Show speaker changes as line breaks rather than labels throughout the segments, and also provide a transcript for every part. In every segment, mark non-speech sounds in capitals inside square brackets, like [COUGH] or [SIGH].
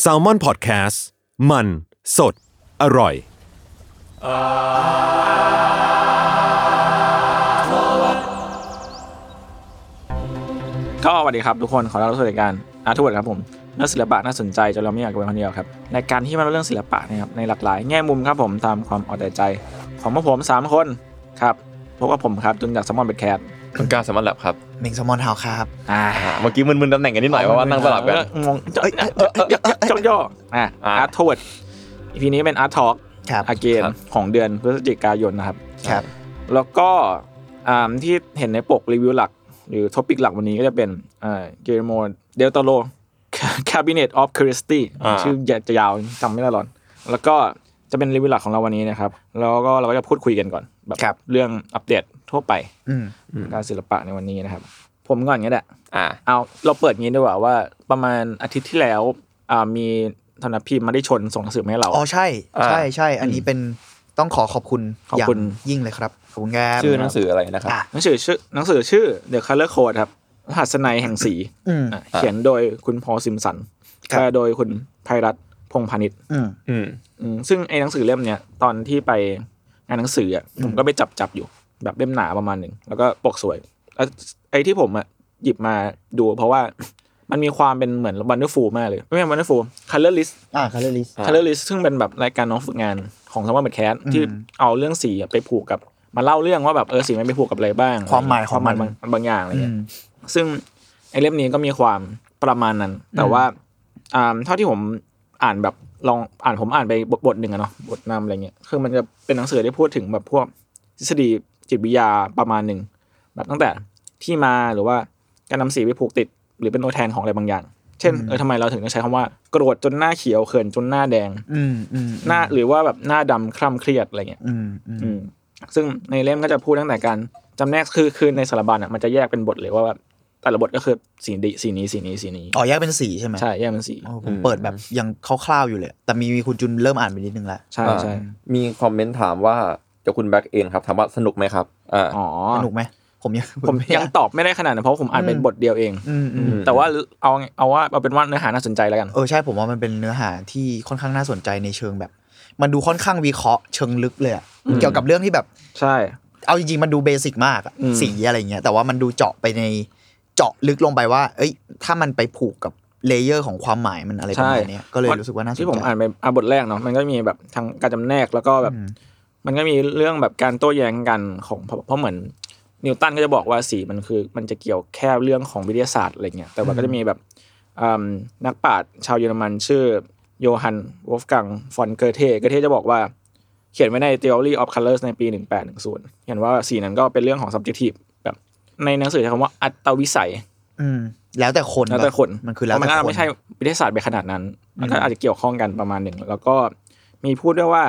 แซลมอนพอดแคสต์มันสดอร่อย
ก็สวัสดีครับทุกคนขอต้อนรับสู่รายการอาร์ทเวิร์ดครับผมเรื่องศิลปะน่าสนใจจนเราไม่อยากเป็นคนเดียวครับในการที่มาเล่าเรื่องศิลปะเนะครับในหลากหลายแง่มุมครับผมตามความเอาแต่ใจ ของพวกผมสามคนครับพบกับผมครับจุนจากสมอนเบดแคท
คุณกล้าสามารถแลบครับ
เมงสมอนเฮาครับ
อ่า
อ่าเมื่อกี้มึนๆตำแหน่งกันนิดหน่อยเพราะว่านั่งสลับกัน
งงเอ้ยเอ้ยเอ้ยเอ้ยจ้องย่ออ่า
อ่า
อาร์ทเวิร์ดอีพีนี้เป็นอาร์ททอล์ก
ครับ
อาเกนของเดือนพฤศจิกายนนะครับ
ครับ
แล้วก็อ่าที่เห็นในปกรีวิวหลัก หรือท็อปิกหลักวันนี้ก็จะเป็นเกรโมเดลตโล Cabinet of Curiosity
อ่า
ชื่อยาจะยาวจำไม่ได้หรอกแล้วก็จะเป็นรีวิวหลักของเราวันนี้นะครับ แล้วก็เราก็จะพูดคุยกันก่อน แบบ
ครับ
เรื่องอัปเดตทั่วไป
อืม
การศิลปะในวันนี้นะครับ ผมก่อนก็ได้
อ่า
เอาเราเปิดงี้ดีกว่าว่าประมาณอาทิตย์ที่แล้วอ่ามีธนกพิมพ์มาได้ชนส่งหนังสือมาให้เรา
อ๋อใช่
อ่า
ใช่ใช่ อันนี้เป็นต้องขอขอบคุณ
ขอบคุณ
ย่างยิ่งเลยครับ ขอบคุณครับ
ชื่อหนังสืออะไรนะครับ
อ่ะ
หนังสือชื่อหนังสือชื่อ The Color Code ครับรหัสไนยแห่งสี
อืม
อ่ะเขียนโดยคุณพอลซิมสัน
ครับ
แปลโดยคุณภัยรัตน์พงษ์พาณิชย์
อืม
อืม
อืมซึ่งไอ้หนังสือเล่มเนี้ยตอนที่ไปงานหนังสืออ่ะผมก็ไปจับจับอยู่ แบบเล่มหนาประมาณหนึ่ง แล้วก็ปกสวยแล้วไอ้ที่ผมอ่ะหยิบมาดู เพราะว่ามันมีความเป็นเหมือนวันเดอร์ฟูมากเลย ไม่ใช่วันเดอร์ฟูคัลเลอร์ลิส
อ่าคาเลลิส
อ่า
คัลเลอร์ลิสซึ่งเป็นแบบรายการน้องฝึกงานของสมอร์บัตแคสที่
อืม
เอาเรื่องสีอ่ะไปผูกกับมาเล่าเรื่องว่าแบบเออสีมันไปผูกกับอะไรบ้าง
ความหมายของมัน
ควบางบางอย่างอะไร
อื
เงี้ย
ม
ซึ่งไอเล่มนี้ก็มีความประมาณนั้น แต่ว่าอ่าเท่าที่ผมอ่านแบบลองอ่านผมอ่านไปบทบทหนึ่งอะเนาะบทนำอะไรเงี้ยคือมันจะเป็นหนังสือที่พูดถึงแบบพวกทฤษฎีจิตวิทยาประมาณหนึ่งแบบตั้งแต่ที่มาหรือว่าการนำสีไปผูกติด หรือเป็นตัวแทนของอะไรบางอย่าง เช่นเออทำไมเราถึงต้องใช้คำว่าโกรธจนหน้าเขียวเขินจนหน้าแดง
อืมอืม
หน้าหรือว่าแบบหน้าดำคล่ำเครียดอะไรเงี้ย
อืมอืม
อืมซึ่งในเล่มก็จะพูดตั้งแต่การจำแนกคือคือในสารบัญอ่ะมันจะแยกเป็นบทเลยว่าแบบแต่ละบทก็คือสีดีสีนี้สีนี้สีนี้
อ๋อ แยกเป็นสีใช่ไหม
ใช่แยกเป็นสี
โอ้ผมเปิดแบบยังคร่าวๆอยู่เลย แต่มีมีคุณจุนเริ่มอ่านไปนิดนึงแล้ว
ใช่ใช่
มีคอมเมนต์ถามว่าจากคุณแบ็กเองครับถามว่าสนุกไหมครับอ่า
อ๋อ
สนุกไหม ผมยัง
ผมยังตอบไม่ได้ขนาดนั้นเพราะผมอ่านเป็นบทเดียวเอง
อืมอืม
ม
แต่ว่าเอาเอาว่าเอาเป็นว่าเนื้อหาน่าสนใจแล้วกัน
เออ ใช่ ผมว่ามันเป็นเนื้อหาที่ค่อนข้างน่าสนใจในเชิงแบบ มันดูค่อนข้างวิเคราะห์เชิงลึกเลยอะเกี่ยวกับเรื่องที่แบบ
ใช่
เอาจริงๆ มันดูเบสิกมากอะ
อืม
สีอะไรเงี้ยแต่ว่ามันดูเจาะไปในเจาะลึกลงไปว่า เอ้ย ถ้ามันไปผูกกับเลเยอร์ของความหมายมันอะไรประมาณเนี้ยก็เลยรู้สึกว่าน่าสน
ที่ผม
ใจ
อ่านไปอ่ะบทแรกเนาะมันก็มีแบบทั้งการจำแนกแล้วก็แบบ
อืม
มันก็มีเรื่องแบบการโต้แย้งกันของเพราะเพราะเหมือนนิวตันก็จะบอกว่าสีมันคือมันจะเกี่ยวแค่เรื่องของวิทยาศาสตร์อะไรเงี้ยแต่ว่าก็จะมีแบบอืมนักปราชญ์ชาวเยอรมันชื่อโยฮันวอล์ฟกังฟอนเกอเทเกอเทจะบอกว่า เขียนไว้ใน Theory of Colors ในปี 1810เห็นว่าสีนั้นก็เป็นเรื่องของ subjective แบบในหนังสือใช้คำว่าอัตวิสัย
อืมแล้วแต่คน
แล้วแต่คน
มันคือแล้ว
เพราะมั
แต่
นอาจจะ
คน
ไม่ใช่วิทยาศาสตร์ไปขนาดนั้น มันก็อาจจะเกี่ยวข้องกันประมาณหนึ่ง แล้วก็มีพูดด้วยว่า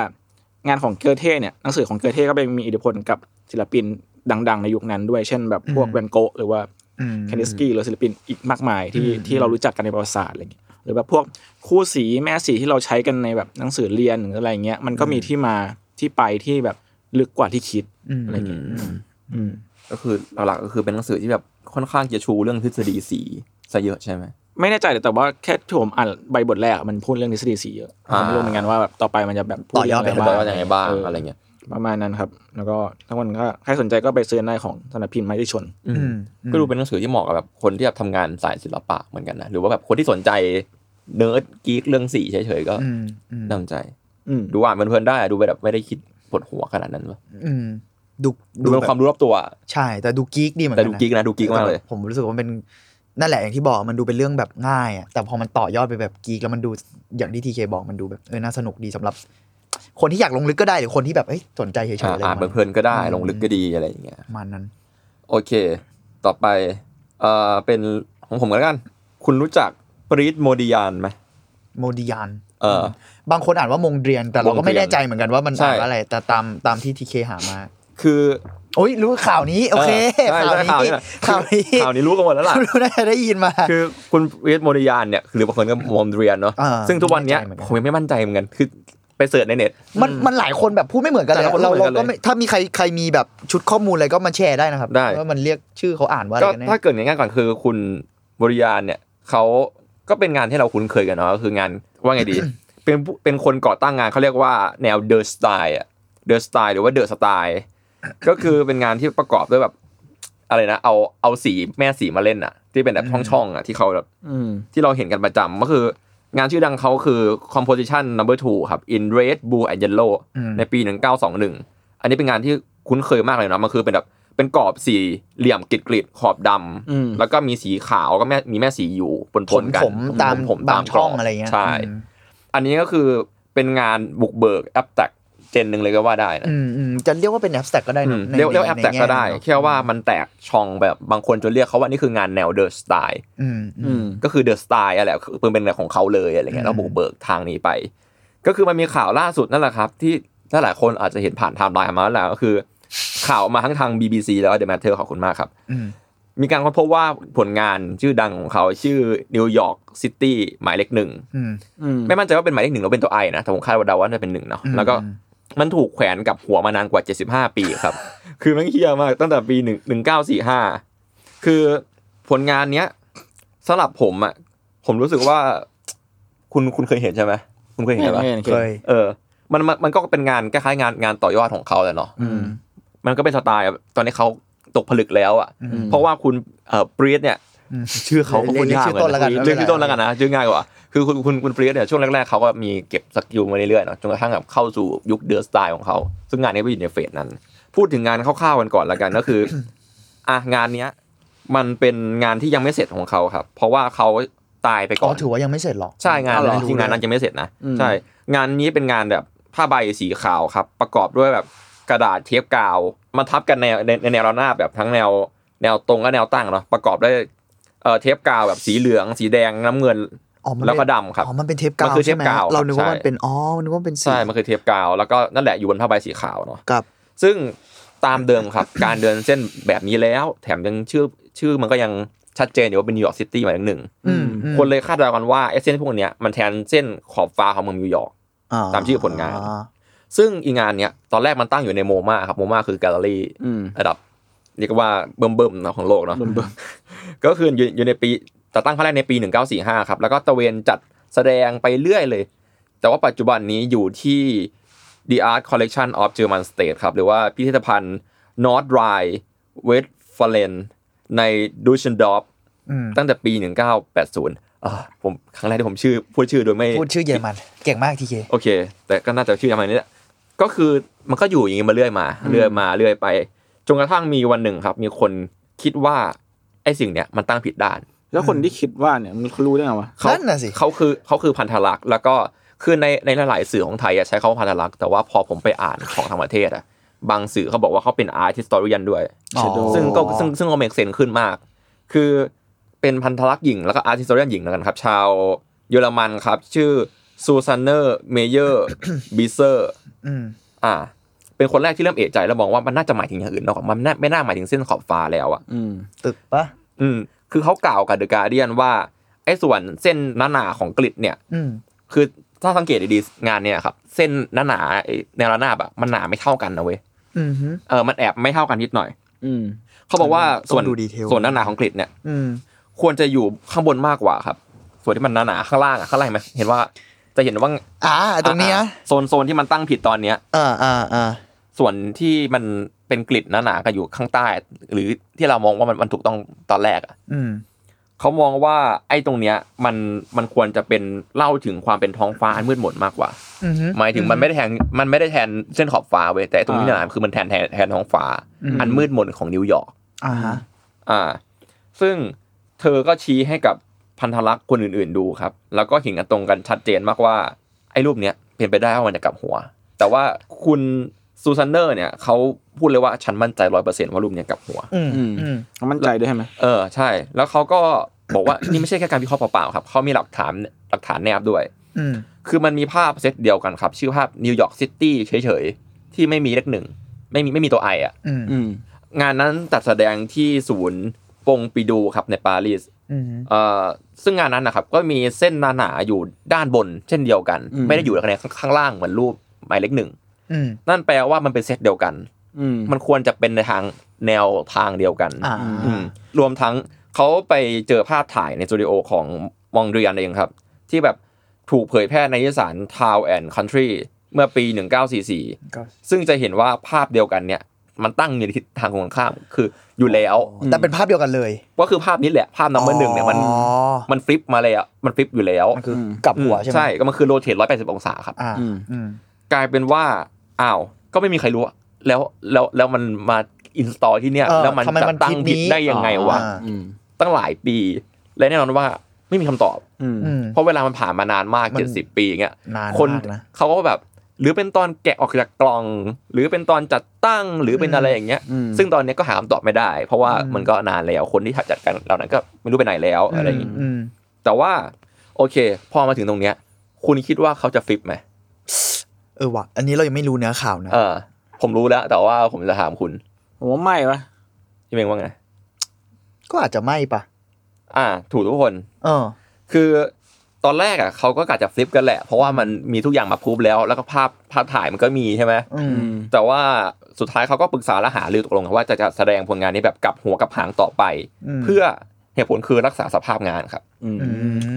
งานของเกอเท่เนี่ยหนังสือของเกอเท่ก็ไปมีอิทธิพลกับศิลปินดัง ๆ ในยุคนั้นด้วย เช่นแบบพวกแวนโกะหรือว่า
อืม
แคนดิสกี้หรือศิลปินอีกมากมายที่ที่เรารู้จักกันในประวัติศาสตร์อะไรอย่างเงี้ยหรือแบบพวกคู่สีแม่สีที่เราใช้กันในแบบหนังสือเรียนหรืออะไรเงี้ยมันก็มีที่มาที่ไปที่แบบลึกกว่าที่คิด
อืม
อะไรเงี้ยอืม
ก็คือหลักๆก็คือเป็นหนังสือที่แบบค่อนข้างจะชูเรื่องทฤษฎีสีซะเยอะใช่ไหม
ไม่แน่ใจแต่แต่ว่าแค่ที่ผมอ่านใบบทแรกอะมันพูดเรื่องทฤษฎีสีเยอะผมไม่รู้
อ่า
เหมือนกันว่าแบบต่อไปมันจะแบบพูด
ต่อยอด
เรื่ง
แต่
อะร
ว่ายังไงบ้าง
เ
อะไรเงี้ย
ประมาณนั้นครับ แล้วก็ถ้าคนก็ใครสนใจก็ไปซื้อในของสำนักพิมพ์ไม้ที่ชน
อื
อื
ม
ม
ก็ดูเป็นหนังสือที่เหมาะกับแบบคนที่แบบทำงานสายศิลปะเหมือนกันนะ หรือว่าแบบคนที่สนใจเนิร์ดกีกเรื่องสีเฉยๆก็
อืมอืม
น่าสนใจ
อืม
ดูอ่านเพลินๆได้อะดูไปแบบไม่ได้คิดปวดหัวขนาดนั้นวะ
อืมดู
ดูเป็นความรู้รอบตัว
ใช่ แต่ดูกิ๊กดีเหมือนกั
แต่
น
ดูกิ๊กนะดูกิ๊กมากเลย
แต่ผมรู้สึกว่ามันเป็นนั่นแหละอย่างที่บอกมันดูเป็นเรื่องแบบง่ายอ่ะแต่พอมันต่อยอดไปแบบกิ๊กแล้วมันดูอย่างที่ทีเคบอกมันดูแบบเออน่าสนุกดีสำหรับ คนที่อยากลงลึกก็ได้หรือคนที่แบบเอ้ยสนใจเฉยๆอะไร
อ่าน
ประ
เพลินๆก็ได้ลงลึกก็ดีอะไรอย่างเงี้ย
มันนั้น
โอเค ต่อไป เอ่อ เป็นของผมกันแล้วกัน คุณรู้จักปรีดโมดิยานไหม
โมดิยาน
เออบ
างคนอ่านว่ามงเรียน แต่เราก็ไม่แน่ใจเหมือนกันว่ามัน
ใช่
อ่านว่าอะไร แต่ตามตามที่ทีเคหามา
คือ
โอ้ยรู้ข่าวนี้โอเค
เออ
ข่าว
ใช่ใช่ข่าว
นี้
นี้แหละ
ข่าวนี้
ข่าวนี้รู้กันหมดแล้วล่ะ
รู้น่าจะได้ยินมา
คือคุณเวทโมริยานเนี่ยคือหรือบางคนก็มอมเรียนเนาะ
อ่า
ซึ่งทุกวันเนี้ย
ไม่แน่ใจเหมือนกัน
ผมยังไม่มั่นใจเหมือนกัน คือไปเสิร์ชในเน็ต
มันมันหลายคนแบบพูดไม่เหมือนกันเลย
แต่ละคน
เรา
ไม่เหมื
เรา
อนกัน
ก็ไม่ถ้ามีใครใครมีแบบชุดข้อมูลอะไรก็มาแชร์ได้นะครับ
ได้
ว่ามันเรียกชื่อเขาอ่านว่าอะไร
ก็
กันแน่
ถ้าเกิดอย่างงั้นก่อนคือคุณบริยานเนี่ยเขาก็เป็นงานที่เราคุ้นเคยกันเนาะก็คืองาน [COUGHS] ว่าไงดี เป็นผู้เป็นคนก่อตั้งงานเขาเรียกว่าแนวเดอะสไตล์อะเดอะสไตล์หรือว่าเดอะสไตล์ก็คือเป็นงานที่ประกอบด้วยแบบอะไรนะ เอาเอาสีแม่สีมาเล่นอะที่เป็นแบบช่องๆอะที่เขาแบบ
อืม
ที่เราเห็นกันประจำก็คืองานชื่อดังเขาคือ composition number two ครับ in red blue and yellow ในปี 1921 อันนี้เป็นงานที่คุ้นเคยมากเลยนะมันคือเป็นแบบเป็นกรอบสี่เหลี่ยมกริดๆขอบดำ
อืม
แล้วก็มีสีขาวก็แม่มีแม่สีอยู่ปน
ผ
ๆ
ม
กัน
ผมตาม
ผม
บางช่อง
กบ
อะไรเงี้ย
ใช่
อืม
อันนี้ก็คือเป็นงานบุกเบิกแอปแตกเจนหนึ่งเลยก็ว่าได้นะ
อืมอืมจะเรียกว่าเป็นแอปแตกก็ได้
อื
นะ
ม
ใน
เรียกเรียก
ใน
แอปแตกก็ได้
ในแง่นั้นเนอะ
แค่ว่ามันแตกช่องแบบบางคนจนเรียกเขาว่านี่คืองานแนวเดอะสไตล์
อืมอื
อื
ม
ม
ก็คือเดอะสไตล์อะไรคือเป็นแบบของเขาเลยอะไรเงี้ย
อืม
แล้วบุกเบิกทางนี้ไป ก็คือมันมีข่าวล่าสุดนั่นแหละครับ ที่ถ้าหลายคนอาจจะเห็นผ่านไทม์ไลน์มาแล้วก็คือ ข่าวมาทั้งทาง BBC แล้วเดอะแมทเทอร์ขอบคุณมากครับ
อืม
มีการค้นพบว่าผลงานชื่อดังของเขาชื่อนิวยอร์กซิตี้หมายเลขหนึ่ง
อืม
อืม
ไม่มั่นใจว่าเป็นหมายเลขหนึ่งหรือเป็นตัวไอนะแต่ผมคาดว่าเดาว่าน่าจะเป็นหนึ่งเนาะ
อืม
แล้วก็
อืม
มันถูกแขวนกับหัวมานานกว่า 75 ปีครับ [LAUGHS] คือมันเฮี้ยมากตั้งแต่ปีหนึ่งหนึ่งเก้าสี่ห้าคือผลงานเนี้ยสำหรับผมอ่ะผมรู้สึกว่า คุณคุณเคยเห็นใช่ไหมคุณเคยเห็นใช่ไหม
ไม่เห็น
เคย
เออมันมันมันก็เป็นงานคล้ายๆงานงานต่อยอดของเขาแหละเนาะ
อืม
มันก็เป็นสไตล์ตอนนี้เขาตกผลึกแล้วอ่ะ
อืม
เพราะว่าคุณเอ่อปรีดเนี่ย
อืม
ชื่อเขาก็พูดยาก
เรียกชื่อต้นแล้วกัน
เรียกชื่อต้นแล้วกันนะชื่อง่ายกว่า คือคุณคุณคุณปรีดเนี่ยช่วงแรกๆเขาก็มีเก็บสกิลมาเรื่อยๆเนาะจนกระทั่งแบบเข้าสู่ยุคเดอะสไตล์ของเขา ซึ่งงานนี้ก็อยู่ในเฟสนั้น พูดถึงงานคร่าวๆกันก่อนละกันก็คือ [COUGHS] อ่ะงานเนี้ยมันเป็นงานที่ยังไม่เสร็จของเขาครับ เพราะว่าเขาตายไป
อ๋
ก่
อ
อน
ถือว่ายังไม่เสร็จหรอก
ใช่งาน
อ๋อเหรอ
จริงๆงานนั้นยังไม่เสร็จนะ
อืม
ใช่งานนี้เป็นงานแบบผ้าใบสีขาวครับ ประกอบด้วยแบบกระดาษเทปกาวมาทับกันในในในแนวระนาบแบบทั้งแนวแนวตรงและแนวตั้งเนาะประกอบด้วยเอ่อเทปกาวแบบสีเหลือง สีแดงน้ำเงิน
อ๋อมันเป็น
แล้วก็ดำครับ
อ๋อมันเป็นเทป
มั
กาวน
คือเทป
ใช่ไหม
กาวครับ
เรานึกว่ามัน
ใช่
เป็นอ๋อนึกว่าเป็นสี
ใช่มันคือเทปกาว แล้วก็นั่นแหละอยู่บนผ้าใบสีขาวเนาะ
กับ
ซึ่งตามเดิมครับ [COUGHS] การเดินเส้นแบบนี้แล้ว แถมยังชื่อชื่อมันก็ยังชัดเจนอยู่ว่าเป็นนิวยอร์กซิตี้หมายเลขหนึ่ง
อืมอืม
คนเลยคาดเดากันว่าไอ้เส้นพวกเนี้ยมันแทนเส้นขอบฟ้าของเมืองนิวยอร์ก ตามชื่อผลงาน ซึ่งอีงานเนี้ยตอนแรกมันตั้งอยู่ในโมมาครับโมมาคือแกลเลอรี่
อืม
ระดับเรียกว่าเบิ่มๆเนาะของโลกเนาะ
เบิ่ม
ก็คืออยู่อยู่ในปีแต่ตั้งครั้งแรกในปี 1945 ครับ แล้วก็ตะเวนจัดแสดงไปเรื่อยเลย แต่ว่าปัจจุบันนี้อยู่ที่ The Art Collection of German State ครับ หรือว่าพิพิธภัณฑ์ North Rhine Westphalen ในดูช e นดอฟ
อืม
ตั้งแต่ปี 1980อ่าผมครั้งแรกที่ผมชื่อพูดชื่อโดยไม่
พูดชื่อเยอรมันเก่งมากทีเค
โอเค แต่ก็น่าจะชื่อประมาณนี้แหละก็คือมันก็อยู่อย่างนี้มาเรื่อยมา เรื่อยมาเรื่อยไป จนกระทั่งมีวันหนึ่งครับ มีคนคิดว่าไอ้สิ่งเนี้ยมันตั้งผิดด้าน
แล้วคนที่คิดว่าเนี่ยมันรู้ได้ไงวะ
เขา
นั่นน่ะสิ
เขาคือเขาคือพันธลักษณ์แล้วก็คือในในหลายๆสื่อของไทยอะใช้คำว่าพันธลักษณ์แต่ว่าพอผมไปอ่านของต่างประเทศอะบางสื่อเขาบอกว่าเขาเป็นอาร์ติสตอริยันด้วย
อ๋อ
ซึ่งก็ซึ่งซึ่งก็เมกเซนขึ้นมาก คือเป็นพันธลักษณ์หญิง แล้วก็อาร์ติสตอรีนหญิงแล้วกันครับ ชาวเยอรมันครับ ชื่อซูซานเนอร์เมเยอร์บิเซอร์
อืม
อ่า เป็นคนแรกที่เริ่มเอะใจแล้วมองว่ามันน่าจะหมายถึงอย่างอื่นนอกมันน่าไม่น่าหมายถึงเส้นขอบฟ้าแล้วอ่ะ
อืม
ตึกปะ
อืม คือเขากล่าวกับเดอะการเดียนว่า ไอ้ส่วนเส้นหนาๆของกริดเนี่ย
อืม
คือถ้าสังเกตดีๆงานเนี่ยครับ เส้นหนาๆไอ้แนวระนาบอ่ะมันหนาไม่เท่ากันนะเว้ย
อืมฮึ
เออ มันแอบไม่เท่ากันนิดหน่อย
อืม
เขาบอกว่า
ต้อง
ส่วน
ดูดีเทล
ส่วนหนาๆของกริดเนี่ย
อืม
ควรจะอยู่ข้างบนมากกว่าครับ ส่วนที่มันหนาๆข้างล่างอ่ะข้างล่างเห็นไหมเห็นว่าจะเห็นว่า
อ่า ตรงนี้นะ
โซนโซนๆที่มันตั้งผิดตอนเนี้ย
เอออ่าอ่า
โซ ส่วนที่มันเป็นกริดหนาๆก็อยู่ข้างใต้ หรือที่เรามองว่ามันมันถูกต้องตอนแรกอะ
อืม
เขามองว่าไอ้ตรงเนี้ยมันมันควรจะเป็นเล่าถึงความเป็นท้องฟ้าอันมืดมนมากกว่า
อือฮึ
หมายถึงมันไม่ได้แทนมันไม่ได้แทนเส้นขอบฟ้าเว้ยแต่ไอ้ตรงนี้
อ่า
เนะคือมันแทนแทนแทนท้องฟ้า
อืม
อันมืดมนของนิวยอร์ก
อ่าฮะ
อ่า ซึ่งเธอก็ชี้ให้กับพันธลักษณ์คนอื่นๆดูครับ แล้วก็เห็นกันตรงกันชัดเจนมากว่าไอ้รูปเนี้ยเป็นไปได้ว่ามันจะกลับหัว แต่ว่าคุณซูซันเนอร์เนี่ยเขาพูดเลยว่าฉันมั่นใจร้อยเปอร์เซ็นต์ว่ารูปเนี้ยกลับหัว
อืม
อืม
อืม
เขามั่นใจด้วยใช่ไหม
เออใช่ แล้วเขาก็บอกว่า [COUGHS] นี่ไม่ใช่แค่การวิเคราะห์เปล่าๆครับเขามีหลักฐานหลักฐานแนบด้วย
อืม
คือมันมีภาพเซตเดียวกันครับ ชื่อภาพนิวยอร์กซิตี้เฉยๆ ที่ไม่มีเลขหนึ่ง ไม่มีไม่มีตัวไออ่ะ
อืม
อืม
งานนั้นจัดแสดงที่ศูนย์ปงปิดูครับในปารีส
อืม
เอ่อซึ่งงานนั้นนะครับก็มีเส้นหนาๆอยู่ด้านบน เช่นเดียวกัน
อืม
ไม่ได้อยู่ในข้างล่างเหมือนรูปหมายเลขหนึ่ง
อืม
นั่นแปลว่ามันเป็นเซตเดียวกัน
อืม
มันควรจะเป็นในทางแนวทางเดียวกัน
อ่า
อืมรวมทั้งเขาไปเจอภาพถ่ายในสตูดิโอของมองเรียนเองครับ ที่แบบถูกเผยแพร่ในนิตยสาร Town and Country เมื่อปี 1944
ก็
ซึ่งจะเห็นว่าภาพเดียวกันเนี่ยมันตั้งอยู่ในทิศทางตรงข้ามคืออยู่แล้ว
แต่เป็นภาพเดียวกันเลย
ก็คือภาพนี้แหละ ภาพนัมเบอร์หนึ่งเนี่ยมัน
อ๋อ
มันฟลิปมาเลยอ่ะมันฟลิปอยู่แล้ว
มันคืออ
ม
กลับหัวใช่ไหม
ใช่ก็มันคือโรเตท180 องศาครับ
อ่า
อืม
อืม
กลายเป็นว่าอ้าวก็ไม่มีใครรู้อะแล้วแล้วแล้วมันมาอินสตอลที่เนี่ย
เออ
แล้วมัน
ทำไ
จะตั้งผิดได้ยังไงวะ
อ่า
อืม
ตั้งหลายปี และแน่นอนว่าไม่มีคำตอบ
อืม
อืม
เพราะเวลามันผ่านมานานมาก
มัน
เจ็ดสิบปีอย่างเงี้ย
นาน
คน
มากนะ
เขาก็แบบ หรือเป็นตอนแกะออกจากกล่อง หรือเป็นตอนจัดตั้งหรือเป็นอะไรอย่างเงี้ย
อืม
ซึ่งตอนเนี้ยก็หาคำตอบไม่ได้ เพราะว่ามันก็นานแล้วคนที่จัดการเหล่านั้นก็ไม่รู้ไปไหนแล้วอะไรอย่างงี้
อืม
แต่ว่าโอเค พอมาถึงตรงเนี้ย คุณคิดว่าเขาจะฟลิปไหม
เออว่ะอันนี้เรายังไม่รู้เนื้อข่าวนะ
เออ ผมรู้แล้ว แต่ว่าผมจะถามคุณ
ผมว่าไม่วะ
พี่เมงว่าไง
ก็อาจจะไม่ปะ
อ่า ถูกทุกคน
เออ
คือตอนแรกอ่ะเขาก็กะจะฟลิปกันแหละ เพราะว่ามันมีทุกอย่างมาพรูฟแล้ว แล้วก็ภาพภาพถ่ายมันก็มีใช่ไหม
อืม
แต่ว่าสุดท้ายเขาก็ปรึกษาและหารือตกลงกันว่าจะจะแสดงผลงานนี้แบบกลับหัวกลับหางต่อไป
อืม
เพื่อเหตุผลคือรักษาสภาพงานครับ
อืม
อื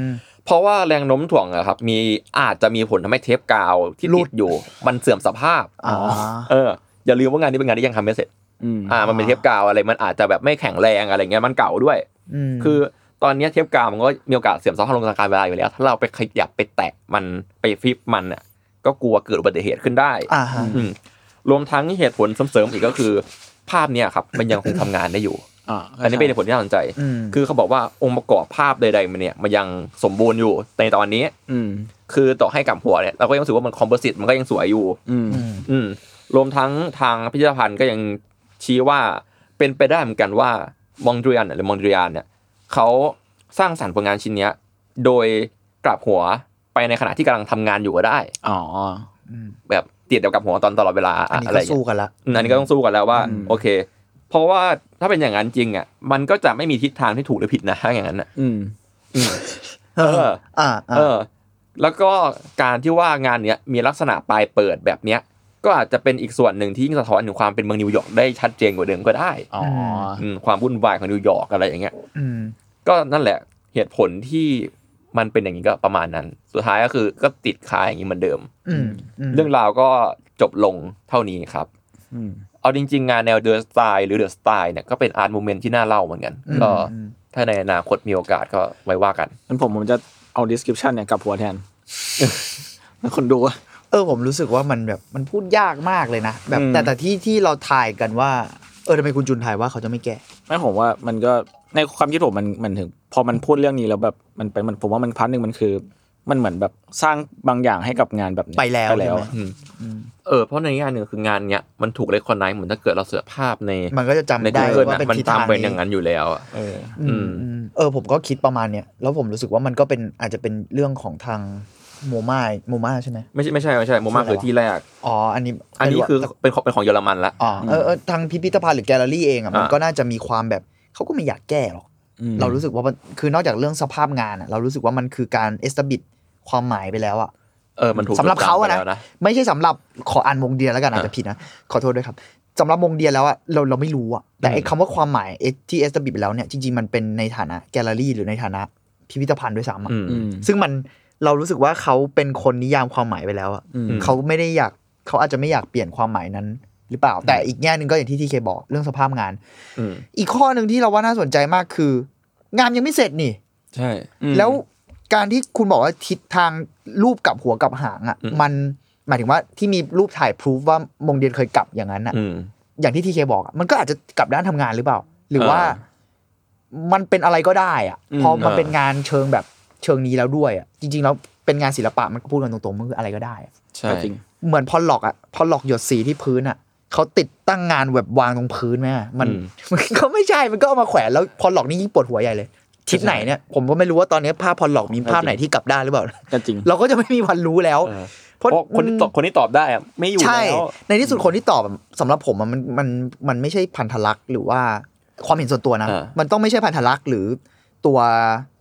ม
เพราะว่าแรงโน้มถ่วงอะครับ มีอาจจะมีผลทำให้เทปกาวที่
หลุ
ติ
ด
ดอยู่ มันเสื่อมสภาพ
อ๋อ
เอออย่าลืมว่างานนี้เป็นงานที่ยังทำไม่เสร็จ
อืม
อ่ามันเป็นเทปกาวอะไรมันอาจจะแบบไม่แข็งแรงอะไรเงี้ยมันเก่าด้วย
อืม
คือตอนเนี้ยเทปกาวมันก็มีโอกาสเสื่อมสภาพลงทางการเวลาอยู่แล้ว ถ้าเราไปขยับไปแตะมันไปฟิบมันอ่ะก็กลัวเกิดอุบัติเหตุขึ้นได้
อ่าฮะ
อืมรวมทั้งเหตุผลเสริมๆอีกก็คือ ภาพเนี่ยครับมันยังคงทำงานได้อยู่
อ่า
อันนี้เป็นเหตุผลที่น่าสนใจ
อืม
คือเขาบอกว่าองค์ประกอบภาพใดๆมันเนี่ยมันยังสมบูรณ์อยู่ในตอนนี้
อืม
คือต่อให้กลับหัวเนี่ยเราก็ยังรู้สึกว่ามันคอมโพสิตมันก็ยังสวยอยู่
อืม
อืม
อืมรวมทั้งทางพิพิธภัณฑ์ก็ยังชี้ว่าเป็นไปได้เหมือนกันว่ามองเดรียนหรือมองเดรียนเนี่ยเขาสร้างสรรค์ผลงานชิ้นเนี้ยโดยกลับหัวไปในขณะที่กำลังทำงานอยู่ก็ได้
อ๋อ
แบบเตียดเดียวกับหัวตอนตลอดเวลา
อั
อะ
นนี้
อะไร
ก็
อย่าง
สู้
เงี้ย
กันละ
อืมอันนี้ก็ต้องสู้กันแล้วว่า
อืม
โอเค เพราะว่าถ้าเป็นอย่างนั้นจริงอ่ะมันก็จะไม่มีทิศทางที่ถูกหรือผิดนะถ้าอย่างนั้นอ่ะ
อืม
เออ อ่า
เออ แล้วก็การที่ว่างานเนี้ยมีลักษณะปลายเปิดแบบเนี้ยก็อาจจะเป็นอีกส่วนหนึ่งที่ยิ่งสะท้อนถึงความเป็นเมืองนิวยอร์กได้ชัดเจนกว่าเดิมก็ได้
อ๋อ
อืมความวุ่นวายของนิวยอร์กอะไรอย่างเงี้ย
อืม
ก็นั่นแหละเหตุผลที่มันเป็นอย่างนี้ก็ประมาณนั้น สุดท้ายก็คือก็ติดคาอย่างนี้เหมือนเดิม
อืม
เรื่องราวก็จบลงเท่านี้ครับ
อืม
เอาจริง ๆ งานแนวเดอะสไตล์หรือเดอะสไตล์เนี่ยก็เป็นอาร์ตโมเมนต์ที่น่าเล่าเหมือนกัน ก็ถ้าในอนาคตมีโอกาสก็ไว้ว่ากัน
งั้นผมผมจะเอา description เนี่ยกลับหัวแทน แล้วคนดูอะ
เออผมรู้สึกว่ามันแบบมันพูดยากมากเลยนะแบบ
อืม
แต่แต่ที่ที่เราถ่ายกันว่า เออทำไมคุณจุนถ่ายว่าเขาจะไม่แก่
ไม่ผมว่ามันก็ในความคิดผมมันมันถึง พอมันพูดเรื่องนี้แล้วแบบมันเป็นมันผมว่ามันพาร์ทหนึ่งมันคือ มันเหมือนแบบสร้างบางอย่างให้กับงานแบบเนี้ย
ไปแล้ว
ไปแล้ว
ใช่ไหม
เออเพราะในงานหนึ่งคืองานเนี้ยมันถูกเลคอนไนเหมือนถ้าเกิดเราเสือภาพใน
มันก็จะจำ
ใน
ได้
กูเกิล
ว่า
น่ะ
เป็น
มัน
ทิศทาง
ทำเป็นอย่างนั้นอยู่แล้วอะ
เออ
อืมอืมเออผมก็คิดประมาณเนี้ยแล้วผมรู้สึกว่ามันก็เป็นอาจจะเป็นเรื่องของทางโมมาโมมาใช่ไหม
ไม่ใช่ไม่ใช่ไม่ใช่โมมา
ใช่
คือที่แรก
อ๋ออันนี้
อันนี้คือเป็นของเป็นของเยอรมันละ
อ๋อเออเออทางพิพิธภัณฑ์หรือแกลเลอรี่เองอ่ะมัน
อ่า
ก็น่าจะมีความแบบเขาก็ไม่อยากแก้หรอก
อืม
เรารู้สึกว่ามันคือนอกจากเรื่องสภาพงานอะเรารู้สึกว่ามันคือการเอสตบิดความหมายไปแล้วอะ
เออมันถูก
สำหรับเขาอะ
ไป
นะ
แล้วนะ
ไม่ใช่สำหรับขออ่านมงเดียแล้วกันอาจจะผิดนะขอโทษด้วยครับสำหรับมงเดียแล้วอะเราเราไม่รู้อะแต่ไอ้
อืม
คำว่าความหมายเอที่เอสบิดแล้วเนี่ยจริงๆมันเป็นในฐานะแกลเลอรี่หรือในฐานะพิพิธภัณฑ์ด้วยซ้ำอะ
อืม
อืม
ซึ่งมันเรารู้สึกว่าเขาเป็นคนนิยามความหมายไปแล้วอะ
อืม
เขาไม่ได้อยากเขาอาจจะไม่อยากเปลี่ยนความหมายนั้น หรือเปล่า แต่อีกแง่หนึ่งก็อย่างที่ทีเคบอกเรื่องสภาพงาน
อืม
อีกข้อหนึ่งที่เราว่าน่าสนใจมากคือ งานยังไม่เสร็จนี่
ใช่
แล้วการที่คุณบอกว่าทิศทางรูปกลับหัวกลับหางอ่ะ
อืม
มันหมายถึงว่าที่มีรูปถ่ายพรูฟว่ามงเดียนเคยกลับอย่างนั้นอ่ะ
อืม
อย่างที่ทีเคบอกอะมันก็อาจจะกลับด้านทำงานหรือเปล่า หรือว่า
อ่า
มันเป็นอะไรก็ได้อะ
อืม
พอมัน
อ่า
เป็นงานเชิงแบบเชิงนี้แล้วด้วยอะจริงๆแล้วเป็นงานศิลปะมันก็พูดกันตรงๆมันคืออะไรก็ได้อะ
ใช่
ก็จริง
เหมือนพอลล็อกอะพอลล็อกหยดสีที่พื้นอะเขาติดตั้งงานแบบวางตรงพื้นไหมอะมันมันก็ [LAUGHS] ไม่ใช่มันก็เอามาแขวนแล้วพอลล็อกนี่ยิ่งปวดหัวใหญ่เลย ทิศไหนเนี่ยผมก็ไม่รู้ว่าตอนนี้ภาพพอลล็อกมีภาพไหนที่กลับด้านหรือเปล่า [LAUGHS]
ก็จริง
เราก็จะไม่มีวันรู้แล้ว
เออเพราะคนที่ตอบคนที่ตอบได้อะไม่อยู่
ใช่
แล้ว
ในที่สุดคนที่ตอบอะสำหรับผมอะมันมันมันไม่ใช่พันธลักษณ์หรือว่าความเห็นส่วนตัวนะ
อ่ามั
มันต้องไม่ใช่พันธลักษณ์หรือตัว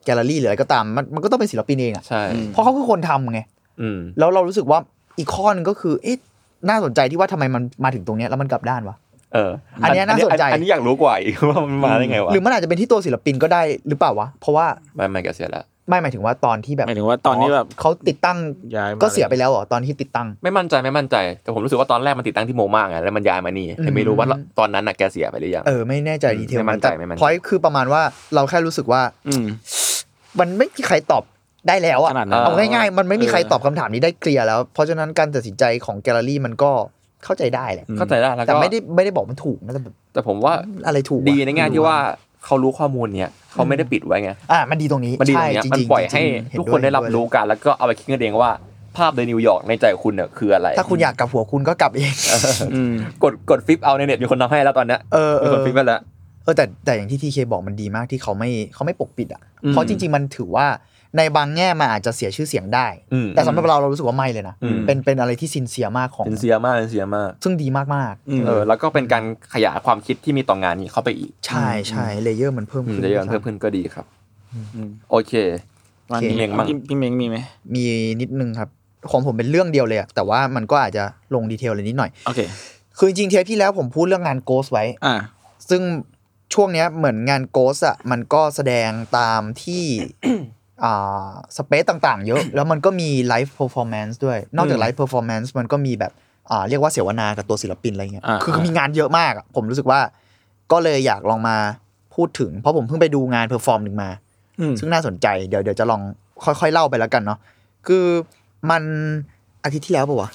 แกลเลอรี่หรืออะไรก็ตาม มันมันก็ต้องเป็นศิลปินเองอะ
ใช่
อืม
เพราะเขาคือคนทำไง
อืม
แล้วเรารู้สึกว่าอีกข้อหนึงก็คือเอ๊ะน่าสนใจที่ว่าทำไมมันมาถึงตรงเนี้ยแล้วมันกลับด้านวะ
เออ
อั
อั
นเนี้ยน่าสนใจ
อันนี้อยากรู้กว่าอีก [LAUGHS] ว่ามันมาได้ไงวะ
หรือมันอาจจะเป็นที่ตัวศิลปินก็ได้หรือเปล่าวะ เพราะว่า
ไม่ไม่แกเสียละ
ไม่หมายถึงว่าตอนที่แบบ
หมายถึงว่าตอนนี้แบบ
เขาติดตั้ง
ย้ายมา
ก็เสียไปแล้วเหรอตอนที่ติดตั้ง
ไม่มั่นใจไม่มั่นใจ แต่ผมรู้สึกว่าตอนแรกมันติดตั้งที่โมมากไงแล้วมันย้ายมานี่แต่ไม่รู้ว่าตอนนั้นน่ะแกเสียไปหรือยัง
เออไม่แน่ใจ
อืม
ดีเทล
ไม่มั่นใจ
แต่
ไม่มั่นใจ
พอยคือประมาณว่าเราแค่รู้สึกว่า
อืม
มันไม่มีใครตอบได้แล้วอะ
ขนาดนั้น
เอาง่ายๆ มันไม่มีใคร
เออ
ตอบคำถามนี้ได้เคลียร์แล้ว เพราะฉะนั้นการตัดสินใจของแกลเลอรี่มันก็เข้าใจได้แหละ
เข้าใจได้แล้ว
แต่
ก็
ไม่ได้ไม่ได้บอกมันถูกนะแต่แบบ
แต่ผมว่า
อะไรถูกวะ
ดีในแง่ที่ว่าเขารู้ข้อมูลเนี่ยเขาไม่ได้ปิดไว้ไง
อ่ะมันดีตรงนี้
มันดีตรง
ใช่
เนี้ย
จริง
มัน
ๆ
ปล่อย
จ
ให้
งๆเ
ทุกคน
วย
ได้รับ
เห็
รู้
วย
กัน แล้วก็เอาไปคิดกันเองว่าภาพในนิวยอร์กในใจคุณเนี่ยคืออะไร
ถ้าคุณอยากกลับหัวคุณก็กลับเอง
อืม
กดกดฟิปเอาในเน็ตมีคนทำให้แล้วตอนเนี้ย
เออเอ
มี
อ
คนฟิปไปแล้ว
เออแต่แต่อย่างที่ทีเคบอกมันดีมากที่เขาไม่เขาไม่ปกปิดอ่ะ
อืม
เพราะจริง ๆ มันถือว่าในบางแง่มันอาจจะเสียชื่อเสียงได้
อืม
แต่สำหรับเราเรารู้สึกว่าไม่เลยนะ
อืม
เป็นเป็นอะไรที่ซินเซียมากของ
เป็นเสียมากเป็นเสียมาก
ซึ่งดีมาก
อืม
ๆ
เออแล้วก็เป็นการขยายความคิดที่มีต่องานนี้เข้าไปอีก
ใช่ใช่เลเยอร์มันเพิ่ม
อืม
ขึ้น
จะย้อนเพิ่มขึ้นก็ดีครับ
อืม
โอเค
วันนี้
พี่เม้งบ้าง
พี่พี่เม้งมีไหม
มีนิดนึงครับ ของผมเป็นเรื่องเดียวเลยอะแต่ว่ามันก็อาจจะลงดีเทลเลยนิดหน่อย
โอเค
คือจริงๆเทปที่แล้วผมพูดเรื่องงานโกสไว้
อ่า
ซึ่งช่วงเนี้ยเหมือนงานโกสอะมันก็แสดงตามที่
[COUGHS]
อ่าสเปซต่างๆ เยอะ [COUGHS] แล้วมันก็มีไลฟ์เพอร์ฟอร์แมนซ์ด้วย นอกจากไลฟ์เพอร์ฟอร์แมนซ์มันก็มีแบบอ่าเรียกว่าเสวนากับตัวศิลปินอะไรเงี้ย
อ่า
คือ
อ่ามี
มีงานเยอะมากอะผมรู้สึกว่า ก็เลยอยากลองมาพูดถึง เพราะผมเพิ่งไปดูงานเพอร์ฟอร์มหนึ่งมา
อืม
ซึ่งน่าสนใจเดี๋ยวเดี๋ยวจะลองค่อยๆ เล่าไปแล้วกันเนาะคือมันอาทิตย์ที่แล้วปะวะ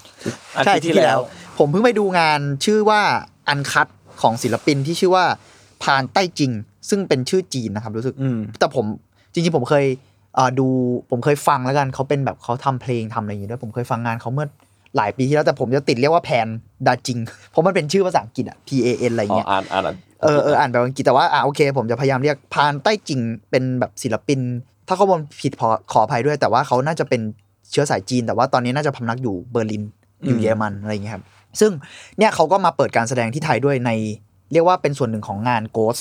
อา
ใช่
ทิตย์ที่แล้ว
ผมเพิ่งไปดูงานชื่อว่าอันคัตของศิลปินที่ชื่อว่าพานใต้จริง ซึ่งเป็นชื่อจีนนะครับรู้สึก
อืม
แต่ผมจริงๆผมเคยเอ่อดูผมเคยฟังแล้วกันเขาเป็นแบบเขาทำเพลงทำอะไรอย่างงี้ด้วยผมเคยฟังงานเขาเมื่อหลายปีที่แล้วแต่ผมจะติดเรียกว่าแพนดาจิง เพราะมันเป็นชื่อภาษาอังกฤษอะ P A N อะไร
อ๋อ
เงี้ย
อ่านอ่าน
เออเอออ่านแบบอังกฤษแต่ว่าอ่ะโอเค ผมจะพยายามเรียกพานใต้จริงเป็นแบบศิลปิน ถ้าข้อมูลผิดขอขออภัยด้วย แต่ว่าเขาน่าจะเป็นเชื้อสายจีน แต่ว่าตอนนี้น่าจะพำนักอยู่เบอร์ลินอยู่
อืม
เยอรมันอะไรอย่างเงี้ยครับ ซึ่งเนี่ยเขาก็มาเปิดการแสดงที่ไทยด้วยใน เรียกว่าเป็นส่วนหนึ่งของงานโกส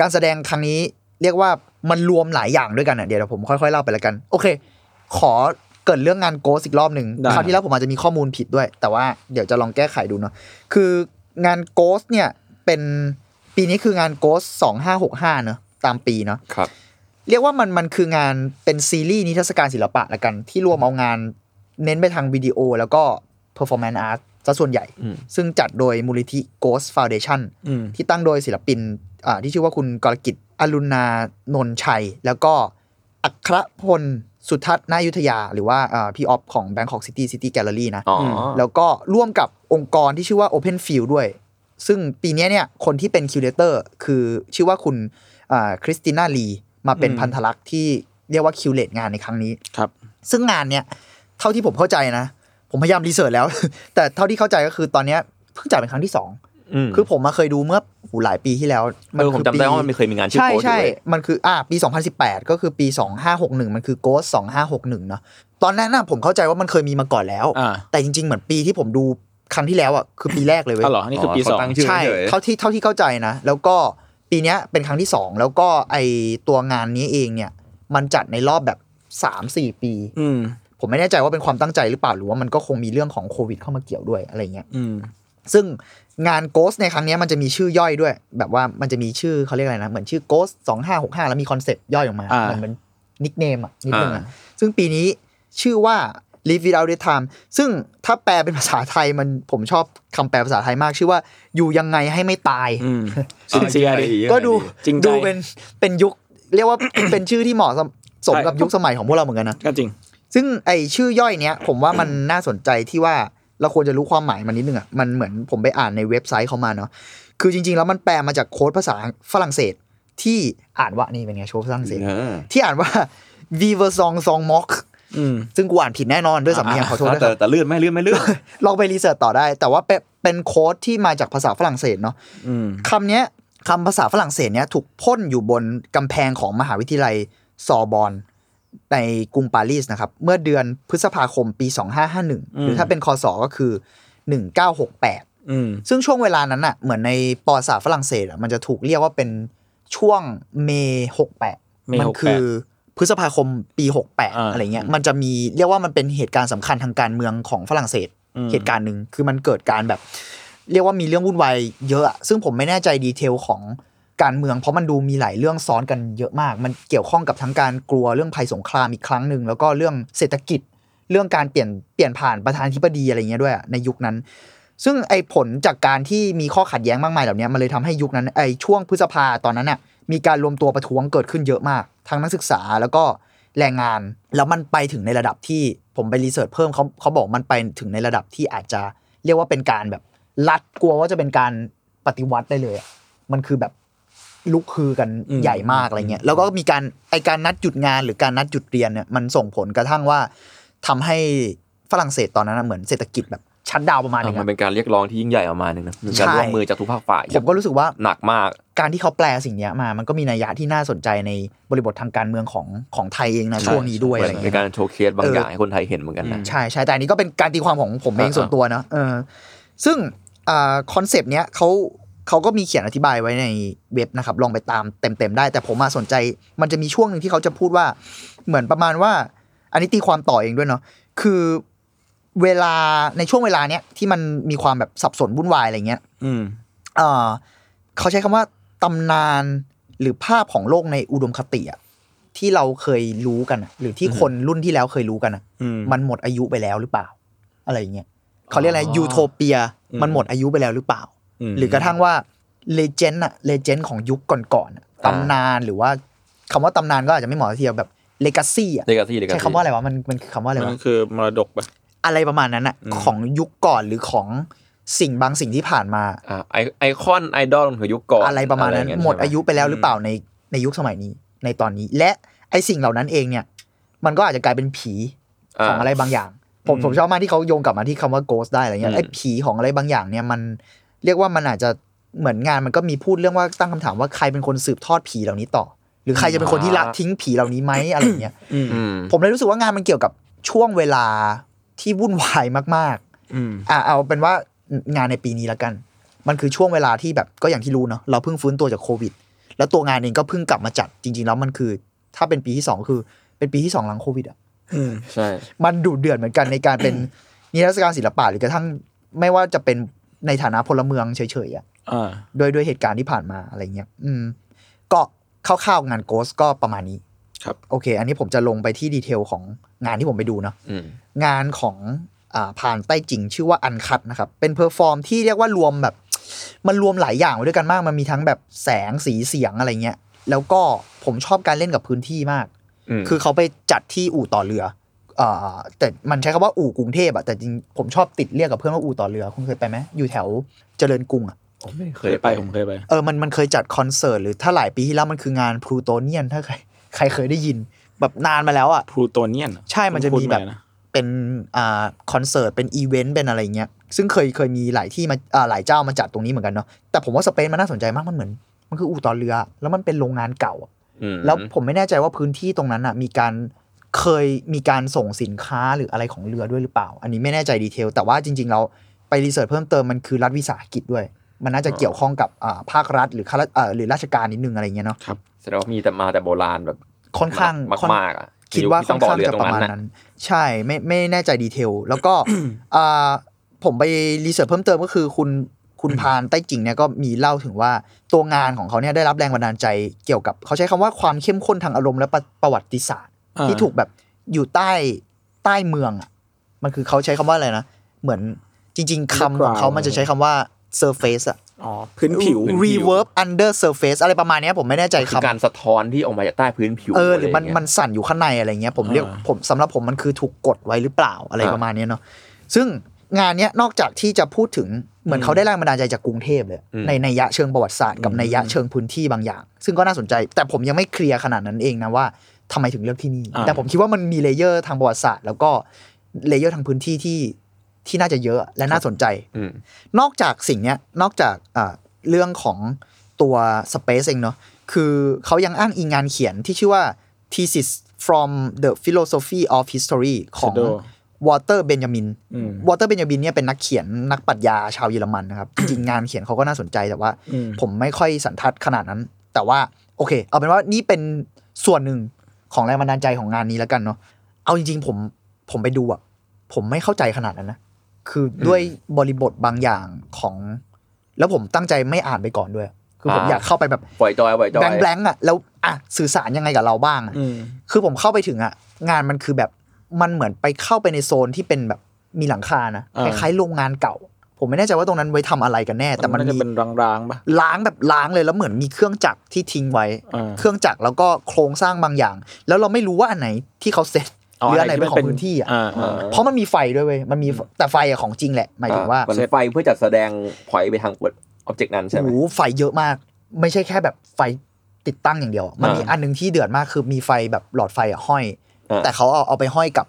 การแสดงครั้งนี้เรียกว่ามันรวมหลายอย่างด้วยกันอ่ะเดี๋ยวผมค่อยๆเล่าไปแล้วกัน โอเค ขอเกิดเรื่องงานโกสอีกรอบหนึ่ง
ได้
คราวที่แล้วผมอาจจะมีข้อมูลผิดด้วย แต่ว่าเดี๋ยวจะลองแก้ไขดูเนาะ คืองานโกสเนี่ยเป็นปีนี้คืองานโกสสองห้าหกห้าเนอะตามปีเนาะ
ครับ
เรียกว่ามันมันคืองานเป็นซีรีส์นิทรรศการศิลปะละกัน ที่รวมเอางานเน้นไปทางวิดีโอแล้วก็เพอร์ฟอร์แมนซ์อาร์ตซะส่วนใหญ่
อืม
ซึ่งจัดโดยมูลนิธิ Ghost Foundation
อืม
ที่ตั้งโดยศิลปินอ่าที่ชื่อว่าคุณกรกิจอรุณานนท์ชัย แล้วก็อัครพลสุทัศน์นายุทธยา หรือว่าอ่าพี่ออฟของ Bangkok City City Gallery นะ
อ๋อ
แล้วก็ร่วมกับองค์กรที่ชื่อว่า Open Field ด้วย ซึ่งปีเนี้ยเนี่ยคนที่เป็นคิวเ t เตอร์คือชื่อว่าคุณคริสติน่าลีมาเป็น
อืม
พันธลักษณ์ที่เรียกว่าคิวเลตงานในครั้งนี้
ครับ
ซึ่งงานเนี่ยเท่าที่ผมเข้าใจนะ ผมพยายามรีเสิร์ชแล้ว [LAUGHS] แต่เท่าที่เข้าใจก็คือตอนเนี้ยเพิ่งจ่ายเป็นครั้งที่สอง
ม
คือผมมาเคยดูเมื่อหูหลายปีที่แล้ว
เออผม
คือ
จำได้ว่ามันเคยมีงานชื่อ
ใช่
โค้ดอยู่
ใช่
เว้ย
มันคืออ่าปี 2018 ก็คือปี 2561 มันคือโกส2561 เนาะตอนนั้นน่ะผมเข้าใจว่ามันเคยมีมาก่อนแล้ว
อ่า
แต่จริง ๆ เหมือนปีที่ผมดูครั้งที่แล้วอ่ะคือปีแรกเลยเว้ย
ก็เหรอ นี่คือปีสอง
เขาตั้งชื่อ
ใช่
เฉยๆ
เท่าที่เท่าที่เข้าใจนะ แล้วก็ปีเนี้ยเป็นครั้งที่ 2 แล้วก็ไอตัวงานนี้เองเนี่ย มันจัดในรอบแบบ 3-4 ปี
อืม
ผมไม่แน่ใจว่าเป็นความตั้งใจหรือเปล่าหรือว่ามันก็คงมีเรื่องของโควิดเข้ามาเกี่ยวด้วยอะไรเงี้ย
อืม
ซึ่งงานโกสในครั้งเนี้ยมันจะมีชื่อย่อยด้วย แบบว่ามันจะมีชื่อเขาเรียกอะไรนะ เหมือนชื่อโกสสองห้าหกห้าแล้วมีคอนเซปต์ย่อยออกมา
อ่า
เหมือนเป็นนิกเนมอ่ะนิดนึงอ่ะซึ่งปีนี้ชื่อว่า live without this time ซึ่งถ้าแปลเป็นภาษาไทยมันผมชอบคำแปลภาษาไทยมาก ชื่อว่าอยู่ยังไงให้ไม่ตาย
อืมซินเซียดิ
ก็ดู
จริงใจ
ดูเป็นเป็นยุค เรียกว่า [COUGHS] เป็นชื่อที่เหมาะสมสมกับยุคสมัยของพวกเราเหมือนกันนะ
ก็จริง
ซึ่งไอชื่อย่อยเนี้ยผมว่ามันน่าสนใจที่ว่าเราควรจะรู้ความหมายมันนิดนึงอ่ะมันเหมือนผมไปอ่านในเว็บไซต์เขามาเนาะคือจริง ๆ แล้วมันแปลมาจากโค้ดภาษาฝรั่งเศสที่อ่านว่านี่เป็นไงโชว์ฝรั่งเศส
อ่า
ที่อ่านว่า v i v e r song song mock
อืม
ซึ่งกูอ่านผิดแน่นอนด้วยสำเนียงขอโทษด้วยค
แต่
รับ
แต่เลื่อนไหม่เลื่อนไหม่เลื่อน
ลองไปรีเสิร์ชต่อได้ แต่ว่าเป็นเป็นโค้ดที่มาจากภาษาฝรั่งเศสเนาะ
อืม
คำเนี้ยคำภาษาฝรั่งเศสเนี้ยถูกพ่นอยู่บนกำแพงของมหาวิทยาลัยซอร์บอนในกรุงปารีสนะครับ เมื่อเดือนพฤษภาคมปี 2551 หรือถ้าเป็นคศก็คือ 1968
อืม
ซึ่งช่วงเวลานั้นอะเหมือนในประวัติศาสตร์ฝรั่งเศสอะมันจะถูกเรียกว่าเป็นช่วงเม68
เม68
มัคือพฤษภาคมปี 68
อ่า
อะไรเงี้ยมันจะมีเรียกว่ามันเป็นเหตุการณ์สำคัญทางการเมืองของฝรั่งเศส เหตุการณ์หนึ่งคือมันเกิดการแบบ เรียกว่ามีเรื่องวุ่นวายเยอะอะซึ่งผมไม่แน่ใจดีเทลของการเมือง เพราะมันดูมีหลายเรื่องซ้อนกันเยอะมาก มันเกี่ยวข้องกับทั้งการกลัวเรื่องภัยสงครามอีกครั้งหนึ่งแล้วก็เรื่องเศรษฐกิจ เรื่องการเปลี่ยนเปลี่ยนผ่านประธานาธิบดีอะไรเงี้ยด้วยอะในยุคนั้น ซึ่งไอผลจากการที่มีข้อขัดแย้งมากมายเหล่านี้มันเลยทำให้ยุคนั้นไอช่วงพฤษภาตอนนั้นน่ะมีการรวมตัวประท้วงเกิดขึ้นเยอะมาก ทั้งนักศึกษาแล้วก็แรงงาน แล้วมันไปถึงในระดับที่ผมไปรีเสิร์ชเพิ่มเขาเขาบอกมันไปถึงในระดับที่อาจจะเรียกว่าเป็นการแบบรัดกลัวว่าจะเป็นการปฏิวัติได้เลยอะมันคือแบบลุกคือกัน
อืม
ใหญ่มากอะไรเงี้ยแล้วก็มีการไอการนัดหยุดงานหรือการนัดหยุดเรียนเนี่ยมันส่งผลกระทั่งว่าทำให้ฝรั่งเศสตอนนั้นนะเหมือนเศรษฐกิจแบบชัดดาวน์ประมาณหนึง
มัน
อะ
เป็นการเรียกร้องที่ยิ่งใหญ่ประมาณหนึงนะเป็นการ
ใช่
ร่วมมือจากทุกภาคฝ่าย
ผมก็รู้สึกว่า
หนักมาก
การที่เขาแปลสิ่งเนี้ยมา มันก็มีนัยยะที่น่าสนใจในบริบททางการเมืองของของไทยเองนะช่วงนี้ด้วยอะไร
เป็น
เงี้ย
การโชว์เคสบา
เอง อ
อ
อ
ย่างให้คนไทยเห็นเหมือนกันนะ
ใช่ใช่แต่อันนี้ก็เป็นการตีความของผมเอง
อ่า
ส่วนตัวนะเออซึ่งคอนเซปต์เนี้ยเขาเขาก็มีเขียนอธิบายไว้ในเว็บนะครับ ลองไปตามเต็มๆได้ แต่ผมมาสนใจมันจะมีช่วงหนึ่งที่เขาจะพูดว่า เหมือนประมาณว่า อันนี้ตีความต่อเองด้วยเนาะคือเวลาในช่วงเวลาเนี้ยที่มันมีความแบบสับสนวุ่นวายอะไรเงี้ย
อืม
เอ่อเขาใช้คำว่าตำนานหรือภาพของโลกในอุดมคติอะที่เราเคยรู้กันอะหรือที่คนรุ่นที่แล้วเคยรู้กันอะ
อืม
มันหมดอายุไปแล้วหรือเปล่า อะไรอย่างเงี้ยเขาเรียกอะไรยูโทเปีย มันหมดอายุไปแล้วหรือเปล่า
ม
หรือกระทั่งว่าเลเจนด์อะเลเจนด์ของยุคก่อนๆอะ
อ่า
ตำนานหรือว่าคำว่าตำนานก็อาจจะไม่เหมาะเทียบแบบเลกาซี่อะ
เลกาซี่เลกาซี่
ใช้คำว่าอะไรวะมันมันคือคำว่าอะไร
มั
วะ
นคือมรดกปะ
อะไรประมาณนั้นอะ
อืม
ของยุคก่อนหรือของสิ่งบางสิ่งที่ผ่านมา
อ่ะไอไอคอนไอดอลของยุคก่อน
อะไรประมาณนั้
ย่
น
งเงี้
หมดอายุ
ใช่ไ
ไปแล้วหรือเปล่าในในยุคสมัยนี้ในตอนนี้ และไอสิ่งเหล่านั้นเองเนี่ย มันก็อาจจะกลายเป็นผี
อ่า
ของอะไรบางอย่าง ผมผมชอบมากที่เขาโยงกลับมาที่คำว่า ghost ได้อะไรเงี้
อืม
ยไอผีของอะไรบางอย่างเนี่ยมันเรียกว่ามันอาจจะเหมือนงานมันก็มีพูดเรื่องว่าตั้งคำถามว่าใครเป็นคนสืบทอดผีเหล่านี้ต่อ หรือใครจะเป็นคนที่ละทิ้งผีเหล่านี้ไหมอะไรเงี้ย
อืม
ผมเลยรู้สึกว่างานมันเกี่ยวกับช่วงเวลาที่วุ่นวายมาก ๆ
อืม
อ่ะเอาเป็นว่างานในปีนี้แล้วกัน มันคือช่วงเวลาที่แบบก็อย่างที่รู้เนาะเราเพิ่งฟื้นตัวจากโควิด แล้วตัวงานเองก็เพิ่งกลับมาจัดจริง ๆ แล้วมันคือ ถ้าเป็นปีที่สองคือเป็นปีที่สองหลังโควิดอ่ะ
อืม
ใช่
มันดุเดือดเหมือนกันในการเป็น [COUGHS] นิทรรศการศิลปะหรือกระทั่งไม่ว่าจะเป็นในฐานะพลเมืองเฉยๆอ่ะ
อ่า
ด้วยด้วยเหตุการณ์ที่ผ่านมาอะไรเงี้ยอืม ก็คร่าวๆงานโกสก็ประมาณนี้
ครับ
โอเค อันนี้ผมจะลงไปที่ดีเทลของงานที่ผมไปดูเนาะ
อืม
งานของอ่าผ่านใต้จริงชื่อว่าอันคัดนะครับ เป็นเพอร์ฟอร์มที่เรียกว่ารวมแบบ มันรวมหลายอย่างไว้ด้วยกันมาก มันมีทั้งแบบแสงสีเสียงอะไรเงี้ย แล้วก็ผมชอบการเล่นกับพื้นที่มาก
ม
คือเขาไปจัดที่อู่ต่อเรือเอ่อแต่มันใช้คำว่าอู่กรุงเทพอะแต่จริงผมชอบติดเรียกกับเพื่อนว่าอู่ต่อเรือ คุณเคยไปไหมอยู่แถวเจริญกรุงอะ
ผมไม่เค
เค
ย
ย
ไป
ไปผมเคยไป
เออ มัน มันเคยจัดคอนเสิร์ต หรือถ้าหลายปีที่แล้วมันคืองานพลูโตเนียน ถ้าใคร ใครเคยได้ยิน แบบนานมาแล้วอะ
พลูโตเนียน
ใช่ มันจะมีแบบ เป็นอ่าคอนเสิร์ต เป็นอีเวนต์ เป็นอะไรเงี้ย ซึ่งเคย เคยมีหลายที่มาอ่าหลายเจ้ามาจัดตรงนี้เหมือนกันเนาะ แต่ผมว่าสเปนมันน่าสนใจมาก มันเหมือน มันคืออู่ต่อเรือ แล้วมันเป็นโรงงานเก่าอะ
อืม
แล้วผมไม่แน่ใจว่าพื้นที่ตรงนั้นอะมีการ เคยมีการส่งสินค้าหรืออะไรของเรือด้วยหรือเปล่า อันนี้ไม่แน่ใจดีเทล แต่ว่าจริงๆ เราไปรีเสิร์ชเพิ่มเติมมันคือรัฐวิสาหกิจด้วย มันน่าจะเกี่ยวข้องกับอ่าภาครัฐหรือข้าราชอ่าหรือราชการนิดนึงอะไรเงี้ยเนาะ
แสดงว่ามีแต่มาแต่โบราณแบบ
ค่อนข้าง
มากมากๆอ่ะ
คิดว่า
ที่
ค่
ต้
อ
อน งบอก
ข้าง
เรือ
จะ
ตร
ป
ง
ระ
นั้
มาณ
นนะ
นั้น ใช่ไม่ไม่แน่ใจดีเทล แล้วก็ อ่าผมไปรีเสิร์ชเพิ่มเติมก็คือคุณคุณพานใต้จริงเนี่ยก็มีเล่าถึงว่าตัวงานของเขาเนี่ยได้รับแรงบันดาลใจเกี่ยวกับ เขาใช้คำว่าความเข้มข้นทางอารมณ์และประประวัติศาสตร์ ที่ถูกแบบอยู่ใต้ใต้เมืองอะ มันคือเขาใช้คำว่าอะไรนะ เหมือนจริง ๆคำของเขา
Background
มันจะใช้คำว่า surface อะ
อ๋อพื้นผิว
reverb under surface อะไรประมาณเนี้ยผมไม่แน่ใจ
คือ
คำ
การสะท้อนที่ออกมาจากใต้พื้นผิว
เออหรือมันะ
ไย่างเงี้ย
มันสั่นอยู่ข้างในอะไรเงี้ยผมเรียก
อ่า
ผมสำหรับผมมันคือถูกกดไว้หรือเปล่าอะไร
อ่า
ประมาณเนี้ยเนาะซึ่งงานเนี้ยนอกจากที่จะพูดถึงเหมือนเขาได้แรงบันดาลใจจากกรุงเทพเลยในในยยะเชิงประวัติศาสตร์กับในยยะเชิงพื้นที่บางอย่าง ซึ่งก็น่าสนใจ แต่ผมยังไม่เคลียร์ขนาดนั้นเองนะว่าทำไมถึงเลือกที่นี่
อ่า
แต่ผมคิดว่ามันมีเลเยอร์ทางประวัติศาสตร์ แล้วก็เลเยอร์ทางพื้นที่ที่ที่น่าจะเยอะและน่าสนใจ
อืม
นอกจากสิ่งเนี้ยนอกจากอ่าเรื่องของตัว Space เองเนาะคือเขายังอ้างอิงงานเขียนที่ชื่อว่า thesis from the philosophy of history ของ
Shadow
วอเตอร์เบนจามิน
อืม
วอเตอร์เบนจามินเนี่ยเป็นนักเขียนนักปรัชญาชาวเยอรมันนะครับ [COUGHS] จริงๆงานเขียนเขาก็น่าสนใจแต่ว่า
อืม
ผมไม่ค่อยสันทัดขนาดนั้น แต่ว่าโอเค เอาเป็นว่านี่เป็นส่วนหนึ่งของแรงบันดาลใจของงานนี้แล้วกันเนาะเอาจริงๆผมผมไปดูอะผมไม่เข้าใจขนาดนั้นนะ คือด้วยบริบทบางอย่างของ แล้วผมตั้งใจไม่อ่านไปก่อนด้วย คือผม
อ่า
อยากเข้าไปแบบ
ปล่อยจอยปล่อยจอย
แบงแบงอะแล้วอะสื่อสารยังไงกับเราบ้างอะ
อืม
คือผมเข้าไปถึงอะงานมันคือแบบมันเหมือนไปเข้าไปในโซนที่เป็นแบบมีหลังคานะ
อ่า
คล้ายๆโรงงานเก่า ผมไม่แน่ใจว่าตรงนั้นไว้ทำอะไรกันแน่ แต่มัน
น่าจะ
มี
เป็นรางๆปะ
ล้างแบบล้างเลยแล้วเหมือนมีเครื่องจักรที่ทิ้งไว้
อ่า
เครื่องจักรแล้วก็โครงสร้างบางอย่าง แล้วเราไม่รู้ว่าอันไหนที่เขาเซ็ตหรืออันไหนเป็นของพื้นที่อะ
อ่า
เอ
อ่า
อ
เพราะมันมีไฟด้วยเว้ยมันมีแต่ไฟอะของจริงแหละหมายถึงว่า
อ่ะนไฟเพื่อจัดแสดงพอยไปทางออบเจกต์นั้นใช่ไหม
โอ้โหไฟเยอะมาก ไม่ใช่แค่แบบไฟติดตั้งอย่างเดียว มัน
อ่ามี
มีอันหนึงที่เดือดมากคือมีไฟแบบหลอดไฟอะห้อย
อ่า
แต่เขาเอาเอาไปห้อยกับ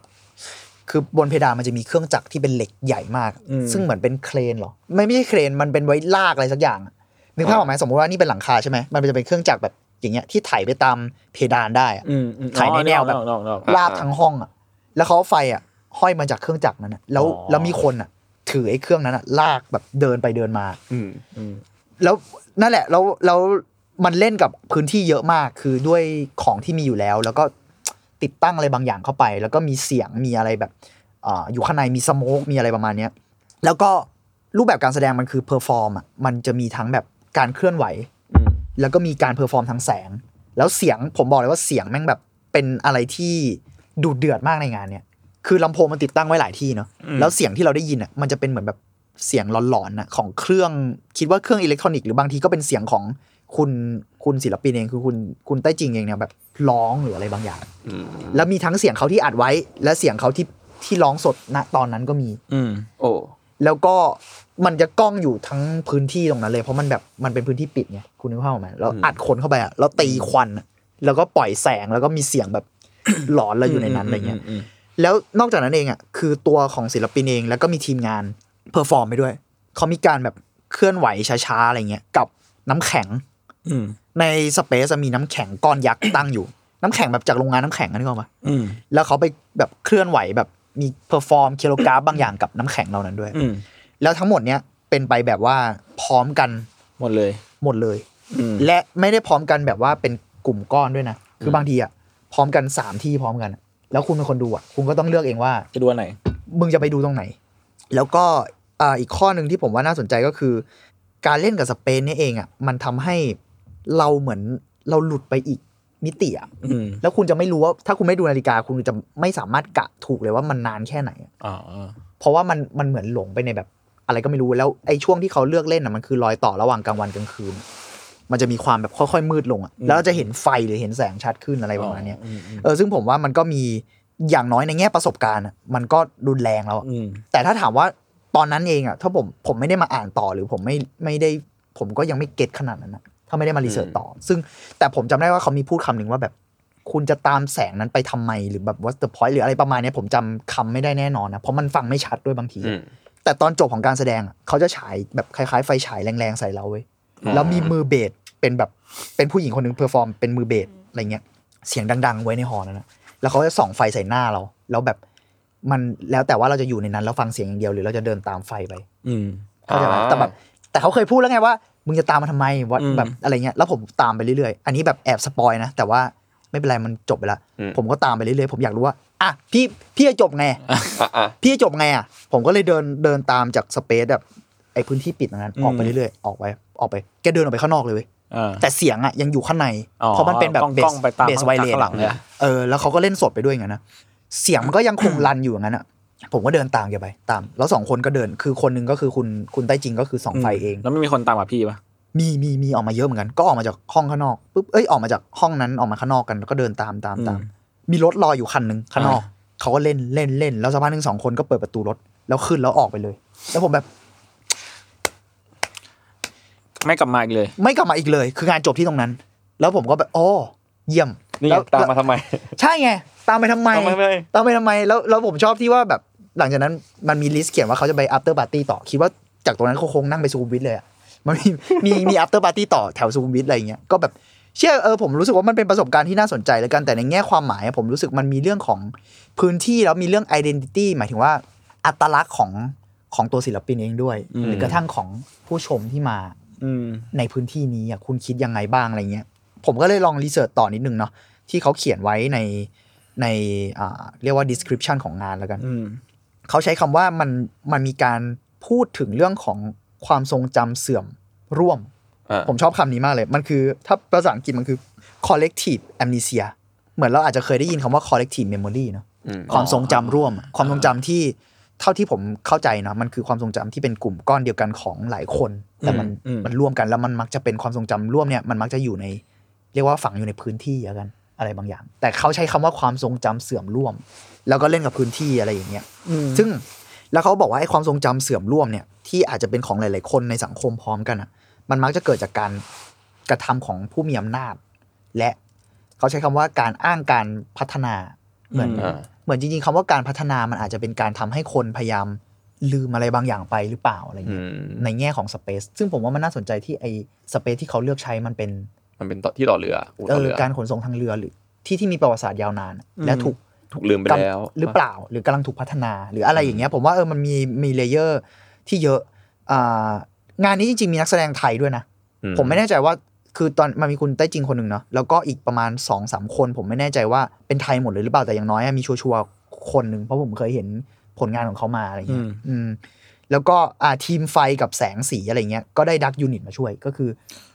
คือบนเพดานมันจะมีเครื่องจักรที่เป็นเหล็กใหญ่มาก
อืม
ซึ่งเหมือนเป็นเครนเหรอ ไม่ไม่ใช่เครนมันเป็นไว้ลากอะไรสักอย่างอะนึกภาพออกไหมสมมติว่านี่เป็นหลังคาใช่ไหมมันจะเป็นเครื่องจักรแบบอย่างเงี้ยที่ไถไปตามเพดานได้อะ
อืมอืม
ถ่ายในแนวแบบ
อ๋ออกนอกนอก
ลาบทั้งห้องอ่ะ แล้วเขาเอาไฟอ่ะ ห้อยมาจากเครื่องจักรนั้นอะแล้ว
อ๋อ
แล้วมีคนอ่ะ ถือไอ้เครื่องนั้นอ่ะลากแบบเดินไปเดินมา
อืม
อืม
แล้วนั่นแหละแล้วแล้วมันเล่นกับพื้นที่เยอะมากคือด้วยของที่มีอยู่แล้ว แล้วก็ติดตั้งอะไรบางอย่างเข้าไป แล้วก็มีเสียงมีอะไรแบบอาอยู่ข้างในมีสโมกมีอะไรประมาณเนี้ยแล้วก็รูปแบบการแสดงมันคือเพอร์ฟอร์มอ่ะมันจะมีทั้งแบบการเคลื่อนไหว
อืม
แล้วก็มีการเพอร์ฟอร์มทางแสง แล้วเสียงผมบอกเลยว่าเสียงแม่งแบบเป็นอะไรที่ดูดเดือดมากในงานเนี่ย คือลำโพงมันติดตั้งไว้หลายที่เนาะ
อืม
แล้วเสียงที่เราได้ยินอ่ะมันจะเป็นเหมือนแบบเสียงหลอนๆน่ะของเครื่องคิดว่าเครื่องอิเล็กทรอนิกส์หรือบางทีก็เป็นเสียงของคุณคุณศิลปินเองคือคุณคุณใต้จริงเองเนี่ยแบบร้องหรืออะไรบางอย่าง
อืม
แล้วมีทั้งเสียงเขาที่อัดไว้ และเสียงเขาที่ที่ร้องสดณตอนนั้นก็มี
อืม
โอ้
แล้วก็มันจะกล้องอยู่ทั้งพื้นที่ตรงนั้นเลย เพราะมันแบบมันเป็นพื้นที่ปิดไงคุณนึกภาพออกไหมแล้วอัดคนเข้าไปอ่ะแล้วตีควันอะแล้วก็ปล่อยแสงแล้วก็มีเสียงแบบ [COUGHS] หลอนอะไรอยู่ในนั้นอะไรเงี้ย
อืม
แล้วนอกจากนั้นเองอ่ะคือตัวของศิลปินเองแล้วก็มีทีมงานเพอร์ฟอร์มไปด้วยเขามีการแบบเคลื่อนไหวช้าๆอะไรเงี้ยกับน้ำแข็ง
อืม
ในสเปซมีน้ำแข็งก้อนยักษ์ ตั้งอยู่ น้ำแข็งแบบจากโรงงานน้ำแข็งอะนึกออกปะ
อืม
แล้วเขาไปแบบเคลื่อนไหวแบบมีเพอร์ฟอร์มเคโลกราฟบางอย่างกับน้ำแข็งเหล่านั้นด้วย
อืม
แล้วทั้งหมดเนี้ยเป็นไปแบบว่าพร้อมกัน
หมดเลย
หมดเลย
อืม
และไม่ได้พร้อมกันแบบว่าเป็นกลุ่มก้อนด้วยนะ คือบางทีอ่ะพร้อมกันสามที่พร้อมกันอะแล้วคุณเป็นคนดูอ่ะคุณก็ต้องเลือกเองว่า
จะดูอันไหน
มึงจะไปดูตรงไหน แล้วก็อ่าอีกข้อหนึ่งที่ผมว่าน่าสนใจก็คือ การเล่นกับสเปนเนี่ยเองอ่ะมันทำให้เราเหมือนเราหลุดไปอีกมิติอ่ะ
อืม
แล้วคุณจะไม่รู้ว่าถ้าคุณไม่ดูนาฬิกาคุณจะไม่สามารถกะถูกเลยว่ามันนานแค่ไหนอะ
อ๋อ
เพราะว่ามันมันเหมือนหลงไปในแบบ อะไรก็ไม่รู้แล้วไอ้ช่วงที่เขาเลือกเล่นอ่ะมันคือรอยต่อระหว่างกลางวันกลางคืน มันจะมีความแบบค่อยๆมืดลงอ่ะแล้วเราจะเห็นไฟหรือเห็นแสงชัดขึ้นอะไรประมาณเนี้ย
อืมอืม
เออซึ่งผมว่ามันก็มีอย่างน้อยในแง่ประสบการณ์อะมันก็รุนแรงแล้วอะ
อืม
แต่ถ้าถามว่าตอนนั้นเองอะถ้าผมผมไม่ได้มาอ่านต่อหรือผมไม่ไม่ได้ผมก็ยังไม่เก็ตขนาดนั้นอะถ้าไม่ได้มารีเสิร์ชต่อ ซึ่งแต่ผมจำได้ว่าเขามีพูดคำหนึ่งว่าแบบ คุณจะตามแสงนั้นไปทำไมหรือแบบ what's the point หรืออะไรประมาณเนี้ยผมจำคำไม่ได้แน่นอนนะเพราะมันฟังไม่ชัดด้วยบางที
อืม
แต่ตอนจบของการแสดงอะเขาจะฉายแบบคล้ายๆ ไฟฉายแรงๆใส่เราเว้ย
อ่า
แล้วมีมือเบสเป็นแบบเป็นผู้หญิงคนหนึ่งเพอร์ฟอร์มเป็นมือเบสอะไรเงี้ยเสียงดัง ๆ ไว้ในหอนั่นนะแล้วเขาจะส่องไฟใส่หน้าเรา แล้วแบบมันแล้วแต่ว่าเราจะอยู่ในนั้นแล้วฟังเสียงอย่างเดียวหรือเราจะเดินตามไฟไป
อืม
เข้าใจไหม
อ่า
แต่แบบแต่เขาเคยพูดแล้วไงว่า มึงจะตามมาทำไมวะ
อืม
แบบอะไรเงี้ยแล้วผมตามไปเรื่อยๆอันนี้แบบแอบสปอยนะแต่ว่าไม่เป็นไรมันจบไปละผมก็ตามไปเรื่อยๆผมอยากรู้ว่าอ่ะพี่พี่จะจบไง
อ่ะอ่ะ
พี่จะจบไงอ่ะ ผมก็เลยเดินเดินตามจากสเปซแบบไอ้พื้นที่ปิดตรงนั้น
อืม
ออกไปเรื่อยๆ ออกไป ออกไป แกเดินออกไปข้างนอกเลยเว้ย
อ่า
แต่เสียงอ่ะยังอยู่ข้างใน
อ๋อ
เพราะมันเป็นแบบ
กล้องก
เบ
ล้อ
ส
งไปตาม
เบสไวเลส
ข้างหลังเลยอะ
เออ แล้วเขาก็เล่นสดไปด้วยอย่างนั้นนะ เสียงมันก็ยังคงรันอยู่อย่างนั้นอ่ะ ผมก็เดินตามแกไปตาม แล้วสองคนก็เดินคือคนหนึงก็คือคุณคุณใต้จริงก็คือสองไฟเอง
แล้วไม่มีคนตามมาพี่ปะ
มีมีมีออกมาเยอะเหมือนกัน ก็ออกมาจากห้องข้างนอกปุ๊บเอ้ยออกมาจากห้องนั้นออกมาข้างนอกกันแล้วก็เดินตามตามตาม มีรถรออยู่คันหนึ่งข้างนอกเขาก็เล่นเล่นเล่น แล้วสักพักหนึ่งสองคนก็เปิดประตูรถ แล้วขึ้นแล้วออกไปเลย แล้วผมแบบ
ไม่กลับมาอีกเลย
ไม่กลับมาอีกเลย คืองานจบที่ตรงนั้น แล้วผมก็แบบอ๋อเยี่ยม
นี่ไง
แล้ว
ตามมาทำไม
ใช่ไงตามไปทำไม
ตามมาทำไม
ตามไปทำไมแล้วแล้วผมชอบที่ว่าแบบหลังจากนั้นมันมีลิสต์เขียนว่าเขาจะไป after party ต่อ คิดว่าจากตรงนั้นเขาคงนั่งไปสุขุมวิทเลยอะ [LAUGHS] มันมีมีมี after party ต่อแถวสุขุมวิทอะไรอย่างเงี้ยก็แบบเชื่อเออผมรู้สึกว่ามันเป็นประสบการณ์ที่น่าสนใจแล้วกันแต่ในแง่ความหมายอะผมรู้สึกมันมีเรื่องของพื้นที่แล้วมีเรื่อง identity หมายถึงว่าอัตลักษณ์ของของตัวศิลปินเองด้วย
อืม
หรือกระทั่งของผู้ชมที่มา
อืม
ในพื้นที่นี้อ่ะคุณคิดยังไงบ้างอะไรเงี้ย ผมก็เลยลองรีเสิร์ชต่อนิดนึงเนาะที่เขาเขียนไว้ในในอ่าเรียกว่า description ของงานแล้วกัน
อืม
เขาใช้คำว่ามันมันมีการพูดถึงเรื่องของความทรงจำเสื่อมร่วม
อ่ะ
ผมชอบคำนี้มากเลย มันคือถ้าภาษาอังกฤษมันคือ collective amnesia เหมือนเราอาจจะเคยได้ยินคำว่า collective memory เนาะ
อืม
ความทรงจำร่วมอะความทรงจำที่เท่าที่ผมเข้าใจนะมันคือความทรงจำที่เป็นกลุ่มก้อนเดียวกันของหลายคน แต่มัน
อืม
มันร่วมกันแล้วมันมักจะเป็นความทรงจำร่วมเนี่ยมันมักจะอยู่ใน เรียกว่าฝังอยู่ในพื้นที่แล้วกันอะไรบางอย่าง แต่เขาใช้คำว่าความทรงจำเสื่อมร่วม แล้วก็เล่นกับพื้นที่อะไรอย่างเงี้ยซึ่งแล้วเขาบอกว่าไอ้ความทรงจำเสื่อมร่วมเนี่ยที่อาจจะเป็นของหลาย ๆ คนในสังคมพร้อมกันอะมันมักจะเกิดจากการกระทำของผู้มีอำนาจ และเขาใช้คำว่าการอ้างการพัฒนาเหมือน
อ่า
เหมือนจริงๆคำว่าการพัฒนามันอาจจะเป็นการทำให้คนพยายามลืมอะไรบางอย่างไปหรือเปล่าอะไรอย่าง
อื
เงี้ย
ม
ในแง่ของสเปซซึ่งผมว่ามันน่าสนใจที่ไอ้สเปซที่เขาเลือกใช้มันเป็น
มันเป็นต่อที่ต่อเรืออู่
เอ
ต่อ
อ
เรือ
การขนส่งทางเรือหรือที่ที่มีประวัติศาสตร์ยาวนานอะและถูก
ถูกลืมไป
กำ
แล้ว
หรือเปล่าหรือกำลังถูกพัฒนาหรืออะไรอย่างเงี้ยผมว่าเออมันมีมีเลเยอร์ที่เยอะอ่างานนี้จริงๆมีนักแสดงไทยด้วยนะ
อื
ผมไม่แน่ใจว่าคือตอนมันมีคุณใต้จริงคนหนึ่งเนาะแล้วก็อีกประมาณ2อสามคน ผมไม่แน่ใจว่าเป็นไทยหมดเลยหรือเปล่าแต่อย่างน้อยอะมีชัวร์ๆคนหนึ่งเพราะผมเคยเห็นผลงานของเขามาอะไรเงี้ย
อืม
อืมแล้วก็อ่าทีมไฟกับแสงสีอะไรเงี้ยก็ได้ดักยูนิตมาช่วยก็คือ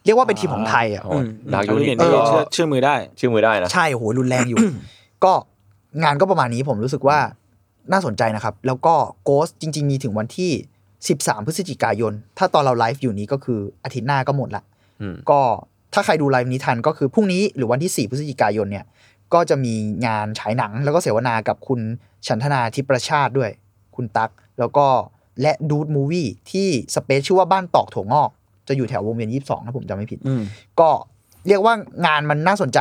เรียกว่าเป็นทีมของไทยอ่ะ
โอ้ยดาร์กยู
ยู
นิ
นิ
ต
ต
นี่ก็
เชื่อเชื่อมือได้
ชื่อมือได้นะ
ใช่โหรุนแรง
[COUGHS]
อยู่ ก็งานก็ประมาณนี้ผมรู้สึกว่าน่าสนใจนะครับ แล้วก็โกสจริง ๆ มีถึงวันที่ 13 พฤศจิกายน ถ้าตอนเราไลฟ์อยู่นี้ก็คืออาทิตย์หน้าก็หมดละ
อืม
ก็ถ้าใครดูไลฟ์นี้ทันก็คือพรุ่งนี้หรือวันที่ 4 พฤศจิกายนเนี่ย ก็จะมีงานฉายหนัง แล้วก็เสวนากับคุณฉันทนาทิประชาติด้วย คุณตั๊กแล้วก็และดูดมูวี่ที่สเปซชื่อว่าบ้านตอกถั่วงอก จะอยู่แถววงเวียน22ถ้าผมจำไม่ผิด
อืม
ก็เรียกว่างานมันน่าสนใจ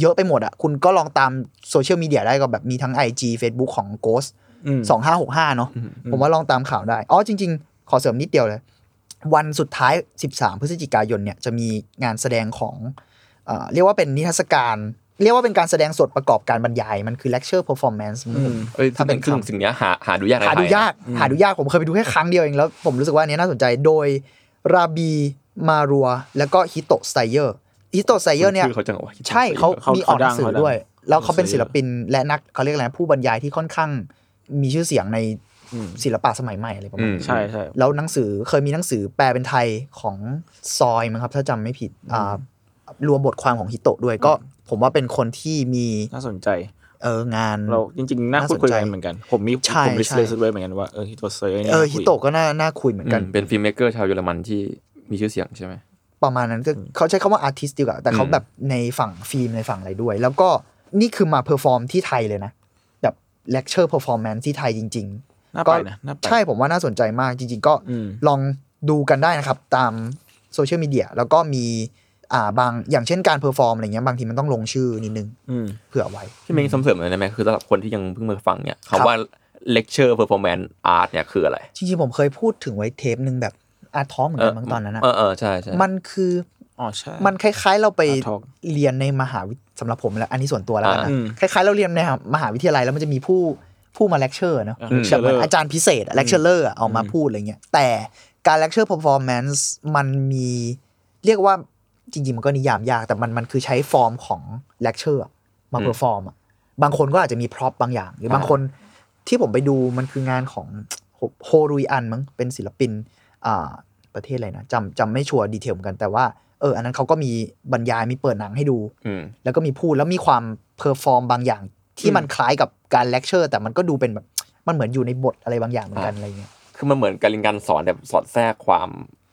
เยอะไปหมดอะคุณก็ลองตามโซเชียลมีเดียได้ก็แบบมีทั้ง IG Facebook ของ Ghost
อืม
2565 เนาะ
อืม
ผมว่าลองตามข่าวได้ อ๋อจริง ๆ ขอเสริมนิดเดียวเลย วันสุดท้าย 13 พฤศจิกายนเนี่ยจะมีงานแสดงของเอ่อเรียกว่าเป็นนิทรรศการ เรียกว่าเป็นการแสดงสดประกอบการบรรยาย มันคือ lecture performance มั้งผม
เอ้ย
ถ้า
ถ้า
เป็
เป็น นครึ่ง
คำ
สิ่งเนี้ยหาหาดูยากใน
หา
ไท
ดู
ย
ยาก หาดูยาก ผมเคยไปดูแค่ครั้งเดียวเอง แล้วผมรู้สึกว่าอันเนี้ยน่าสนใจ โดยราบีมารัว แล้วก็ฮิโตะไซเยอร์ฮิโตะไซเยอร์เนี่ย
ชื่อเขาจังหวะ
ใช่เขา
เขา
มีออกหนังสือ
เขาดัง
ด้วย แล้วเขาเป็น
เขาดัง
ศิลปินและนักเขาเรียกอะไรนะผู้บรรยายที่ค่อนข้างมีชื่อเสียงใน
อืม
ศิลปะสมัยใหม่อะไรประมาณนี้
ใช่ใช่
แล้วหนังสือเคยมีหนังสือแปลเป็นไทยของซอยมั้งครับ ถ้าจำไม่ผิดอ่ารวมบทความของฮิโตะด้วยก็ ผมว่าเป็นคนที่มี
น่าสนใจ
เอองาน
เราจริงๆน่า
น่าส
พู
น
ด
ใจ
คุยกันเหมือนกัน ผมมี
ใช่
ผมลิส
ใช่
ต์เลยไว้เหมือนกันว่าเออฮิโตเซอร์นี่
เออ
น่าคุย
ฮิโตะก็น่าน่าคุยเหมือน
กั
กัน น
เป็นฟิล์มเมกเกอร์ชาวเยอรมันที่มีชื่อเสียงใช่ไหม
ประมาณนั้นก็เขาใช้คำว่าอาร์ติสต์ดีกว่า แต่เขา
อืม
แบบในฝั่งฟิล์มในฝั่งอะไรด้วย แล้วก็นี่คือมาเพอร์ฟอร์มที่ไทยเลยนะ แบบเลคเชอร์เพอร์ฟอร์แมนซ์ที่ไทยจริง ๆ
น่า
ก็
ไปนะน่าไป
ใช่ผมว่าน่าสนใจมากจริง ๆ ก็
อืม
ลองดูกันได้นะครับ ตามโซเชียลมีเดียแล้วก็มีอ่าบางอย่างเช่นการเพอร์ฟอร์มอะไรเงี้ยบางทีมันต้องลงชื่อนิดนึง
อืม
เผื่อไว้
พี่เมงสำเสริมหน่อยได้ไหมคือสำหรับคนที่ยังเพิ่งมาฟังเนี่ย
ครับ
คำว่า lecture performance art เนี่ยคืออะไร
จริง ๆ ผมเคยพูดถึงไว้เทปหนึ่งแบบอาท้อเหมือนกันบางตอนนั้นอะ
เออเออใช่ใช่
มันคือ
อ๋อใช่
มันคล้าย ๆ เราไป
Art Talk
เรียนในมหาวิสำหรับผมแล้วอันนี้ส่วนตัวแล้วกันนะ
อ่าอืม
คล้ายๆ เราเรียนในมหาวิทยาลัยแล้วมันจะมีผู้ผู้มาเลคเชอร์เนาะ
อ่า
แบบเหมือนอาจารย์พิเศษเลคเชเลอร์ออกมาพูดอะไรเงี้ย แต่การเลคเชอร์ performance มันมีเรียกว่าจริง ๆ มันก็นิยามยาก แต่มันมันคือใช้ฟอร์มของเลคเชอร์มาเพอร์ฟอร์มอะบางคนก็อาจจะมีพร็อพบางอย่าง หรือบางคนที่ผมไปดูมันคืองานของโฮรุยอันมั้งเป็นศิลปินอ่าประเทศอะไรนะจำจำไม่ชัวร์ดีเทลเหมือนกันแต่ว่าเอออันนั้นเขาก็มีบรรยายมีเปิดหนังให้ดู
อืม
แล้วก็มีพูดแล้วมีความเพอร์ฟอร์มบางอย่างที่มันคล้ายกับการเลคเชอร์ แต่มันก็ดูเป็นแบบ มันเหมือนอยู่ในบทอะไรบางอย่างเหมือนกันอะไรเงี้ย
คือมันเหมือนการเรียนการสอนแบบสอดแทรกความ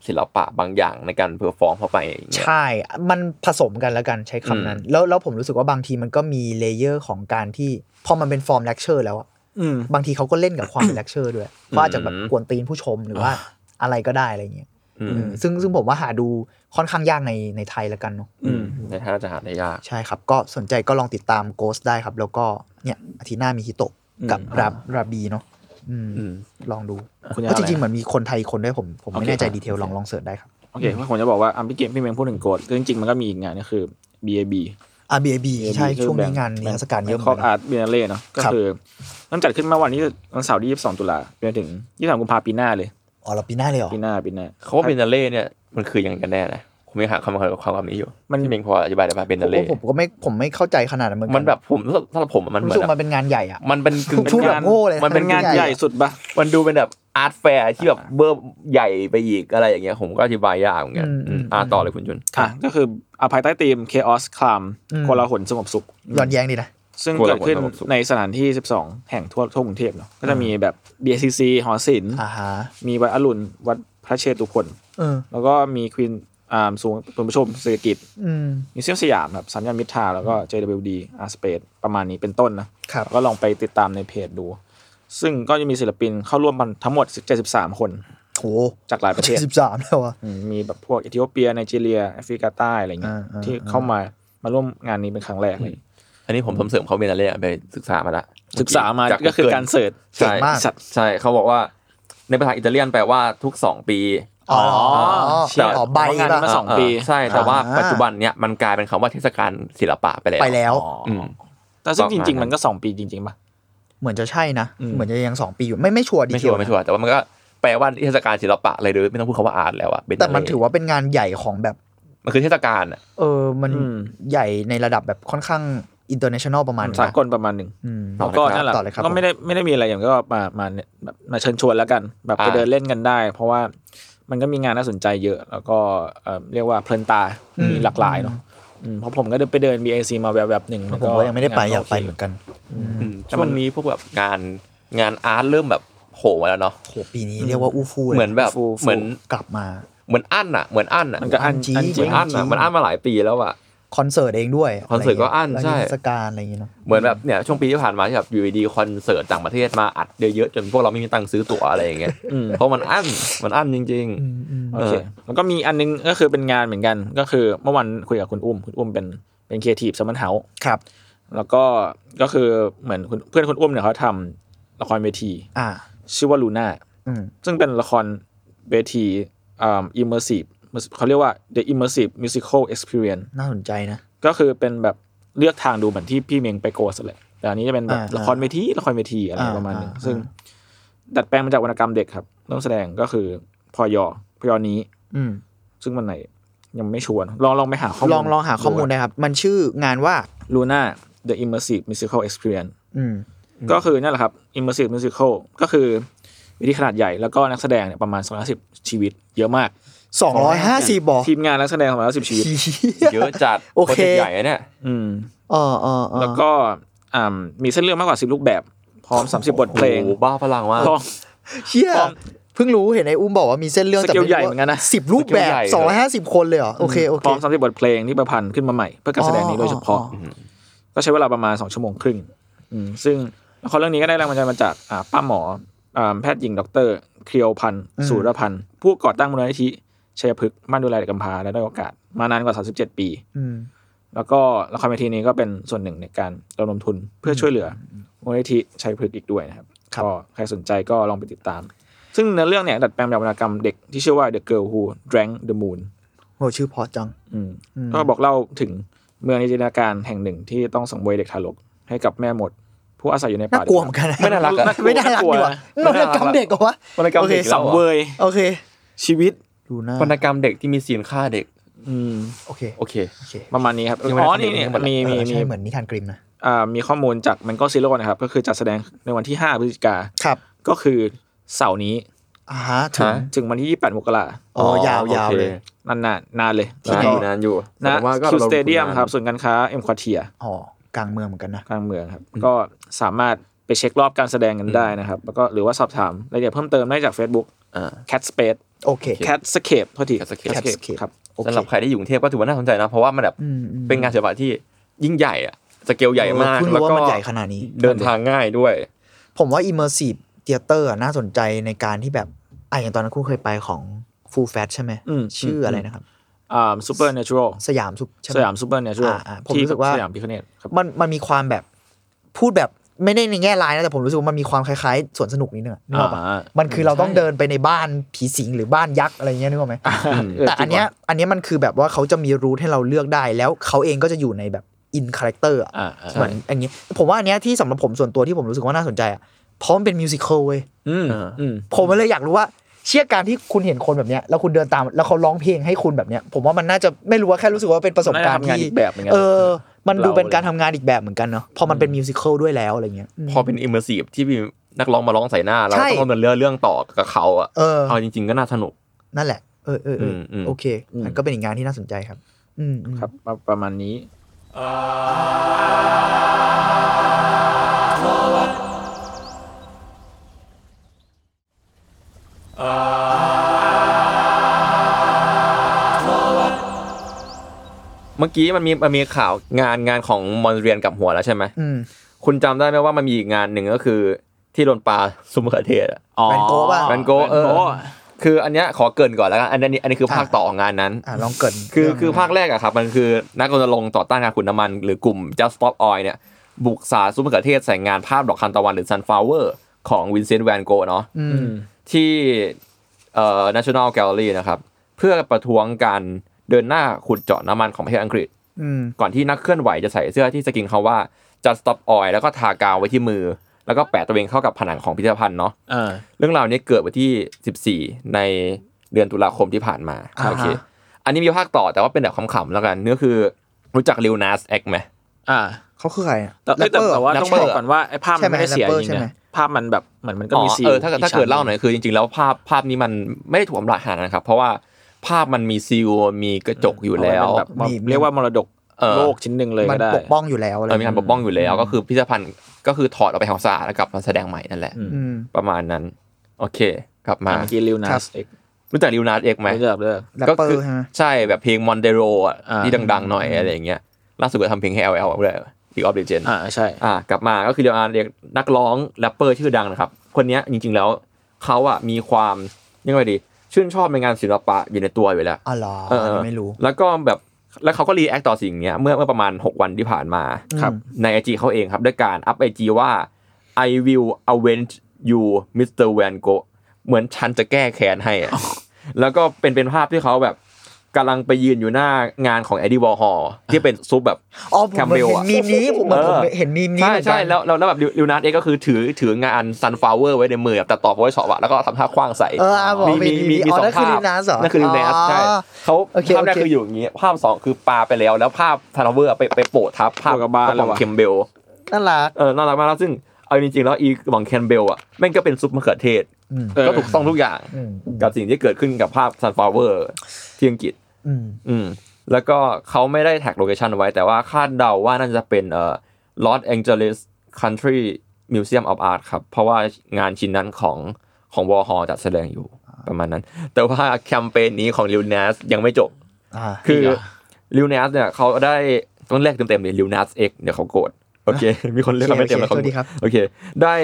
ศิลปะบางอย่างในการเพอร์ฟอร์มเข้าไปอย่างเงี้ย
ใช่ มันผสมกันแล้วกันใช้คำนั้น แล้วแล้วผมรู้สึกว่าบางทีมันก็มีเลเยอร์ของการที่พอมันเป็นฟอร์มเลคเชอร์แล้วอะ
อืม
บางทีเขาก็เล่นกับความ [COUGHS] เป็นเลคเชอร์ด้วยว่าอาจจะแบบกวนตีนผู้ชมหรือว่าอะไรก็ได้อะไรอย่างเงี้ย
อืม
อืมซึ่งซึ่งผมว่าหาดูค่อนข้างยากในในไทยละกันเนาะ
อืม
ในไทยเราจะหาได้ยาก
ใช่ครับ ก็สนใจก็ลองติดตาม Ghost ได้ครับ แล้วก็เนี่ยอาทิตย์หน้ามีฮิโตะกับ
อืม
ราบราบีเนาะอืม
อืม
ลองดู
คุณจะ
เพราะจ
เอาอะไร
ริงๆเหมือนมีคนไทยคนด้วยผมผมไม่
โอเค
แน่ใจ
ครับ
ดีเทลลองลองเสิร์ชได้ครับ
โอเคผมจะบอกว่าอ่ะพี่เกมพี่เมงพูดถึงโกดจริงๆมันก็มีอีกงานก็คือ BAB
อ่าบีบี
BAB
ใช่
คือ
ช่วงนี้
แบ
งานนิทรรศการเยอะเหมื
ข้อ
อนกัน
อา
นะ
ร์ตเบียนเล่เนาะก็
ครับ
คือมันจัดขึ้นเมื่อวันที่วันเสาร์ที่ 22 ตุลาไปจนถึง 23 กุมภาพันธ์ปีหน้าเลย
อ๋อเราปีหน้าเลยเหรอ
ปีหน้าปีหน้า
เขาว่าเบนเนเล่เนี่ยมันคือยังไงกันแน่นะผมยังหาคำความความความนี้อยู่
มัน
พี่เมงพออธิบายได้ป่ะเบนเน
ผม
เล่
ว่าผมก็ไม่ผมไม่เข้าใจขนาดนั้นเหมือนกั
มันแบบผมสำหรับผมมันเห
รู้
มือ
สึก
นแบ
มั
บ
นเป็นงานใหญ่อะ
มันเป็นกึ่ง
พูดแบบ
งาน
โง่เลย
มันเป็น
งาน
งา
ให
นให
ญ่
ญ่
สุดปะ
มันดูเป็นแบบอาร์ตแฟร์ที่แบบเบอร์ใหญ่ไปอีกอะไรอย่างเงี้ยผมก็อธิบายยากเหมือนกัน
อืม
อืมอ่าต่อเลยคุณจุน
อ่ะก็คืออาภายใต้ธีม Chaos Clam
อืม
โกลาหลสงบสุข
ย้อนแย้งดีนะ
ซึ่ง
โก
เกิ
ลา
ด
หล
ขึ้น
สงบสุข
ในสถานที่ 12 แห่งทั่วทั่วกรุงเทพเนาะก็จะมีแบบ BCC หอศิลป์
อ่าฮะ
มีวัดอรุณ วัดพระเชตุพน
เออ
แล้วก็มีควีนอ่าสูงคุณผู้ชมเศรษฐกิจ
อืม
มิวเซียมสยามครับสัญญาณมิตรทาวน์แล้วก็ JWD Art Space ประมาณนี้เป็นต้นนะครับ แล้วก็ลองไปติดตามในเพจดู ซึ่งก็จะมีศิลปินเข้าร่วมมันทั้งหมด 73 คน
โห
จากหลายประเทศ
สิบสามแล้วอะ
อืมมีแบบพวกเอธิโอเปียไนจีเรียแอฟริกาใต้อะไรเงี้ย
อ่าอ่า
ที่เข้ามามาร่วมงานนี้เป็นครั้งแรกเลย
อันนี้ผมเสริมเขาเบนเนเล่ไปศึกษามาละ
ศึกษามา
จ
ก็คือ
Google
การเสิร์ช
เจ๋งมาก
ไอ้สัตว์
ใช่เขาบอกว่าในภาษาอิตาเลียนแปลว่าทุกสองปี
อ๋อ
เชี่ย
แต่อ๋อใบ
เพราะงานมัน
ป่ะ
มา สองปี
ใช่แต่ว่า
อ่า
ปัจจุบันเนี่ยมันกลายเป็นคำว่าเทศกาลศิลปะไปแล้ว
ไปแล้ว
อืม
แต่ซึ่ง
ป
จ
ระมาณ
ริงๆ
นั้น
มันก็สองปีจริง ๆ ป่ะ
เหมือนจะใช่นะ
อืม
เหมือนจะยังสองปีอยู่ ไม่ไม่ชัวร์ดี
ไม่
เท
ชัว
ล
ร์ไม่ชัวร์แต่ว่ามันก็แปลว่าเทศกาลศิลปะเลยโดยไม่ต้องพูดคำว่าอาร์ตแล้วอะเป็น
แต่มันถือว่าเป็นงานใหญ่ของแบบ
มันคือเทศกาลอะ
เออ มัน
อืม
ใหญ่ในระดับแบบค่อนข้างอินเตอร์เนชั่นแนลประมาณนึง
สา
นะ
กลประมาณหนึ่ง
อืม
แล้วก็นั่นแหละ
ต่อเลยครับ
ก็ไม่ได้ไม่ได้มีอะไรอย่างก็มามาเนี่ยแบบมาเชิญชวนแล้วกัน แบบไปเดินเล่นกันได้ เพราะว่ามันก็มีงานน่าสนใจเยอะ แล้วก็เอ่อเรียกว่าเพลินตา มีหลากหลายเนาะอืมเพราะผมก็เดินไปเดิน BAC มาแบบแบบหนึ่ง
ผมก็ยังไม่ได้ไปอยากไปเหมือนกัน
แต่มันมีพวกแบบงานงานอาร์ตเริ่มแบบโผล่มาแล้วเนาะ
โหปีนี้เรียกว่าอู้ฟู่ลย
เหมือนแบบเหมือน
กลับมา
เหมือนอั้นอะเหมือนอั้นอะ
มันก็อัน
จริง
อันจ
เห
ริง
มือนอั้นอะมันอั้นมาหลายปีแล้วอะ
คอนเสิร์ตเองด้วย
คอนเสิร์ตก็อั้น
แล้ว
ใช่
เทศกาลอะไรอย่างเงี้ยเนาะ
เหมือนแบบเนี่ยช่วงปีที่ผ่านมาที่แบบอยู่ดีๆคอนเสิร์ตต่างประเทศมาอัดเยอะๆจนพวกเราไม่มีตังค์ซื้อตั๋วอะไรอย่างเงี้ย
อืม
เพราะมันอั้นมันอั้นจริง
อืมอืม
โอเค
เออ
แล้วก็มีอันนึงก็คือเป็นงานเหมือนกัน ก็คือเมื่อวันคุยกับคุณอุ้ม คุณอุ้มเป็นเป็นครีเอทีฟสมันเฮา
ครับ
แล้วก็ก็คือเหมือนคุณเพื่อนคุณอุ้มเนี่ยเขาทำละครเวที
อ่า
ชื่อว่าลูน่า
อืม
ซึ่งเป็นละครเวทีอ่า immersive เขาเรียกว่า the immersive musical experience
น่าสนใจนะ
ก็คือเป็นแบบเลือกทางดูเหมือนที่พี่เมงไปโกสเลยแต่อันนี้จะเป็นแบบ
อ่า
ละครเวทีละครเวทีอะไร
อ่า
ประมาณหนึง
อ่า
ซึ่งดัดแปลงมาจากวรรณกรรมเด็กครับเริ่มแสดงก็คือพอยอพอยอนี้
อืม
ซึ่งมันไหนยังไม่ชวน ลองลองไปหาข้อมูล
ลองลองหาข้อมูล
ดู
นะครับ มันชื่องานว่า
ลูน่า The Immersive Musical Experience
อืม
ก็คือนั่นแหละครับ Immersive Musical ก็คือเวิธีขนาดใหญ่แล้วก็นักแสดงเนี่ยประมาณ250ชีวิต เยอะมาก
สองร้อยห้าสิบบอก
ทีมงานนักแสดง250ชีวิต
ๆ เยอะจัด
โอ
โปร
เค
เจกต์ใหญ่อะเนี่ย
อืม
เออเออเออ
แล้วก็อ่ามีเส้นเรื่องมากกว่า 10 รูปแบบ พร้อม 30 บทเพลง
โอ้โหบ้าพลังมาก
พร้อม
เชี่ย
ความ
เพิ่งรู้เห็นไอ้อุ้มบอกว่ามีเส้นเรื่อง
สเกลใหญ่เหมือนกันนะ
สิบรูปแบบ
สเกลใหญ่เลย
สองร้อยห้าสิบคนเลยเหรอ โอเค โอเค
พร้อม 30 บทเพลงที่ประพันธ์ขึ้นมาใหม่ เพื่อการแสดงนี้โดยเฉพาะ
อ๋ออ๋อ
ก็ใช้เวลาประมาณ 2 ชั่วโมงครึ่งอืมซึ่งละครเรื่องนี้ก็ได้แรงบันดาลใจมาจากอ่าป้าหมออ่าแพทย์หญิงดรเครียวพันธ์สุรพันธ์ผู้ก่อตั้งมูลนิธิชัยพฤกษ์บ้านดูแลเด็กกำพร้าและด้อยโอกาส มานานกว่า 37 ปี
อืม
แล้วก็ละครเวทีนี้ก็เป็นส่วนหนึ่งในการระดมทุนเพื่อช่วยเหลือมูลนิธิชัยพฤกษ์อีกด้วยนะครับ
ครับ
ก็ใครสนใจก็ลองไปติดตาม ซึ่งเนื้อเรื่องเนี่ยดัดแปลงมาจากวรรณกรรมเด็กที่ชื่อว่า The Girl Who Drank the Moon
โหชื่อเพอจัง
อืม
อืม
ก็บอกเล่าถึงเมืองในจินตนาการแห่งหนึ่งที่ต้องสังเวยเด็กทารกให้กับแม่หมด ผู้อาศัยอยู่ใน
น่า
ป่าก
ลัวเหมือนกันนะ
ไม่น่ารักอะ
ไม่น่ารักดีกว่า
ไม่
วรรณ
น่ารัก
กรรมเด็กเหรอวะ
วรรณกรรม
โอค
เด็กแล้ว
สัง
หร
เวย
โอเค
ชีวิต
ดูหน้าว
รรณกรรมเด็กที่มีซีนฆ่าเด็ก
อืม
โอเค
โอเค
โอเค
ประมาณนี้ครับ
ยังไม่ได้
อ๋อ นี่
ข้อมูล
นี่
ทั้งหมด
มีมี
เออ
มี
ใช่เหมือนนิทานกริมนะ
อ่ามีข้อมูลจากมันก็ซีโร่นะครับ ก็คือจัดแสดงในวันที่ 5 พฤศจิกา
ครับ
ก็คือเสาร์นี้
อ่าฮะถึง
ฮะ
ถึงวันที่ 28 มกรา
อ๋อยาว
โอเค
ยาวเลย
นานนานนานเลย
ที่
นานอ
ไห
ยู่นานอยู่
นะ
แต่ว่าก็
คือ
รา
สเตเดียม
นาน
ครับส่วนย์การค้าเอ็มควอเทีย
อ๋อกลางเมืองเหมือนกันนะ
กลางเมืองครับ ก็สามารถ ไปเช็ครอบการแสดงกันได้นะครับ แล้วก็หรือว่าสอบถามรายละเอียดเพิ่มเติมได้จาก Facebook
อ่า
Cat Space
โอเค
Cat Scape โทษที
Catscape
Catscape ครับ
โอเค
สำหรับใครที่อยู่กรุงเทพก็ถือว่าน่าสนใจนะ เพราะว่ามันแบบ
อืมอืม
เป็นงานศิลปะที่ยิ่งใหญ่อะสเกลใหญ่มาก
เพิ่ง
แล้ว
รู้ว่า
ก็
มันใหญ่ขนาดนี้
เดินทางง่ายด้วย
ผมว่า immersive theater อะน่าสนใจในการที่แบบอ่ะอย่างตอนนั้นคุณเคยไปของ full fat ใช่ไหม
อืม
ชื่ออะไรนะครับ
อ่า Supernatural
สยามซุปใช่ไห
สยาม Supernatural
อ่าอ่าผม
ที่
รู้สึกว่า
สยามพิคเนตครับ
มันมันมีความแบบพูดแบบไม่ได้ในแง่ร้ายนะแต่ผมรู้สึกว่ามันมีความคล้ายๆสวนสนุกนิดนึงอะนึกออกปะ
อ่ามั
มันคือเราต้อง
ใช่
เดินไปในบ้านผีสิงหรือบ้านยักษ์อะไรเงี้ยนึกออกไหม
เออ
แต่อันเนี้ยอันเนี้ยมันคือแบบว่าเขาจะมีรูทให้เราเลือกได้ แล้วเขาเองก็จะอยู่ในแบบอินคาแรคเตอร์
อ่าอ่า
เหมือนอย่างเงี้ยผมว่าอันเนี้ยที่สำหรับผมส่วนตัวที่ผมรู้สึกว่าน่าสนใจอ่ะเพราะมันเป็นมิวสิควลเว้ย
อืม
อ่า
อืม
ผมเลยอยากรู้ว่าเชี่ยการที่คุณเห็นคนแบบเนี้ยแล้วคุณเดินตามแล้วเขาร้องเพลงให้คุณแบบเนี้ย ผมว่ามันน่าจะไม่รู้ว่าแค่รู้สึกว่าเป็นประสบการณ์
มันน่าจะทำงาน
ที่
อีกแบบเหมือนกัน
เออ มันดู
เรา
เป็นการทำงานอีกแบบเหมือนกันเนาะพอมันเป็นมิวสิควลด้วยแล้วอะไรเงี้ยม
พอเป็นอิมเมอร์ซีฟที่มีนักร้องมาร้องใส่หน้า เรา
ใช่
ต้องดำเนินเรื่องเรื่องต่อกับเขาอ่ะ
เออ
เอาจริง ๆก็น่าสนุก
นั่นแหละเออเออเอออ
มอืม
โอเคมันก็เป็นอีกงานที่น่าสนใจครับ อืมอืม
ครับประประมาณนี้
เมื่อกี้มันมีมันมีข่าวงานงานของมอนเรียนกับหัวแล้วใช่ไหม
อืม
คุณจำได้ไหมว่ามันมีอีกงานหนึ่งก็คือที่โดนปลาซุมะเขือเทศอะ
อ๋อ
แวนโก๊ะป่ะ
แวนโก๊ะเออ คืออันเนี้ยขอเกรินก่อนแล้วกันอันนี้อันนี้คือภาค
อ่ะ
ต่อของงานนั้น
อ่าลองเกริน
คือ
เรื่ง
คือภาคแรกอะครับมันคือนักรณรงค์ต่อต้านการขุดน้ำมันหรือกลุ่ม Just Stop Oil เนี่ย บุกสาดซุปมะเขือเทศใส่งานภาพดอกทานตะวันหรือ Sunflower ของวินเซนต์แวนโกเนาะ
อืม
ที่เอ่อ National Gallery นะครับ เพื่อประท้วงการเดินหน้าขุดเจาะน้ำมันของประเทศอังกฤษ
อืม
ก่อนที่นักเคลื่อนไหวจะใส่เสื้อที่สกินเขาว่า Just Stop Oil แล้วก็ทากาวไว้ที่มือ แล้วก็แปะตัวเองเข้ากับผนังของพิพิธภัณฑ์เนาะ
เออ
เรื่องราวนี้เกิดวันที่ 14 ในเดือนตุลาคมที่ผ่านมาโอเค อันนี้มีภาคต่อแต่ว่าเป็นแบบขำๆแล้วกันเนื้อคือรู้จักลิวนาสแอกไหม
อ่า
เขาคือใครอะ
แต่เอ้ยแต่
ปเปอร์
แต่ว่า
แรป
ต้อง
เป
บ
อร์
อกก่อนว่าไอ้ภาพมันไม่ได้
ใช่ไหม
เสีย
แรปเปอร์
จริง
ใช่ไหม
นะภาพมันแบบเหมือนมันก็มีซีล
เออถ้าเกิด
อี
ถ้าเกิด
ชั้
เล่าหน่อยคือจริงๆแล้วภาพภาพนี้มันไม่ได้ถูกอำลาขนาดนั้นครับ เพราะว่าภาพมันมีซีลมีกระจกอยู่แล้ว
เอาไเป็นบบมาม
มี
เรียกว่ามรดก
เออ
โลกชิ้นหนึ่งเลย
มัน
ก็ได้
ปกป้องอยู่แล้วอะไร
เออมีการปกป้องอยู่แล้วก็คือพิพิธภัณฑ์ก็คือถอดออกไปของสะอาดแล้วกลับมาแสดงใหม่นั่นแหละ
อืม
ประมาณนั้น โอเค กลับมา
อ่ะเมื่อกี้ลิวนา
ครับ
สเอก
รู้จักลิวนาสเอกไหม
ไม่เลิกเลิก
แรป
ก็
เปอ
คือ
ร์ใช่ไหม
ใช่แบบเพลงมอนเดโรอ่ะ
อ่า
ที่ดังๆหน่อยอะไรอย่างเงี้ยล่าสุดก็ทำเพลงให้ LL อ่ะด้วย League of Legends
อ่าใช่
อ่ากลับมาก็คือเรียกว่าเรียกนักร้องแรปเปอร์ชื่อดังนะครับ คนเนี้ยจริงๆแล้วเขาอ่ะมีความยังไงดี ชื่นชอบในงานศิลปะอยู่ในตัวอยู่แล้ว
อ๋อเหรอ
เออ
ไม่รู้
แล้วก็แบบแล้วเขาก็รีแอคต่อสิ่งเนี้ยเมื่อเมื่อประมาณ 6 วันที่ผ่านมา
ครับ
ใน IG เขาเองครับ ด้วยการอัพ IG ว่า I will avenge you Mr. Van Gogh เหมือนฉันจะแก้แค้นให้อะ แล้วก็เป็นเป็นภาพที่เขาแบบกำลังไปยืนอยู่หน้างานของ Eddie Warhol ที่เป็นซุปแบบ
อ๋อผมเหมือนเห็
Campbell
นมีมนี้ผมเหมือนผม
เออ
เห็นมีมนี้
ใช่
เหมือนกัน
ใช่แล้วแล้วแล้วแบบลิวนัทเองก็คือถือถืองาน sunflower ไว้ในมือแบบตัดต่อโพสช็อปอะแล้วก็ทำท่าคว้างใส่
เอออ่ะบอกมีมีอ๋อนั่นคือ
ภาพ
Lunas เหรอ
นั่นคือลิวนัทใช่
อ๋อ
เขา
โอเค
ภาพแรก
โอเค
คืออยู่อย่างงี้ ภาพสองคือปาไปแล้ว แล้วภาพ sunflower ไปไปโปะทับภาพ
โปะกับบ้าน
กระป๋อง
แล้วอะ
เคมเบล
น่ารัก
เออน่ารักมากแล้วซึ่งเอาจริงๆแล้วอีกระป๋องเคมเบลอะแม่งก็เป็นซุปมะเขือเทศ
เออ
ก็ถูกต้องทุกอย่าง
อืม
กับสิ่งที่เกิดขึ้นกับภาพ sunflower ที่อังกฤษ
อืม
อืมแล้วก็เขาไม่ได้แท็กโลเคชันไว้ แต่ว่าคาดเดาว่าน่าจะเป็นเอ่อ Los Angeles Country Museum of Art ครับ เพราะว่างานชิ้นนั้นของของวอฮอจัดแสดงอยู่ประมาณนั้น แต่ว่าแคมเปญนี้ของ l ิวเนสยังไม่จบ
อ่า
คือ l ิวเนสเนี่ยเขาได้ต้องเรียกเต็มๆเลย l ิวเนสเอกเดี๋ยวเขาโกรธโอเค [LAUGHS] มีคนเรียกเราไม่เต็มแล้วเขา
โอเคโทษทีครับ
โอเค ได้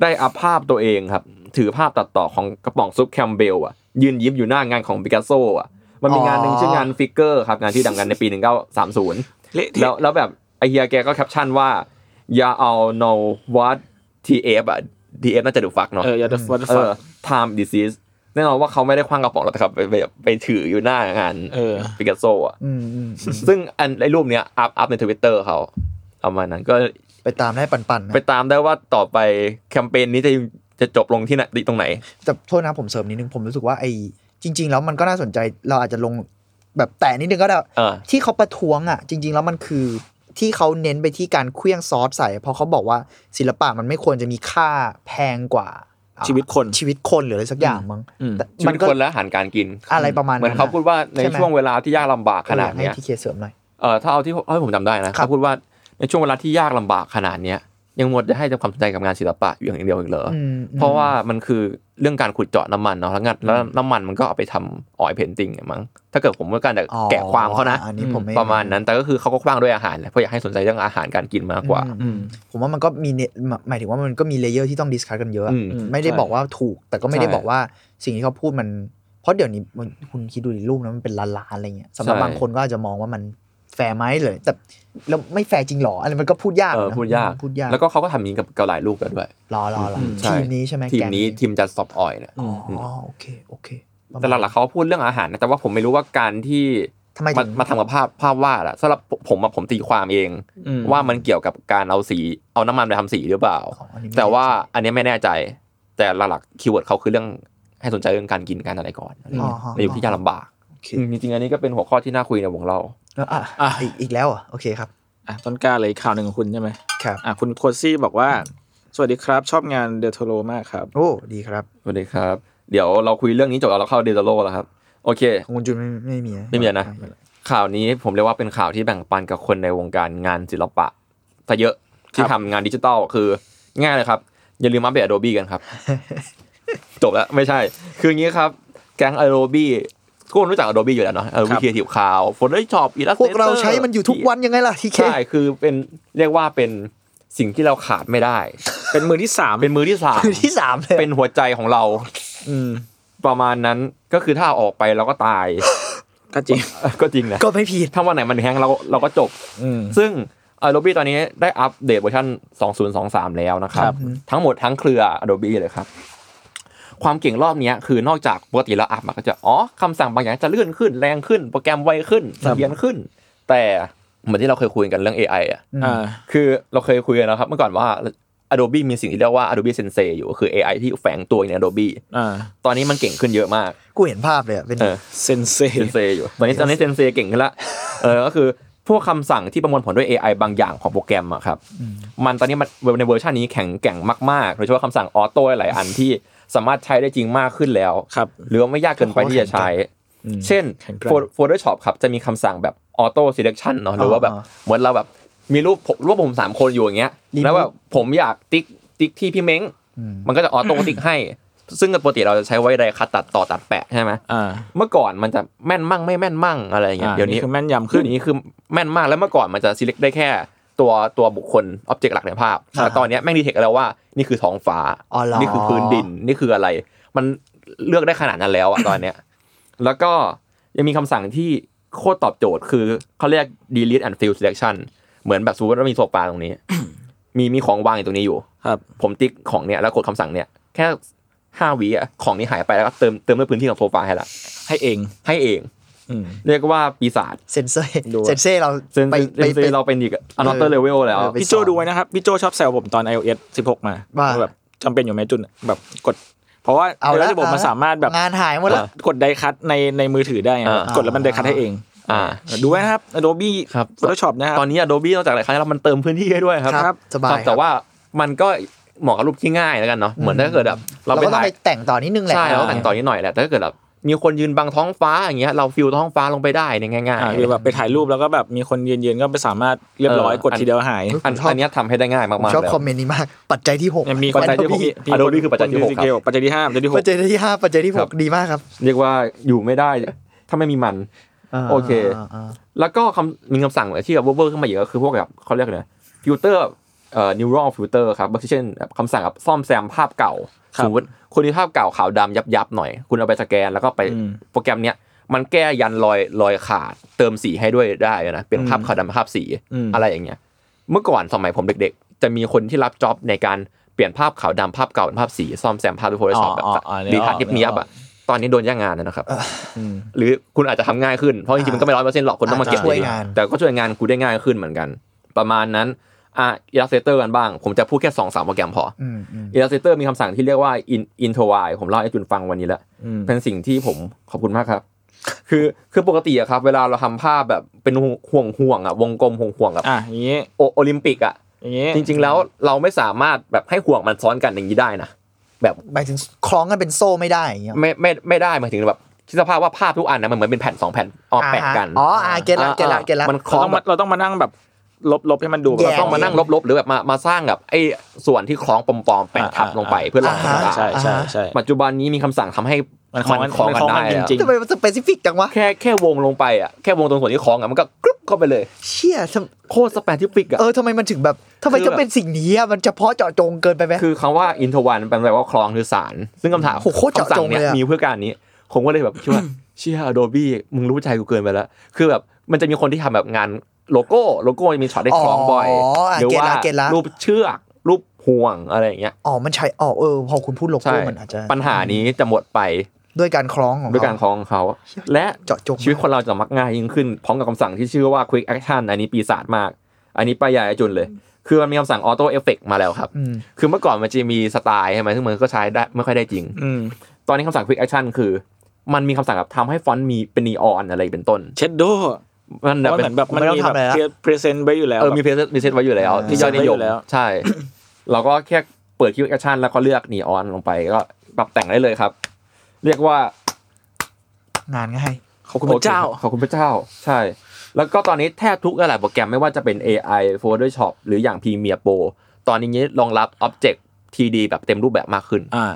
ได้อัพภาพตัวเองครับ ถือภาพตัดต่อของกระป๋องซุปแคมเบลอะยืนยิ้มอยู่หน้างานของปิกัสโซอะมันมีงานหนึ่งชื่องานฟิกเกอร์ครับ งานที่ดังกันในปี 1930
เละเทะ
แล้วแล้วแบบไอเฮียแกก็แคปชั่นว่า อย่าเอา no what TF อะ TF น่าจะดูฟักเนาะ
เอออย่าเดฟัน
เอ
ฟัน
อ time disease แน่นอนว่าเขาไม่ได้คว้างกระป๋องหรอกแต่ครับไปไปไปถืออยู่หน้างาน
เออ
ปิกัสโซอ่ะ
อืมอืมอืม
ซึ่งอันไอ้รูปเนี้ยอัพอัพในทวิตเตอร์เขาเอามานั้นก็
ไปตามได้ปันๆนะ
ไปตามได้ว่าต่อไปแคมเปญนี้จะจะจบลงที่ไหนตรงไหน
แต่โทษนะผมเสริมนิดนึง ผมรู้สึกว่าไอ้จริง ๆ แล้วมันก็น่าสนใจเราอาจจะลงแบบแต่นิดนึงก็ได้
เออ
ที่เขาประท้วงอ่ะ จริง ๆ แล้วมันคือที่เขาเน้นไปที่การเคลี้ยงซอสใส่ เพราะเขาบอกว่าศิลปะมันไม่ควรจะมีค่าแพงกว่าอ่า
ชีวิตคน
ชีวิตคนหรืออะไรสักอย่างมั้ง
อืม
แต่
ชี
มั
วิต
ก็
คนและอาหารการกิน
อะไรประมาณ
เหมือน
นั้น
เขาพูดว่าใน
ช่ไหม
ช่วงเวลาที่ยากลำบากขนาดเนี้ย
ให้ที่เคเสริมหน่อย
เออถ้าเอาที่เอ้ยผมจำได้นะครับ เขาพูดว่าในช่วงเวลาที่ยากลำบากขนาดเนี้ย ยังมัวจะให้ความสนใจกับงานศิลปะอยู่อย่างเดียวอีกเหรออ
อืม
เพราะว่ามันคือเรื่องการขุดเจาะน้ำมันเนาะแล้วงานแล้วน้ำมันมันก็เอาไปทำออยเพนติงมั้งถ้าเกิดผมเมื่อการจะ
อ๋อ
แกะความเขานะ
อันนี้ผมไ
ประมาณนั้นแต่ก็คือเขาก็คว้างด้วยอาหารแหละเพราะอยากให้สนใจเรื่องอาหารการกินมากกว่า
อืม
อืม
ผมว่ามันก็มีเนี่ยหมายหมายถึงว่ามันก็มีเลเยอร์ที่ต้องดิสคัสกันเยอะ
อืม
ไม่ได้
ใช่
บอกว่าถูก แต่ก็ไม่ได้
ใช่
บอกว่าสิ่งที่เขาพูดมัน เพราะเดี๋ยวนี้มันคุณคิดดูดิรูปนะมันเป็นล้านล้านๆอะไรเงี้ยสำหรับ
ใช่
บางคนก็อาจจะมองว่ามันแฟร์ไหมเลย แต่แล้วไม่แฟร์จริงหรออะไรมันก็พูดยาก
เออ
นะ
พูดยาก
พูดยาก
แล้วก็เขาก็ทำอย่างนี้กับเกาหลีลูกแล้วด้วย
รอรอรอ
อืมใช่
ทีมนี้ใช่ไหม
ทีม
แก๊ง
นี้ทีมจัดสอบออยเนี่ย
อืม
อ๋อโอเคโอเคประมา
แต่
ณ
หลักๆเขาพูดเรื่องอาหารนะแต่ว่าผมไม่รู้ว่าการที่
ทำไมถึง
มาทำกับภาพภาพวาดอะสำหรับผมอะผมตีความเอง
อืม
ว่ามันเกี่ยวกับการเอาสีเอาน้ำมันไปทำสีหรือเปล่า
อ๋ออันนี้ไม่
แต่ว่า
แน่
อั
ใจ
นนี้ไม่แน่ใจ แต่หลักๆคีย์เวิร์ดเขาคือเรื่องให้สนใจเรื่องการกินการอะไรก่อน
อ๋อฮะ
ในยุคที่ยากลำบากอืมจริงๆอันนี้ก็เป็นหัวข้อที่น่าคุยในวงเรา
แล้วอ่ะ
อ่ะ
อีกอีกแล้วเหรอ่ะโอเคครับ
อ่ะต้นกล้าเลยข่าวหนึ่งของคุณใช่ไหม
ครับ
อ่ะคุณโคซี่บอกว่า สวัสดีครับชอบงานเดอโทโรมากครับ
โอ้ดีครับ
สวัสดีครับ เดี๋ยวเราคุยเรื่องนี้จบแล้วเราเข้าเดลโลแล้วครับ โอเค
ของคุณจุนไม่ไม่มี
ไม่มีนะ ข่าวนี้ผมเรียกว่าเป็นข่าวที่แบ่งปันกับคนในวงการงานศิลปะซะเยอะที่ทำงานดิจิทัลคือง่ายเลยครับ อย่าลืมอัปเดต Adobe กัน
[LAUGHS]
ครับ จบแล้วไม่ใช่ คืออย่างนี้ครับ แก๊ง Adobe ทุกคนรู้จัก Adobe อยู่แล้วเนาะ
ครั
Adobe
บ
Creative Cloud Photoshop Illustrator
พวกเราใช้มันอยู่ทุกวันยังไงล่ะทีเค
ใช่คือเป็นเรียกว่าเป็นสิ่งที่เราขาดไม่ได้
เป็นมือที่สาม
เป็นมือที่สาม
มือที่สามเลย
เป็นหัวใจของเรา
อืม
ประมาณนั้นก็คือถ้าเอาออกไปเราก็ตาย [LAUGHS]
ก็จริง
ก็จริงนะ
ก็ไม่ผิด
ถ้าวันไหนมันแห้งเราเราก็จบ
อืม
ซึ่ง Adobe ตอนนี้ได้อัปเดตเวอร์ชัน2023 แล้วนะครั
ครับ บ
ทั้งหมดทั้งเครือ Adobe เลยครับ ความเก่งรอบเนี้ยคือนอกจากปกติเราอัพมันก็จะ อ๋อคำสั่งบางอย่างจะเลื่อนขึ้น แรงขึ้น โปรแกรมไวขึ้นเสถียรขึ้น แต่เหมือนที่เราเคยคุยกันเรื่อง AI อ่ะ
อืม
อ่า
คือเราเคยคุยกันนะครับ เมื่อก่อนว่า Adobe มีสิ่งที่เรียกว่า Adobe Sensei อยู่ก็คือ AI ที่แฝงตัวอยู่ใน Adobe
อ่า
ตอนนี้มันเก่งขึ้นเยอะมาก
กูเห็นภาพเลยอะเป็น
เออ
เซนเซ
เซนเซอยู่ตอนนี้ตอนนี้เซนเซเก่งขึ้นละเออก็คือพวกคำสั่งที่ประมวลผลด้วย AI บางอย่างของโปรแกรมอะครับ มันตอนนี้มันในเวอร์ชันนี้แข็งแกร่งมากๆโดยเฉพาะคำสั่งออโต้หลายอันที่สามารถใช้ได้จริงมากขึ้นแล้ว
ครับ
หรือว่าไม่ยากเกินไปที่จะใช้
อืม
เช่น
แข็งแกร่ง
Photo- Photoshop ครับจะมีคำสั่งแบบออโต้เซเลคชันเนาะหรือว่าแบบ
อ่า
เหมือนเราแบบมีรูปผมรูปผมสามคนอยู่อย่างเงี้ย
Remove
แล้วแบบผมอยากติ๊กติ๊กที่พี่เม้ง
อืม
มันก็จะออ [COUGHS] โต้ติ๊กให้ ซึ่งปกติเราจะใช้ไว้ไดคัดตัดต่อตัดแปะใช่ไหม
อ่า
เมื่อก่อนมันจะแม่นมั่งไม่แม่นมั่งอะไรอย่างเงี้ย
อ่า
เดี๋ยวนี้
นี่คือแม่นยำขึ้น
เดี๋ยวนี้คือแม่นมากแล้วเมื่อก่อนมันจะ select ได้แค่ตัวตัวบุคคลอ็อบเจกต์หลักในภาพแต่ตอนเนี้ยแม่งดีเทคแล้วว่านี่คือท้องฟ้า
อ๋อเหรอ
นี่คือพื้นดินนี่คืออะไร มันเลือกได้ขนาดนั้นแล้วอะตอนเนี้ย แล้วก็ยังมีคำสั่งที่โคตรตอบโจทย์คือเขาเรียก delete and fill selection เหมือนแบบสมมติว่ามีโซฟาตรงนี้ มีมีของวางอยู่ตรงนี้อยู่
ครับ
ผมติ๊กของเนี่ยแล้วกดคำสั่งเนี่ยแค่ห้าวิอะของนี้หายไปแล้วก็เติมเติมด้วยพื้นที่ของโซฟาให้ละ
ให้เอง
ให้เอง
อืม
เรียกว่าปีศาจ
เซนเซอร์เซนเซอร์เรา
เซน
ไป
เซนเซเราเป็นอีกอันนอตเตอร์เลเวลแล้ว
ออไป
พี่โจ
สอน
ดูไว้นะครับ พี่โจชอบแซวผมตอน iOS 16 มา
ว่า
แบบจำเป็นอยู่ไหมจุนแบบกด เพราะว่า
เอาแล้ว
ระบบมันสามารถแบบ
งานหายหมดแล้ว
กดไดคัตในในมือถือได้ไง
อ่า
กดแล้วมันไดคัตให้เอง
อ่า
ดูไว้นะครับ Adobe
ครับ
Photoshop นะครับ
ตอนนี้ Adobe นอกจากอะไรครับแล้วมันเติมพื้นที่ให้ด้วยครับ
ครับสบาย
ครั
ครับ
แต่ว่ามันก็เหมาะกับรูปที่ง่ายแล้วกันเนาะเหมือนถ้าเกิดแบบเรา
เรา
ไป
ก็ต้อง
ถ่าย
ไปแต่งต่อนิดนึงแหละ
ใช่เราแต่งต่อนิดหน่อยแหละแต่ถ้าเกิดแบบมีคนยืนบังท้องฟ้าอย่างเงี้ยเราฟิลท้องฟ้าลงไปได้เนี่ยง่าย
อ่า
ๆ
หรือแบบไปถ่ายรูปแล้วก็แบบมีคนเย็นๆก็ไปสามารถเรียบร้อย
เออ
กดทีเดียวหาย
อันอันเนี้ยทำให้ได้ง่ายมากๆ
ชอบ
แล้ว
คอมเมนต์นี้มาก ปัจจัยที่หก
ยังมี
ปัจจัยที่หก
มีมี
Adobe คือปัจจัยที่หก
น
ครับ
ปัจจัยที่ห้าปัจจัยที่ห
ปั
ก
จจัยที่ห้าปัจจัยที่ห
ครั
ก
บ
ดีมากครับ
เรียกว่าอยู่ไม่ได้ถ้าไม่มีมัน
า
โอเค
าอ่า
แล้วก็คำมีคำสั่งที่แบบเวอร์ขึ้นมาเยอะก็คือพวกแบบเขาเรียกเลยฟิลเตอร์เอ่อ neural filter ครับก็คือเช่นแบบคำสั่งแบบซ่อมแซมภาพเก่าสมมติคุณมีภาพเก่าขาวดำยับยับๆหน่อย คุณเอาไปสแกนแล้วก็ไปโปรแกรมเนี้ยมันแก้ยันรอยรอยขาด เติมสีให้ด้วยได้นะเป็นภาพขาวดำเป็นภาพสีอะไรอย่างเงี้ย เมื่อก่อนสมัยผมเด็กๆ จะมีคนที่รับจ็อบในการเปลี่ยนภาพขาวดำภาพเก่าเป็นภาพสีซ่อมแซมภาพด้วยโฟล์ช็อปแบบ
อ๋ออ๋อนึกออก
ดีทัช
นึกออก
เนียบๆอะตอนนี้โดนแย่างงานแล้วนะครับ หรือคุณอาจจะทำง่ายขึ้น เพราะจริงๆมันก็ไม่ร้อยเปอร์เซ็นต์หรอกคนต้องมาเก็บ
ช่วย
เอง
งาน
แต่ก็ช่วยงานคุณได้ง่ายขึ้นเหมือนกัน ประมาณนั้นอ่ะ Illustrator กันบ้าง ผมจะพูดแค่สองสามโปรแกรมพออ
อืมอืม
Illustrator มีคำสั่งที่เรียกว่า in intertwine ผมเล่าให้จุนฟังวันนี้แล้ว เป็นสิ่งที่ผมขอบคุณมากครับ คือคือปกติอะครับ เวลาเราทำภาพแบบเป็นห่วงห่วงๆอะวงกลมห่วงห่วงๆแบบ
อ่ะอย่างนี้
โอโอลิมปิกอะ
อย่างนี้
จริง ๆ แล้วเราไม่สามารถแบบให้ห่วงมันซ้อนกันอย่างนี้ได้นะแบบ
หมายถึงคล้องกันเป็นโซ่ไม่ได้อย่างเงี้ย
ไม่ไม่ไม่ได้หมายถึงแบบคิดสภาพว่าภาพทุกอันนะมันเหมือนเป็นแผ่นสองแผ่นเอามาแปะกัน
อ๋ออาเกตละเกตละเกตละ
มันค
เรา
ล้อ
ต้องมา
งแบบ
เราต้องมานั่งแบบ ลบลบให้มันดู
แย่
แบ
เรา
บ
ต้องมานั่งลบๆ หรือแบบมามาสร้างแบบไอ้ส่วนที่คล้องปลอมๆแปะทับลงไปเพื่อหลัง
อ่าฮะ
ใช่ใช่ใช่
ปัจจุบันนี้มีคำสั่งทำให้
มันของ
มั
มัน
น
ของ
กั
กัน
น
ได้
ได้
จ
อะ
ริง
ทำไมมันสเปซิฟิกจังวะ
แค่แค่วงลงไปอ่ะแค่วงตรงส่วนที่คล้องอ่ะมันก็กรึ๊บเข้าไปเลย
เชี่ยทำ
โคตรสเปซิฟิกอ่ะ
เออทำไมมันถึงแบบทำไม
คือ
จะ
แบบ
เป็นสิ่งนี้อะมันเฉพาะเจาะจงเกินไปไหม
คือคำว่าอินทวันแปลว่าคลองหรือสาร ซึ่งคำถาม
โหโคตรเจาะ
คำสั่
จงเลยอะ
นี่มีเพื่อการนี้ ผมก็เลยแบบคิดว่า เชี่ย Adobe มึงรู้ใจกูเกินไปแล้ว คือแบบมันจะมีคนที่ทำแบบงานโลโก้โลโก้จะมีช็อตได้คล้องบ่อย
อ๋ออ่ะ
หรื
เก็ต
ว่า
ละเก็ตละ
รูปเชือกรูปห่วงอะไรอย่างเงี้ย
อ๋อ มันใช้อ๋อเออ พอคุณพูดโล
ใช่
โก้มันอาจจะ
ปัญหานี้จะหมดไป
ด้วยการคล้องของ
ด้วยการค
เข
ล้องของเขา และ
เจาะจงมาก
ชีวิตคนเราจะมักง่ายยิ่งขึ้นพร้อมกับคำสั่งที่ชื่อว่า quick action อันนี้ปีศาจมาก อันนี้ป้ายใหญ่จุนเลย คือมันมีคำสั่ง auto effect มาแล้วครับ
อืม
คือเมื่อก่อนมันจะมีสไตล์ใช่ไหมซึ่งมันก็ใช้ได้ไม่ค่อยได้จริง
ๆอืม
ตอนนี้คำสั่ง quick action คือ มันมีคำสั่งแบบทำให้ฟอนต์มีเป็นนีออนอะไรเป็นต้น
เชดโด
มัน
มันเหมือน
แบบ
แบบ
ผม
มัน
ไม่ต้อง
มี
ทำ
แบบ
อะไรละ
พรีเซนต์ไว้อยู่แล้ว
เออ
แบบ
มีเพจมีเซตไว้อยู่แล้ว ที่ยอดนิย
ไว้อ
ม
ยู่แล้ว
ใช่ เราก็แค่เปิด quick action แล้วก็เลือกนีออนลงไปก็ปรับแต่งได้เลยครับ เรียกว่า
งานง่าย
ขอบคุณพระเจ้า
โอคขอบคุณพระเจ้า ใช่ แล้วก็ตอนนี้แทบทุกอะไรโปรแกรมไม่ว่าจะเป็น AI Photoshop หรืออย่าง Premiere Pro ตอนนี้รองรับ Object 3D แบบเต็มรูปแบบมากขึ้น
อ่า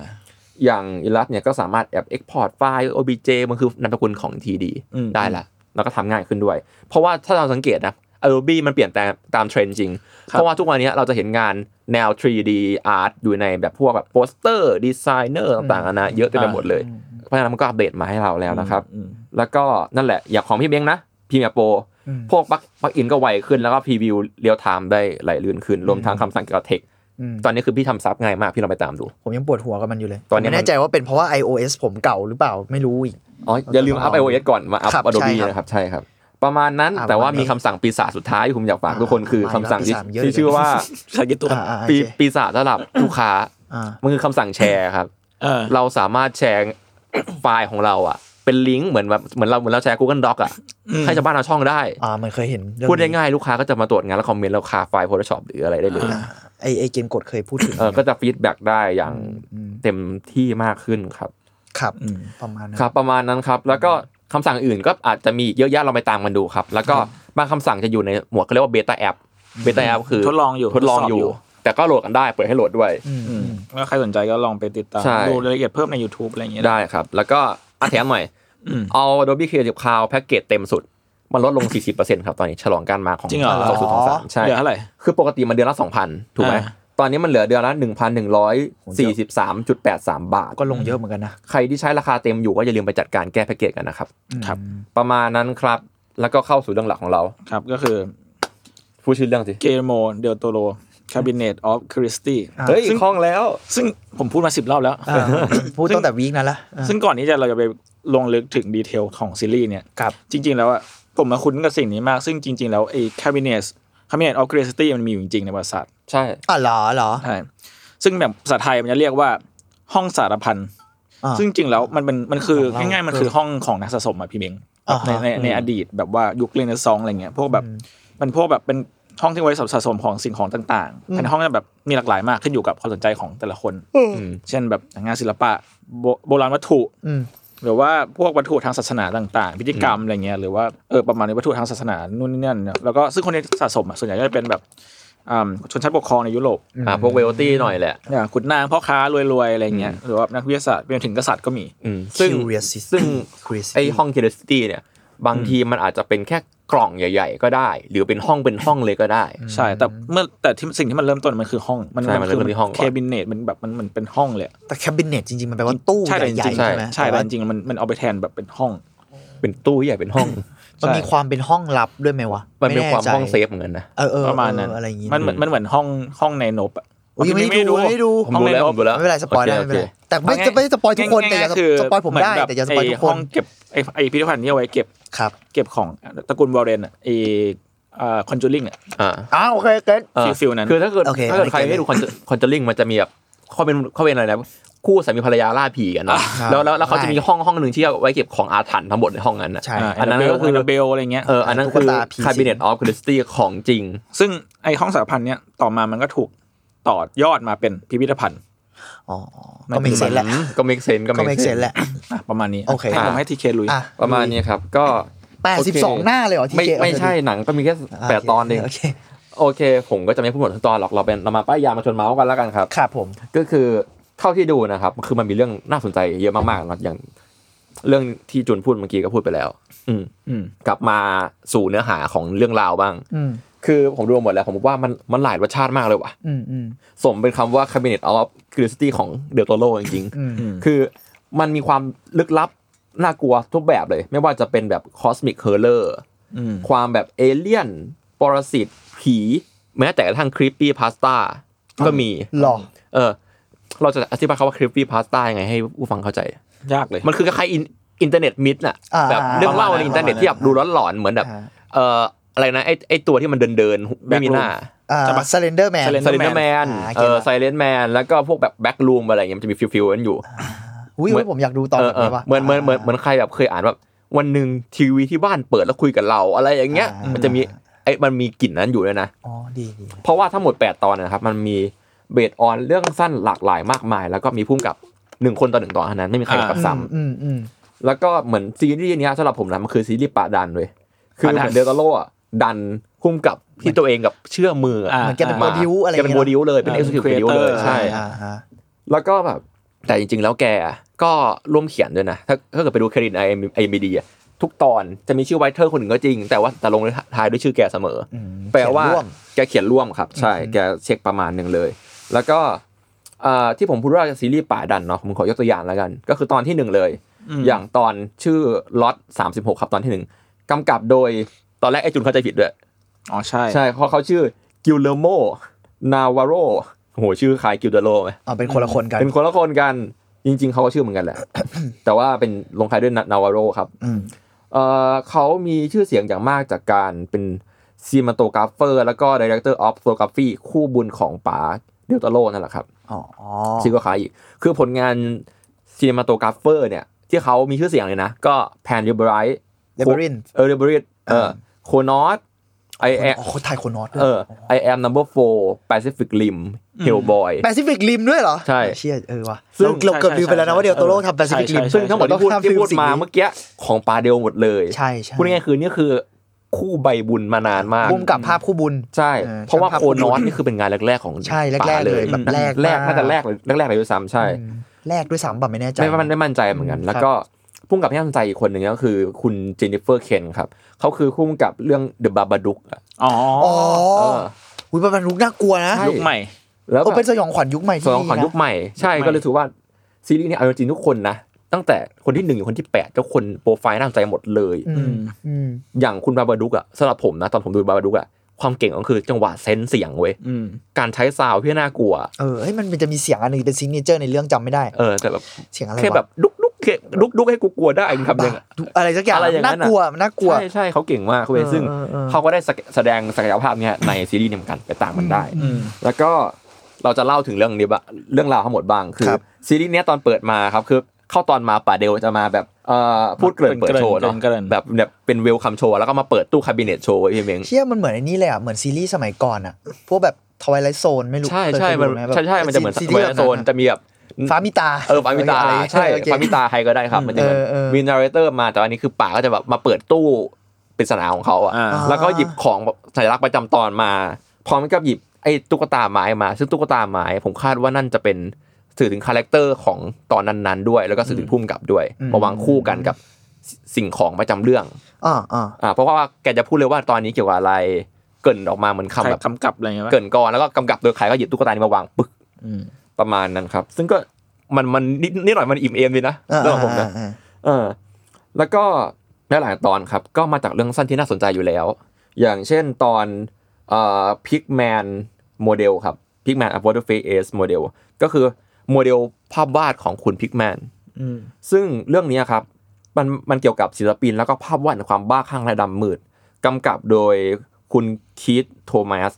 อย่าง Illustrator เนี่ยก็สามารถแอบ Export ไฟล์ OBJ มันคือนามสกุลของ 3D
อืม
ได้ละ แล้วก็ทำง่ายขึ้นด้วย เพราะว่าถ้าเราสังเกตนะ Adobe มันเปลี่ยนตามตามเทรนด์จริง เพราะว่าทุกวันนี้เราจะเห็นงานแนว 3D art อยู่ในแบบพวกแบบโปสเตอร์ดีไซเนอร์ต่างๆนะเยอะเต็มไปหมดเลย เพราะฉะนั้นมันก็อัปเดตมาให้เราแล้วนะครับ
อืม
แล้วก็นั่นแหละ อย่างของพี่เบ้งนะพีเมียโปร
อืม
พวกปลักปลักอินก็ไวขึ้นแล้วก็พรีวิวเรียลไทม์ได้ไหลลื่นขึ้น รวมทั้งคำสั่งเกี่ยวกับเทค
อืม
ตอนนี้คือพี่ทำซับง่ายมาก พี่ลองไปตามดู
ผมยังปวดหัวกับมันอยู่เลย
ตอนนี้
ผม
มัน
ไม่แน่ใจว่าเป็นเพราะว่า iOS ผมเก่าหรือเปล่าไม่รู้อีก
อ๋อ อย่าลืมอัพ iOS ก่อนมาอัพ
ครับ
Adobe
ใช่ครับ
นะครับ ใช่ครับ ประมาณนั้น
อ่ะ
แต่ว่า
ประมาณนี้
มีคำสั่งปีศาจสุดท้ายที่ผมอยากฝากทุกคนคือ
มา
คำสั่งที่
ปีศาจเยอะ
ที่
เลย
ชื่อว่า
สากิตุ
อ่าอ่า
ปี
โอเค
ปีศาจสำหรับลูกค้า
อ่า
มันคือคำสั่งแชร์ครับ
เออ
เราสามารถแชร์ [COUGHS] ไฟล์ของเราอ่ะ เป็นลิงก์เหมือนแบบเหมือนเราเหมือนเราแชร์ Google Doc อ่ะให้ชาวบ้านชาวช่องได้
อ่ามันเคยเห็นเรื่อง
พูด
นี้
ง่ายๆลูกค้าก็จะมาตรวจงานแล้วคอมเมนต์เราคาไฟล์ Photoshop หรืออะไรได้เลย
อ่าไอไอเกมกดเคยพูดถึง
เออก็จะฟีดแบ็กได้อย่างเต็มที่มากขึ้นครับ
ครับประมาณนั้น
ครับประมาณนั้นครับ แล้วก็คำสั่งอื่นก็อาจจะมีอีกเยอะแยะเราไปตามกันดูครับ แล้วก็บางคำสั่งจะอยู่ในหมวดเขาเรียกว่าเบต้าแอปเบต้าแอปคือ
ทดลองอยู่
ทดลองอยู่ แต่ก็โหลดกันได้เปิดให้โหลดด้วย
อืมก็ใครสนใจก็ลองไปติดตาม
ใช่
ดูรายละเอียดเพิ่มใน YouTube อะไรอย่างเงี้ย
ได้ครับ แล้วก็อาแถมหน่อย
อืม
เอา Adobe Creative Cloud แพ็กเกจเต็มสุด มันลดลง 40%ครับตอนนี้ฉลองการมาของ
จริงเหรอ
สองศูนย์สองสามใช่
เดี๋ยวเท่าไหร่
คือปกติมันเดือนละ 2,000 ถูกไหม
อ่า
ตอนนี้มันเหลือเดือนละ 1,143.83 บาท
ก็ลงเยอะเหมือนกันนะ
ใครที่ใช้ราคาเต็มอยู่ก็อย่าลืมไปจัดการแก้แพ็กเกจกันนะครับ
ครับ
ประมาณนั้นครับ แล้วก็เข้าสู่เรื่องหลักของเรา
ครับก็คือ
พูดชื่อเรื่องสิ
เกโมเดลโตโรคาบิเนตออฟคริสตี้
อ่า
เฮ้ยคล่องแล้ว
ซึ่งผมพูดมาสิบรอบแล้ว
อ่าพูดตั้งแต่วีคนั้นละอ่า
ซึ่งก่อนที่จะเราจะไปลงลึกถึงดีเทลของซีรีส์เนี่ย
ครับ
จริงๆ แล้วอะผมมาคุ้นกับสิ่งนี้มาก ซึ่งจริง ๆ แล้วไอ้ cabinet cabinet of curiosity มันมีอยู่จริง ๆ ในประวัติศาสตร์
ใช่
อ๋อเหรอเหรอ
ใช่ซึ่งแบบภาษาไทยมันจะเรียกว่าห้องสารพัน
อ่า
ซึ่งจริงๆแล้วมันเป็นมันคือ
ของเรา
ง่ายๆ มันคือห้องของนักสะสมอะพี่เม้ง
อ่า
ใน
ฮะ
ในในอดีตแบบว่ายุคเรเนซองส์อะไรเงี้ยพวกแบบมันพวกแบบเป็นห้องที่ไว้สำหรับสะสมของสิ่งของต่างๆเป็นห้องที่แบบมีหลากหลายมากขึ้นอยู่กับความสนใจของแต่ละคน เช่นแบบงานศิลปะโบโบราณวัตถุ
อืม
หรือว่าพวกวัตถุทางศาสนาต่างๆ พิธีกรรมอะไรเงี้ยหรือว่าเออประมาณนี้วัตถุทางศาสนานู่นนี่นั่นเนี่ยแล้วก็ซึ่งคนที่สะสมอะส่วนใหญ่ก็จะเป็นแบบอ่าชนชั้นปกครองในยุโรป
อ่าพวกเวลตี้หน่อยแหละ
อย่างขุนนางพ่อค้ารวยๆอะไรเงี้ยหรือว่านักวิทยาศาสตร์ไปจนถึงกษัตริย์ก็มี
อืมซึ่ง
Curiosity
ซึ่ง
Curiosity
ไอห้อง curiosity เนี่ย บางทีมันอาจจะเป็นแค่กล่องใหญ่ ๆ ก็ได้ หรือเป็นห้องเป็นห้องเลยก็ได้
ใช่ แต่เมื่อแต่ที่สิ่งที่มันเริ่มต้นมันคือห้อง มัน
ใช่มันเริ่มต้นที่ห้องก่อน
เคบินเนตมันแบบมันมันเป็นห้องเลยอะ
แต่แคบินเนตจริงๆ มันแปลว่าตู้
ใช่
ให
แต่จ
ญ่
ริงๆ
ๆ
ใช่
ใช่ไหม
ใช่แต่
ว่า
จริงๆมันมันเอาไปแทนแบบเป็นห้อง
เป็นตู้ใหญ่เป็นห้อง
มันมีความเป็นห้องลับด้วยไหมวะ
มันเป็นความ
ไแใจ
ห้องเซฟเหมือนกันนะ
เออเออ
ประมาณนั้น
เอออะไรอย่างงี้
มันเหมือนมันเหมือนห้องห้องในนบอะ
โอ้ยยังไม่
พี่
ได้ดูยังไม่ได้ดู
ผม
ห้อง
ดู
ใน
แล้ว
น
ผ
บ
มดูแล้ว
ไม่เป็นไรสปอยได้
โ
ไม่เป็นไรแต่ไม่จะไม่สปอยทุกคนแต่อย่า
ง่ๆคือ
สปอยผมได้
เหนแบบ
แต่อย่าสปอยทุกค
ไห้
น
องเก็บไอ้ไอ้พิพิธภัณฑ์ที่เอาไว้เก็บ
ครับ
เก็บของตระกูลวอร์เรนอะไอ้คอนจูริงอะ
อ่า
อ้าวโอเคเก็ต
เออ
ฟิลๆนั้น
คือถ้าเกิด
โอเค
ถ้าเกิด
โอเค
ใครไม่ดูคอนคอนเจอริงมันจะมีแบบเขาเป็นเขาเป็นอะไรนะคู่สามีภรรยาล่าผีกันนะแล้วแล้วแล้วเขา
ใช่
จะมีห้องห้องหนึ่งที่เอาไว้เก็บของอาถรรพ์ทั้งหมดในห้องนั้นนะ
ใช่
อ่า
อันนั้นก็คือ
เบลอะไรเงี้ย
เอออันนั้นคือ
ตุ๊กตาผีสิง
Cabinet of Christie ของจริง
ซึ่งไอ้ห้องสารพันเนี่ยต่อมามันก็ถูกต่อยอดมาเป็นพิพิธภัณฑ์
อ๋อก็ไม่เซนแหละ
ก็ make sense ก็
ก็
make
ไม่เซน
sense
แหละ
อ่ะประมาณนี้
โอเค
ให้ผ
อ่ะ
มให้ทีเคลุย
อ่ะ
ประมาณนี้ครับ ก็
แปดสิบสอง
โเค
หน้าเลยเหรอที่
ไม่
เจ
ไม่ใช่หนังก็มีแค่
อ่ะ
แปดตอนเอง
โอเค
โอเค ผมก็จะไม่พูดหมดทั้งตอนหรอกเราเป็นเรามาป้ายยามาชวนเมาส์กันแล้วกันครับ
ครับผม
ก็คือเท่าที่ดูนะครับคือมันมีเรื่องน่าสนใจเยอะมากๆเนอะอย่าง เรื่องที่จุนพูดเมื่อกี้ก็พูดไปแล้ว อืม
อืม
กลับมาสู่เนื้อหาของเรื่องราวบ้าง
อืม
คือผมดูมาหมดแล้วผมว่ามันมันหลายรสชาติมากเลยว่ะ
อืมอืม
สมเป็นคำว่า cabinet of curiosity ของเดลโตโรจริง
อืม
ๆ คือมันมีความลึกลับ น่ากลัวทุกแบบเลย ไม่ว่าจะเป็นแบบ cosmic horror
อืม
ความแบบเอเลี่ยน ปรสิต ผี แม้แต่กระทั่ง creepy pasta ก็มี
หรอ
เออ เราจะอธิบายคำว่า creepy pasta ยังไงให้ผู้ฟังเข้าใจ
ยากเลย
มันคือคล้ายๆอินเทอร์เน็ตมิดน่ะ
า
แบบเรื่องเล่าในอินเทอร์เน็ตที่แบบดูหลอนๆเหมือนแบบ
อ่า
เอ่ออะไรนะไอไอตัวที่มันเดินเดินๆไม่มีหน้า
อ่า
จะมา
ซเลนเดอร์แมน
Slender
ไซเลนแมน
อ่าเก็
เอ
ต
อ
ละ
ไซเลนแมน แล้วก็พวกแบบแบ็กลูมอะไรอย่างเงี้ยมันจะมีฟิลฟิลกันอยู่
อุ้ยผมอยากดูตอน
เอ
แบ
อบ เออ
นี้ว่ะ
เหมือนเหมือนเหมือนเหมือนใครแบบเคยอ่านแบบวันหนึ่งทีวีที่บ้านเปิดแล้วคุยกับเราอะไรอย่างเงี้ย
อ่ามั
มันจะมีไอ้มันมีกลิ่นนั้นอยู่ด้วยนะ
อ๋อดีดี
เพราะว่าทั้งหมด 8 ตอนนะครับ มันมีเบสออนเรื่องสั้นหลากหลายมากมาย แล้วก็มีพุ่มกับหนึ่งคนต่อหนึ่งตอนเท่านั้นไม่มีใครกับซ้
อืมอืม
ำแล้วก็เหมือนซีรีส์เนี้ยสำหรับผมนะมันคือซีรีส์ป่าดันเลยคือเหมือนเดลตาโร่อะดันพุ่มกับที่ตัวเองกับเชื่อมืออะ
อ่า
เหมือนแกเป็นโปร
มา
ดิวอะไรอ
แก
ย่าง
เป็น
เงี้ย
โมดิวเลยเป็น
อ่า
เอ็กซ์คิว
เป็น
ดิวเลย
creator
ใช่
อ่าฮะ
แล้วก็แบบ แต่จริง ๆ แล้วแกก็ร่วมเขียนด้วยนะ ถ้าถ้าเกิดไปดูเครดิตไอเอ็มบีดีทุกตอนจะมีชื่อไวเทอร์คนหนึ่งก็จริง แต่ว่าแต่ลงท้ายด้วยชื่อแกเสมออ
อืม
แปลว่า
เขียนร่ม
แกเขียนร่วมครับ ใช่แกเช็คประมาณหนึ่งเลย แล้วก็เอ่อที่ผมพูดว่าซีรีส์ป่าดันเนาะผมขอยกตัวอย่างแล้วกัน ก็คือตอนที่หนึ่งเลย อย่างตอนชื่อล็อตสามสิบหกครับตอนที่หนึ่งกำกับโดยตอนแรกไอจุนเข้าใจผิดด้วย
อ๋อใช่
ใช่เพราะเขาชื่อกิลเลโม นาวาโรโหชื่อคล้ายกิลเดโรไหม
อ๋อเป็นคนละคนกัน
เป็นคนละคนกัน จริง ๆ เขาก็ชื่อเหมือนกันแหละ [COUGHS] แต่ว่าเป็นลงท้ายด้วยนาวาโรครับ
อืม
เอ่อเขามีชื่อเสียงอย่างมากจากการเป็นซีมาโตกราฟเฟอร์ แล้วก็ดีเรคเตอร์ออฟโฟกราฟีคู่บุญของป๋าเดลตาโรนั่นแหละครับ
อ๋ออ๋อ
ชื่อก็คล้ายอีก คือผลงานซีมาโตกราฟเฟอร์เนี่ย ที่เขามีชื่อเสียงเลยนะ ก็แพนเรเบรท์
เลเบริน
เออเรเบรท์เออโคนอสไอแอ
โอ้โหไทยโคนอตด้ว
เอย อ I am number four Pacific Rim Hellboy
แปซิฟิกริมด้วยเหรอ
ใช่
เชี่ยเออว่ะ
ซึ่ง
เราเราเกือบลืมไปแล้วนะว่าเดลโตโรทำแปซิฟิกริม
ซึ่งทั้งหมดที่พูด
เราต้อง
ที่พูด
ข้ามฟิลสิ่งนี้
มาเมื่อกี้ของปาเดลหมดเลย
ใช่ใช่
พูดง่ายๆคือนี่คือคู่ใบบุญมานานมาก
มุมกับภาพคู่บุญ
ใช่
เออ
เพราะว่า
ช่างภาพ
โค
คู่
นอสนี่คือเป็นงานแรก ๆ ของ
ใช่แรกๆ
ป๋า
เลยแบบแรก
แรก
มาก
น่าจะแรกเลยแรกๆเลยด้วยซ้ำใช่
อืมแรกด้วยสามแบบไม่แน่ใจ
ไม่ว่ามันไม่มั่นใจเหมือนกัน
อืม
แล้วก็พุ่งกับที่น่าสนใจอีกคนหนึ่งก็คือคุณเจนนิเฟอร์เคนครับเขาคือพุ่งกับเรื่อง The Babadook อะ
อ๋อ
อ๋อ
เออ
อุ้ยประมาณลุกน่ากลัวนะ
ใช่
ยุคใหม่
แล้ว
โอ้
แบบ
เป็นสยองขวัญยุคใหม่
ส
ที่
องขวัญยุค
ดีนะ
ใหม่ใช่
ยุคใหม่
ก็เลยถือว่าซีรีส์นี้เอาจริงๆทุกคนนะ ตั้งแต่คนที่หนึ่งถึงคนที่แปดทุกคนโปรไฟล์น่าสนใจหมดเลย
อืมอืม
อย่างคุณบาบาดุกอะสำหรับผมนะ ตอนผมดูบาบาดุกอะความเก่งก็คือจังหวะเซนส์เสียงเว้ย
อืม
การใช้ซาวด์ที่น่ากลัว
เออเฮ้ยมันจะมีเสียงอันหนึงเป็นซิงเจอร์ในเรื่องจำไม่ได้
เออแต่แบบ
เสียงอะไร
แค่
วะ
แบบดุกดุกแค่ดุกดุกให้กูกลัวได้ทำยังไง
อะไรสักอย่าง
อะไรอย่างนั้
น่าน ก
อะ
ลัวมันน่ากลัว
ใช่ใช่เขาเก่งมากเว้ย
เออ
ซึ่ง
เออเออ
เขาก็ได้แสดงศักยภาพเนี้ยในซีรีส์นี้เหมือนกันไปต่างมันได้
อืม
แล้วก็เราจะเล่าถึงเรื่องนี้บะเรื่องราวทั้งหมดบ้างคือ
ครับ
ซีรีส์เนี้ยตอนเปิดมาครับคือเข้าตอนมาป่าเดลจะมาแบบเอ่อพูดเกริ่น
เกริ่น
เปิดโชว์เนาะ
เกริ่น
แบบแบบเป็นเวลคัมโชว์แล้วก็มาเปิดตู้คาบิเนตโชว์ไว้พี่เมง
เชี่ยมันเหมือนไอ้นี่เลยอ่ะเหมือนซีรีส์สมัยก่อนอ่ะพวกแบบทวายไลท์โซนไม่รู้
ใช่
เคย
ใช่
เคย
มัน
ดูไหแบบ
ใช่ใช่มันจะเหมือน
ซี
เว
รี
ล
ส์แบบ
โซนจะมีแบบ
ฟ้ามิตา
เออฟามิตา
อะไรอย่งเงี้ย
ใช่
เออโอเค
ฟามิตาใครก็ได้ครับ มันจะเหมือน
เออเออ
มีนาร์เรเตอร์มาแต่อันนี้คือป่าก็จะแบบมาเปิดตู้ปริศนาของเขาอ่ะ
อ่า
แล้วก็หยิบของแบบสัญลักษณ์ประจำตอนมาพร้อมกับหยิบไอ้ตุ๊กตาไม้มา ซึ่งตุ๊กตาไม้ผมคาดว่านั่นจะเป็นสื่อถึงคาแรคเตอร์ของตอนนั้นๆด้วย แล้วก็สื่อถึงพุ่มกับด้วย
อืม
มาวางคู่กันกับสิสิ่งของประจำเรื่อง
อ่าอ่า
อ่าเพราะว่าแกจะพูดเลยว่าตอนนี้เกี่ยวกับอะไรเกรินออกมาเหมือนคำ
ใคร
แบบ
กำกับอะไรเงี้ยปะ
เกรินก่อนแล้วก็กำกับโดยใครก็หยิบตุ๊กตานี้มาวางปึก
อืม
ประมาณนั้นครับ ซึ่งก็มันมันนิดนิดหน่อยมันอิ่มเอมเลยนะสำหรับผมนะ เออแล้วก็หลายๆตอนครับ ก็มาจากเรื่องสั้นที่น่าสนใจอยู่แล้ว อย่างเช่นตอนเอ่อพิกแมนโมเดลครับพิกแมนอพอลเฟสโมเดลก็คือโมเดลภาพวาดของคุณพิกแมน
อืม
ซึ่งเรื่องนี้ครับ มันมันเกี่ยวกับศิลปินแล้วก็ภาพวาดในความบ้าคลั่งและดำมืดกำกับโดยคุณคีธโทมัส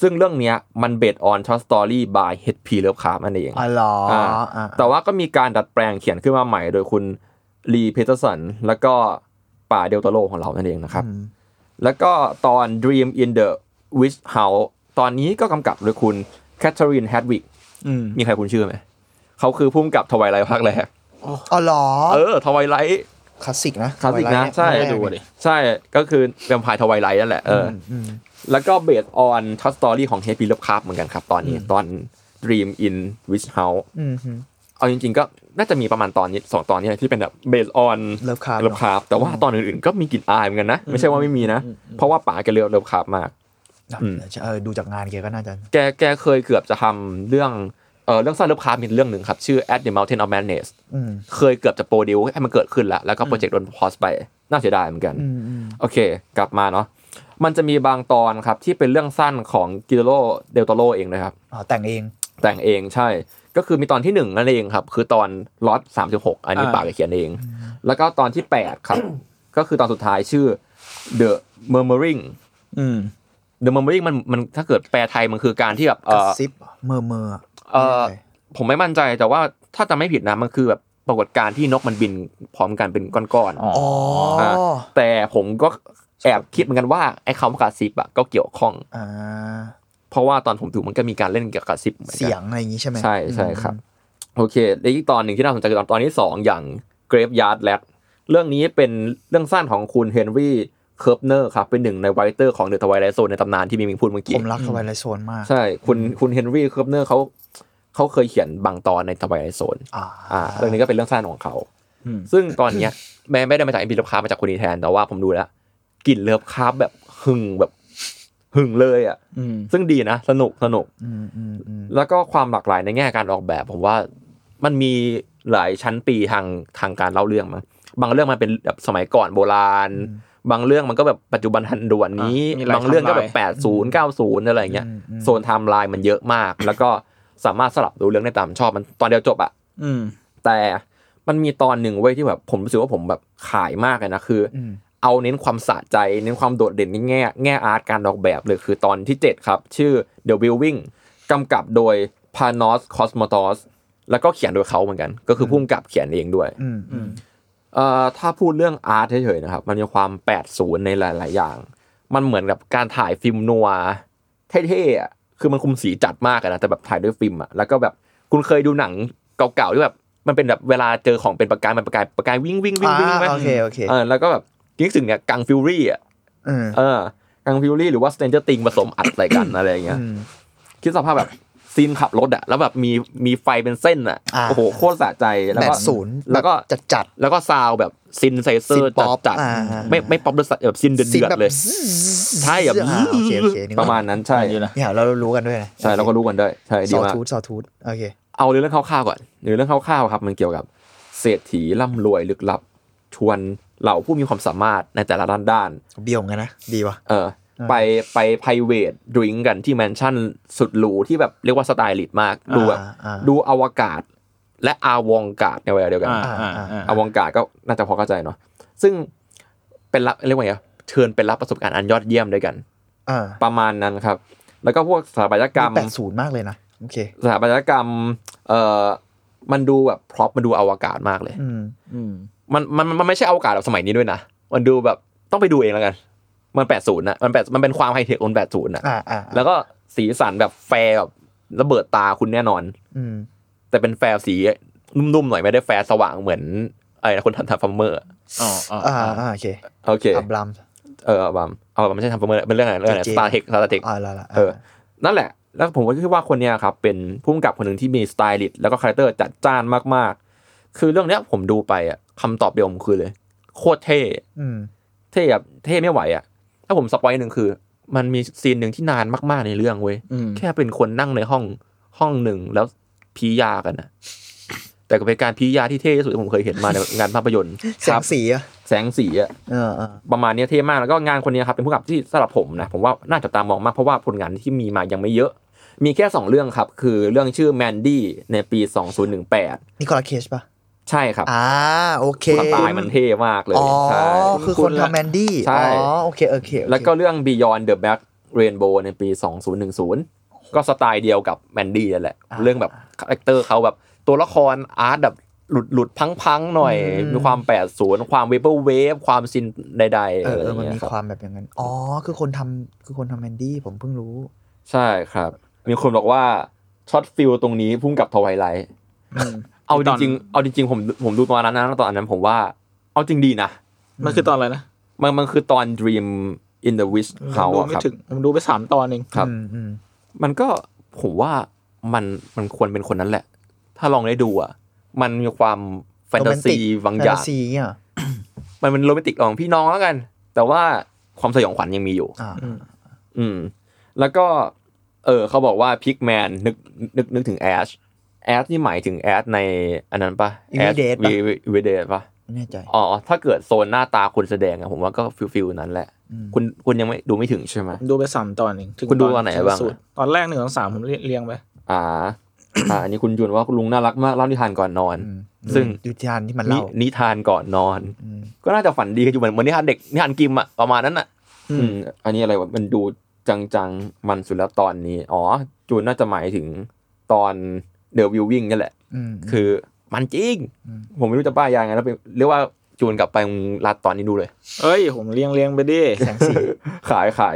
ซึ่งเรื่องเนี้ยมันเบสออนช็อตสตอรี่บายเฮดพีเลิฟคาร์มันเอง
อ๋อเหรออ่า
แต่ว่าก็มีการดัดแปลงเขียนขึ้นมาใหม่โดยคุณลีเพเทอร์สันแล้วก็ป่าเดลตาโลของเรานั่นเองนะครับ
อืม
แล้วก็ตอน Dream in the Witch House ตอนนี้ก็กำกับโดยคุณแคทเธอรีนแฮดวิก
อืม
มีใครคุณชื่อไหม เขาคือพุ่มกับทวายไลท์ภาคแรก
อ๋อเหรอ
เออทวายไลท์
คลาสสิกนะ
คลาสสิกนะ
ไว
ใช่
ไลท์เนี่ย
ดูดิ
ใช่ก็คือแวมไพร์ทวายไลท์นั่นแหละเอออ
อืม
แล้วก็เบสออนท็อตสตอรี่ของเฮปีลบคาร์เหมือนกันครับ ตอนนี้ตอน Dream in Witch House
อืมฮึ
เอาจริงๆก็น่าจะมีประมาณตอนนี้สองตอนนี้ที่เป็นแบบเบสออน
Love Craft
เลิฟคาร์แต่ว่าตอนอื่นๆก็มีกลิ่นอายเหมือนกันนะ ไม่ใช่ว่าไม่มีนะ เพราะว่าป๋าแกเลือกเลิฟคาร์มาก อืม
เออดูจากงานแกก็น่าจะ
แกแกเคยเกือบจะทำเรื่องเออเรื่องสั้นเลิฟคาร์มีเรื่องหนึ่งครับ ชื่อ At the Mountain of Madness
อืม
เคยเกือบจะโปรดิวให้มันเกิดขึ้นละแล้วก็โปรเจกต์โดนพอสไปน่าเสียดายเหมือนกัน
อืมอืม
โอเค กลับมาเนาะมันจะมีบางตอนครับที่เป็นเรื่องสั้นของกิโลเดลโตโรเองนะครับ
อ๋อแต่งเอง
แต่งเองใช่ ก็คือมีตอนที่หนึ่งนั่นเองครับ คือตอนล็อตสามสิบหกอันนี้
อ่า
ปากแกเขียนเอง แล้วก็ตอนที่แปดครับ ก็คือตอนสุดท้ายชื่อ The Murmuring
อืม
The Murmuring มันมันถ้าเกิดแปลไทยมันคือการที่แบบ
ก
เอ่
ระ
อ
ซิบเมอเมออะ
เอ่อผมไม่มั่นใจแต่ว่าถ้าจำไม่ผิดนะมันคือแบบปรากฏการณ์ที่นกมันบินพร้อมกันเป็นก้อนๆ
อ๋อ
อ่ะแต่ผมก็แอบคิดเหมือนกันว่าไอ้คำว่ากระซิบอะก็เกี่ยวข้อง
อ่า
เพราะว่าตอนผมดูมันก็มีการเล่นเกี่ยวกับกระซิบหมือนกัน
เสียงอะไรอย่างนี้ใช่ไหม
ใช่ใช่ครับ โอเคและอีกตอนหนึ่งที่น่าสนใจคือตอนตอนที่สองอย่าง Graveyard Rat เรื่องนี้เป็นเรื่องสั้นของคุณเฮนรี่เคิร์ฟเนอร์ครับ เป็นหนึ่งในไวเตอร์ของเดอะทวายไลโซนในตำนานที่มีมิงพูดเมื่อ
ผ
กี้
มรักทวายไลโซนมาก
ใช่ คุณคุณเฮนรี่เคิร์ฟเนอร์เขาเขาเคยเขียนบางตอนในทวายไลโซน
อ่า
อ่าเรื่องนี้ก็เป็นเรื่องสั้นของเขา
อืม
ซึ่งตอนเนี้ย [COUGHS] แม้ไม่ได้มาจากเอ็มพีเลิฟคาร์มาจากคนนี้แทน แต่ว่าผมดูแล้วกลิ่นเลิฟคาร์แบบหึงแบบหึงเลยอ่ะ
อืม
ซึ่งดีนะ สนุกสนุก
อืมอืมอืม
แล้วก็ความหลากหลายในแง่การออกแบบ ผมว่ามันมีหลายชั้นปีทางทางการเล่าเรื่องมั้งบางเรื่องมันเป็นแบบสมัยก่อนโบราณ บางเรื่องมันก็แบบปัจจุบันทันด่วนนี้
อ่ะมีหลาย
บางเรื่องก็แบ
ไทม์ไลน์
บแปดศูนย์เก้าศูนย์อะไรอย่างเงี้ยโซนไทม์ไลน์มันเยอะมาก แล้วก็สามารถสลับดูเรื่องได้ตามชอบมันตอนเดียวจบอ่ะ
อืม
แต่มันมีตอนหนึ่งเว้ยที่แบบผมรู้สึกว่าผมแบบขายมากเลยนะคือ
อืม
เอาเน้นความสะใจเน้นความโดดเด่นในแง่แง่อาร์ตการออกแบบเลยคือตอนที่ 7 ครับ ชื่อ The Building กำกับโดย Panos Cosmatos แล้วก็เขียนโดยเขาเหมือนกัน ก็คือพุ่มกับเขียนเองด้วย
อืมอืม
เอ่อถ้าพูดเรื่องอาร์ตเฉยๆนะครับ มันมีความ 80 ในหลาย ๆ อย่าง มันเหมือนกับการถ่ายฟิล์มนัวเท่ๆอะคือมันคุมสีจัดมากอะนะแต่แบบถ่ายด้วยฟิล์มอะแล้วก็แบบคุณเคยดูหนังเก่าๆที่แบบมันเป็นแบบเวลาเจอของเป็นประกายมันประกายประกายวิ่งวิ่งวิ่ง
อ่า
วิ่งไหม
โอเคโอเค
เออแล้วก็แบบคิดถึงเนี่ยกังฟิวรี่อะ
อืม
เออกังฟิวรี่หรือว่าสเตนเจอร์ติงผสมอัดใส่กัน อะไรอย่างเงี้ย
อืม
คิดสภาพแบบซีนขับรถอะแล้วแบบมีมีไฟเป็นเส้นอะ
อ่า
โอ้โหโคตรสะใจแล้ว
แป
ก็
ดศูนย์
แล้วก็
จัดจัด
แล้วก็ซาวแบบซินไซเซอ
ซิ
ร์
นป๊อป
จัด
อ่า
ๆไม่ไม่ป๊อปเดือดแบบซินเดื
สี
อด
แบ
ๆ
บ
เลย ใช่แบบ
อ่าโอเคโอเคนึกอ
ป
อก
ระมาณนั้นใช่
อยู่นะ
เนี่ยเรารู้กันด้วยนะ
ใช่เราก็รู้กันด้วยใช่
ส
ดี
อ
มาก
ทูตสอทูตโอเค
เอาเรื่องคร่าวๆก่อนเรื่องคร่าวๆครับ มันเกี่ยวกับเศรษฐีร่ำรวยลึกลับ ชวนเหล่าผู้มีความสามารถในแต่ละด้านๆ
เบี้ยวกันนะ ดีว่ะ
เออไปไปไพรเวทดริงกันที่แมนชั่นสุดหรูที่แบบเรียกว่าสไตลิสต์มาก ดูแบบ
อ่า
ดูอวกาศ และอาวองกาศในเวลาเดียวกัน
อ่า
อ
อ่าอ่า
วองกาศก็น่าจะพอเข้าใจเนาะซึ่งเป็นรับเรียกว่าไงอะเชิญเป็นรับประสบการณ์อันยอดเยี่ยมด้วยกัน
อ่า
ประมาณนั้นครับ แล้วก็พวกสถาปัตยกรรม
แปดศูนย์มากเลยนะ โอเค
สถาปัตยกรรมเอ่อมันดูแบบพร็อพมันดูอวกาศมากเลย
อืม
อืม
มันมันมันไม่ใช่อวกาศแบบสมัยนี้ด้วยนะ มันดูแบบต้องไปดูเองแล้วกัน มันแปดศูนย์นะมันแปดมันเป็นความไฮเทคของแปดศูนย์นะ
อ่าอ่า
แล้วก็สีสันแบบแฟร์แบบระเบิดตาคุณแน่นอน
อืม
แต่เป็นแฟร์สีนุ่มๆหน่อยไม่ได้แฟร์สว่างเหมือนไอ้คนทำทำฟัมเมอร์
อ๋ออ๋อ
อ่า
อ่า
อ่าโอเค
โอเค
อับลัม
เออบัมเอาบัมไม่ใช่ทำฟัมเมอร์เป็นเรื่องอะไรเรื่องอะไร
จริ
ส
งๆ
ตาร์เทคสตาร์เทค
อ่าละละะ
เออนั่นแหละ แล้วผมก็คิดว่าคนเนี้ยครับ เป็นผู้กำกับคนหนึ่งที่มีสไตลิสต์แล้วก็คาแรคเตอร์จัดจ้านมากๆ คือเรื่องเนี้ยผมดูไปอะคำตอบเดียวผมคือเลย โคตรเท่
อืม
เท่แบบเท่ไม่ไหวอ่ะ ถ้าผมสปอยหนึ่งคือ มันมีซีนหนึ่งที่นานมากๆในเรื่องเว้ย
อืม
แค่เป็นคนนั่งในห้องห้องหนึ่งแล้วพียากันนะแต่ก็เป็นการพียาที่เท่ที่สุดที่ผมเคยเห็นมาใน งานภาพยนตร์
แสงสีอะ
แสงสีอะ
เออเออ
ประมาณเนี้ยเท่มากแล้วก็งานคนเนี้ยครับเป็นผู้กำกับที่สำหรับผมนะผมว่าน่าจับตามองมากเพราะว่าผลงานที่มีมายังไม่เยอะ มีแค่สองเรื่องครับ คือเรื่องชื่อแมนดี้ในปี 2018
นิโคลัสเคจปะ
ใช่ครับ
อ่าโอเค
สไตล์มันเท่มากเลย
อ๋อ
ใช่
คือคนทำแมนดี้
ใช่
อ๋อ โอเค โอเคโอเค
แล้วก็เรื่อง Beyond the Black Rainbow ในปี 2010 ก็สไตล์เดียวกับแมนดี้นั่นแหละ เรื่องแบบคาแรคเตอร์เขาแบบตัวละครอาร์ตแบบหลุดหลุดพังพังๆหน่อย มีความแปดศูนย์ความเวเ r อร์เวฟความซินใดๆ
เอ
อะ
อ
ไรอ
เออย่าง มัน
เงี้
มี
ยค
ค
รั
วา
บ
มแบบอย่างนั้น อ๋อ คือคนทำคือคนทำแมนดี้ ผมเพิ่งรู้
ใช่ครับ มีคนบอกว่าช็อตฟิลตรงนี้พุ่งกับทวายไลท์เอาจริงๆเอาจริงๆผมผมดูตอนนั้นนะตอนนั้นผมว่า เอาจริงดีนะ
มันคือตอนอะไรนะ
มันมันคือตอน Dream in the wish เขา
ผมดู
อะ
ไม่
ครับ
ถึงผมดูไปสามตอนเอง
ครับ
อืมอืม
มันก็ผมว่ามันมันควรเป็นคนนั้นแหละ ถ้าลองได้ดูอ่ะ มันมีความแฟนตาซีบางอย่า
แฟ
ง
นตซีเนี่ยเหรอ
มันเป็นโรแมนติกของพี่น้องแล้วกัน แต่ว่าความสยองขวัญยังมีอยู่
อ่า
อืม
อืม แล้วก็ เออเขาบอกว่าพิกแมนนึกนึกนึกถึงแอชแอชนี่หมายถึงแอชในอันนั้นปะแอชวีเดปะ
ไม่แน่ใจ
อ๋อ ถ้าเกิดโซนหน้าตาคนแสดงอะผมว่าก็ฟิลฟิลนั้นแหละ
อืม
คุณคุณยังไม่ดูไม่ถึงใช่ไหม
ผมดูไปสามตอนเองถึง
คุณดูตอนไหนบ้างอะ
สุดตอนแรกหนึ่งสองสามผมเรียเรียงไป
อ่า อ่า อันนี้คุณยวนว่าคุณลุงน่ารักมากเล่านิทานก่อนนอน
อืม
ซึ่ง
ดูทานที่มัน
นิ
เล่า
นิทานก่อนนอน
อืม
ก็น่าจะฝันดีกันอยู่เหมือนเหมือนนิทานเด็กนิทานกิมอะประมาณนั้นอะอืม อันนี้อะไรวะมันดูจังจังๆมันสุดแล้วตอนนี้ อ๋อ จูนน่าจะหมายถึงตอนเด e v วิววิ่งนี่แหละ
อืม
คือมันจริง
อืม
ผมไม่รู้จะป้ายยังไงแล้วไปเรียกว่าจูนกลับไปรัดตอนนี้ดูเลย
เอ้ย ผมเรียงเรียงไปดิ
แสง
[LAUGHS]
สี
ขายขาย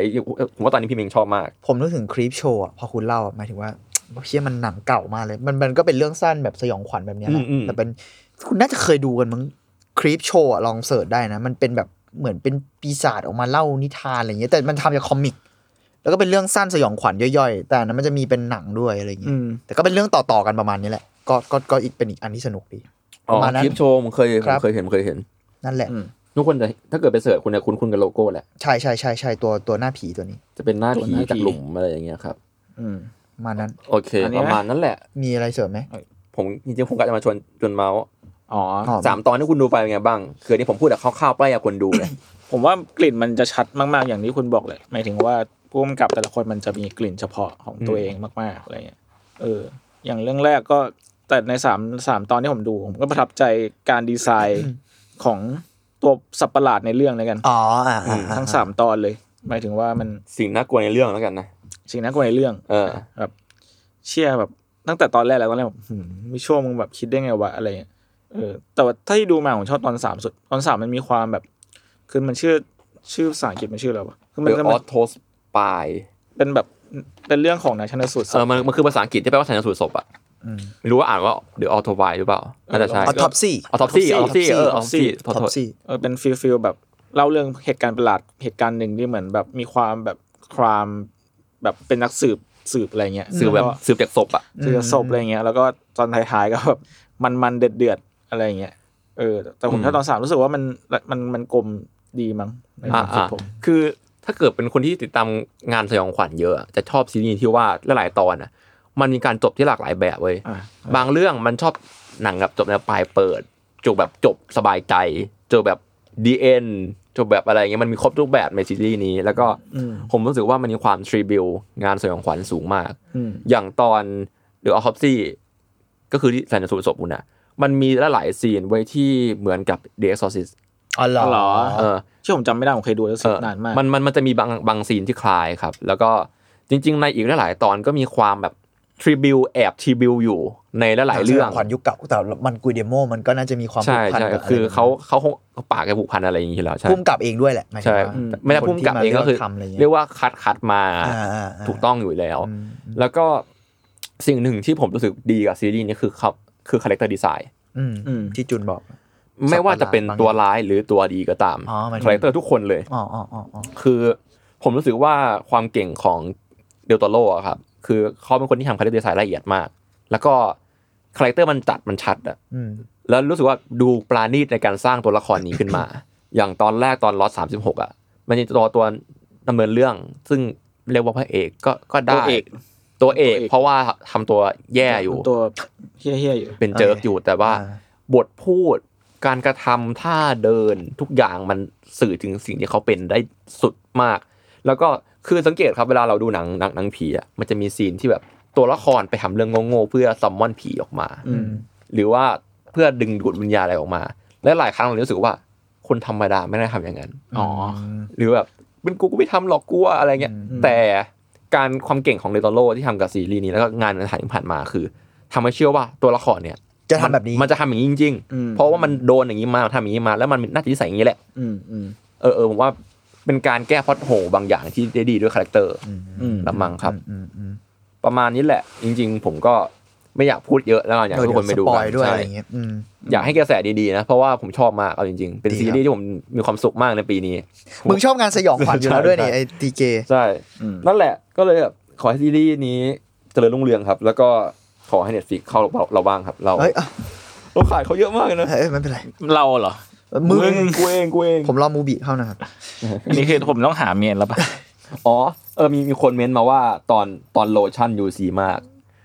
ผมว่าตอนนี้พี่เมงชอบมาก
ผมนึกถึงครีปโชว์อ่ะพอคุณเล่าอะหมายถึงว่า เชี่ยมันหนังเก่ามากเลย มันมันก็เป็นเรื่องสั้นแบบสยองขวัญแบบเนี้ยแหละ
อืมอืม
แต่เป็นคุณน่าจะเคยดูกันมั้งครีปโชว์อะลองเสิร์ชได้นะ มันเป็นแบบเหมือนเป็นปีศาจออกมาเล่านิทานอะไรอย่างเงี้ยแต่มันทำจากคอมิก แล้วก็เป็นเรื่องสั้นสยองขวัญย่อยๆ แต่อันนั้นมันจะมีเป็นหนังด้วยอะไรอย่างเงี้
อื
ย
ม
แต่ก็เป็นเรื่องต่อๆกันประมาณนี้แหละก็ก็ก็อีกเป็นอีกอันที่สนุกดี
อ๋อ
ประมาณนั้น
คลิปโชว์ผมเคยผ
ครั
ม
บ
เคยเห็นผมเคยเห็น
นั่นแหละ
อืม
ทุกคนจะถ้าเกิดไปเสิร์ชคุณเนี่ยคุณคุณกับโลโก้แหละ
ใช่ใช่ใช่ใช่ตัวตัวหน้าผีตัวนี้
จะเป็นหน้า
ตัว
ผี
หน้าผี
จากหลุมอะไรอย่างเงี้ยครับ
อืม
ประมาณนั้น
โอเค
อันนี้
ป
ไหม
ระมาณนั้นแหละ
มีอะไรเสริมไหม
ผมจริงๆผมกะจะมาชวนชวนเมาส์
อ๋ออ
อ
สามตอนที่คุณดูไปเป็นไงบ้าง คืออนนี่ผมพูดแบบคร่าวๆป้ายคนดู
[COUGHS]
เลย
ผมว่ากลิ่นมันจะชัดมากๆอย่างที่คุณบอกเลยหมายถึงว่าผู้กำกับแต่ละคนมันจะมีกลิ่นเฉพาะของตัว
อืม
เองมากๆอะไรเงี้ยเออ อย่างเรื่องแรกก็แต่ในสามสามตอนที่ผมดูผมก็ประทับใจการดีไซน์ของตัวสัตว์ประหลาดในเรื่องเลยกัน
อ๋ออ่าอ่าอ่
ทั้งสามตอนเลย หมายถึงว่ามัน
สิ่งน่ากลัวในเรื่องแล้วกันนะ
สิ่งน่ากลัวในเรื่อง
เออ
แบบเชี่ยแบบตั้งแต่ตอนแรกแล้วตอนแรกแบบหืมไม่ชั่วมึงแบบคิดได้ไงวะอะไรเงี้ยเออ แต่ว่าถ้าที่ดูมาผมชอบตอนสามสุด ตอนสามมันมีความแบบ คือมันชื่อชื่อภาษาอังกฤษมันชื่ออะไรวะคือมัน
หรือ
จะ
อ
มั
อน โทสปาย
เป็นแบบเป็นเรื่องของนายชนสูตรศ
เอ
พ
อมันมันคือภาษาอังกฤษที่แปลว่าชันสูตรศพอะไม่รู้ว่าอ่านว่าเดี๋ยวออโทปายหรือเปล่าน่าจะใช่
า autopsy
ออทอปซี่ออทอป
autopsy
ซี่เออออทอปซี่
autopsy
เออเป็นฟีลฟีลแบบเล่าเรื่องเหตุการณ์ประหลาดเหตุการณ์หนึ่งที่เหมือนแบบมีความแบบความแบบเป็นนักสืบสืบอะไรเงี้ย
สืบแบบ
ล้วก็
สืบจากศพอะ
เจอศพอะไรเงี้ยแล้วก็ตอนท้ายๆก็แบบมันมันๆเดือดเดือดๆอะไรเงี้ยเออ แต่ผม
อืม
ถ้าตอนสามรู้สึกว่ามันมันมันกลมดีมั้งใน
อ่า
คา
ว
มคิดผม
คือถ้าเกิดเป็นคนที่ติดตามงานสยองขวัญเยอะอะจะชอบซีรีส์ที่ว่าหลายๆตอนอ่ะ มันมีการจบที่หลากหลายแบบเว้ย
อ่า
บางเรื่องมันชอบหนังแบบจบในปลายเปิดจบแบบจบสบายใจจบแบบดีเอ็นจบแบบอะไรเงี้ยมันมีครบทุกแบบในซีรีส์นี้ แล้วก็ผมรู้สึกว่ามันมีความทรีบิวงานสยองขวัญสูงมาก
อืม
อย่างตอนเดอะออฟซี่ก็คือที่สันสูตรศพคุณอะมันมีหลายๆซีนไว้ยที่เหมือนกับ The Exorcist
อ๋อเหรอ
เหรอ
เออ
ที่ผมจำไม่ได้ผมเคยดูแล้วรู้สึ
เออน
กานมาก
มันมันมันจะมีบางบางซีนที่คล้ายครับ แล้วก็จริง ๆ ในอีกหลายๆตอนก็มีความแบบทริบิวแอบทริบิวอยู่ในหลายๆเรื่อง
ขวัญยุคเก่าแต่มันกุยเดโมมันก็น่าจะมีความ
ใช่
ผูกพัน
ใช่
กับะไร
คือเขาเขาคงเขาปากแกผูกพันอะไรอย่างนี้อยู่แล้วใช่
พุ่มกับเองด้วยแหละหมายถึ
ใช่
งว่า
ไม่ได้
คน
พุ่มกับเอ
ที่า
งก็คือ
ทำอะไรเงี้ย
เรียกว่าคัดคัดมา
อ่าอ่าา
ถูกต้องอยู่แล้ว
อืม
แล้วก็สิ่งหนึ่งที่ผมรู้สึกดีกับซีรีส์นี้คือครับคือคาแรคเตอร์ดีไซน์
อืม
อืม
ที่จุนบอก
ไม่ว่าจะเป็นตัวร้ายหรือตัวดีก็ตาม
อ๋อหมายถึง
คาแรคเตอร์ทุกคนเลย
อ๋ออ๋ออ๋ออ๋อ
คือผมรู้สึกว่าความเก่งของเดลโตโรอะครับ คือเขาเป็นคนที่ทำคาแรคเตอร์ดีไซน์ละเอียดมาก แล้วก็คาแรคเตอร์มันจัดมันชัดอะ
อืม
แล้วรู้สึกว่าดูปราณีตในการสร้างตัวละครนี้ขึ้นมา [COUGHS] อย่างตอนแรกตอนลอสสามสิบหกอะมันจะตัวตัวดำเนินเรื่อง ซึ่งเรียกว่าพระเอกก็ก็
ตัว
ได้
เอก
ตัวเอก เพราะว่าทำตัวแย่อยู่
ตัวเฮี้ยๆอยู่
เป็นเจิร์กอยู่แต่ว่า บทพูดการกระทำท่าเดินทุกอย่างมันสื่อถึงสิ่งที่เขาเป็นได้สุดมาก แล้วก็คือสังเกตครับเวลาเราดูหนังหนังหนังผีอ่ะมันจะมีซีนที่แบบตัวละครไปทำเรื่องโง่ๆเพื่อซัมมอนผีออกมา
อืม
หรือว่าเพื่อดึงดูดวิญญาณอะไรออกมา และหลายครั้งเรารู้สึกว่าคนธรรมดาไม่ได้ทำอย่างนั้น
อ๋อ
หรือแบบเป็นกูกูไม่ทำหรอกกูว่าอะไรเงี้ย
อืม
แต่การความเก่งของเดโตโรที่ทำกับซีรีส์นี้แล้วก็งานในถ่ายที่ผ่านมาคือทำให้เชื่อว่าตัวละครเนี่ย
จะทำแบบนี้
มันจะทำอย่างนี้จริง
อืม
ๆ เพราะว่ามันโดนอย่างนี้มาทำอย่างนี้มา แล้วมันน่าจะนิสัยอย่างนี้แหละ
อืมอืม
เออเออผมว่าเป็นการแก้พล็อดโหบางอย่างที่ได้ดีด้วยคาแรคเตอร์
อืม
ละมังครับ
อืมอืม
ประมาณนี้แหละ จริง ๆ ผมก็ ไม่อยากพูดเยอะแล้วกันอยากให้ทุกคนไปดู
เดี๋ยวสป
กั
อย
น
ด้วยอะ
ใช่
ไรอย่างเงี้ยอืม
อยากให้กระแสดีๆนะ เพราะว่าผมชอบมากเอาจริงๆ เป็น
ดีครับ
ซีรีส์ที่ผมมีความสุขมากในปีนี้
มึงชอบงานสยองขวัญอยู่แล้วด้วยนี่ไอ้ทีเก
ใช่
อืม
นั่นแหละก็เลยแบบขอให้ซีรีส์นี้เจริญรุ่งเรืองครับ แล้วก็ขอให้เน็ตฟิกเข้าเราเราบ้างครับ เรา
เฮ้ยอ่ะ
เราขายเขาเยอะมากเลยนะ
เอ้ยไม่เป็นไร
เราเหรอ
มึง
กูเองกูเอง
ผมรอมูบิเข้านะครับ
อันนี้คือผมต้องหาเมียนแล้วปะ
อ๋อเออมีมีคนเม้นมาว่าตอนตอนโลชั่นยูซีมาก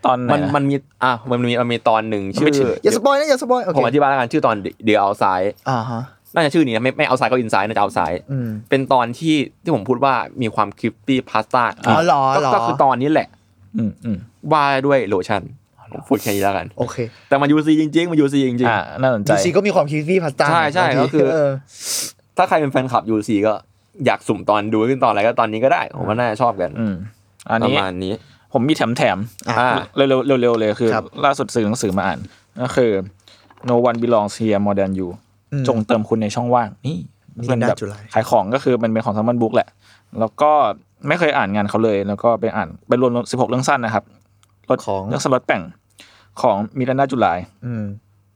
ตอนไหน
มัน
อะ
มันมีอ่ะมันมีมันมีตอนหนึ่งชื่อ
อย่าสปอยนะอย่าสปอยโอ
ผมอ
เค
ธิบายแล้วกันชื่อตอนเดียวเอาซ้าย
อ่าฮะ
น่าจะชื่อนี้นะไม่ไม่เอาซ้ายก็อินไซด์นะจะเอาซ้าย
อืม
เป็นตอนที่ที่ผมพูดว่ามีความคลิปปี้พาสต้า
อ๋อเหรอเหรอ
ก็คือตอนนี้แหละ
อืมอืม
ว่าด้วยโลชั่นผมพูดแค่นี้แล้วกัน
โอเค
แต่มันยูซีจริง ๆ มันยูซีจริง
อ่าน่าสนใจ
ยูซีก็มีความคิดพี่พัตตา
ใช่ใช่
บางที
ก็คือ
เ
ๆ ถ้าใครเป็นแฟนคลับยูซีก็อยากสุ่มตอนดูขึ้นตอนอะไรก็ตอนนี้ก็ได้ ผมว่าน่าจะชอบกัน
อืมอัน
ประ
นี้
มาณนี้
ผมมีแถมแถม
อ่ะ
อ่า
ๆเร็วๆเร็วๆเลยคือ
ครับ
ล่าสุดซื้อหนังสือมาอ่าน ก็คือ no one belongs here more than you
อืม
จงเติมคุณในช่องว่าง นี่
นี่
เป็นแบบ
ด้านจุฬา
ขายของก็คือมันเป็นของซัมมอนบุ๊กแหละ แล้วก็ไม่เคยอ่านงานเขาเลย แล้วก็ไปอ่านไปรวมสิบหกเรื่องสั้นนะครับรถ
ของ
เรื่องสนรถแต่งของมิรันดาจุลาย
อืม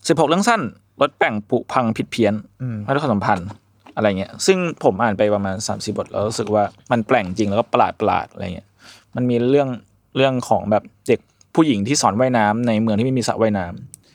สิบหกเรื่องสั้นรถแต่งผุพังผิดเพี้ยน
อืม
ไม่ได้ความสัมพันธ์อะไรเงี้ย ซึ่งผมอ่านไปประมาณสามสี่บทแล้วรู้สึกว่ามันแปลงจริงแล้วก็ประหลาดประหลาดอะไรเงี้ย มันมีเรื่องเรื่องของแบบเด็กผู้หญิงที่สอนว่ายน้ำในเมืองที่ไม่มีสระว่ายน้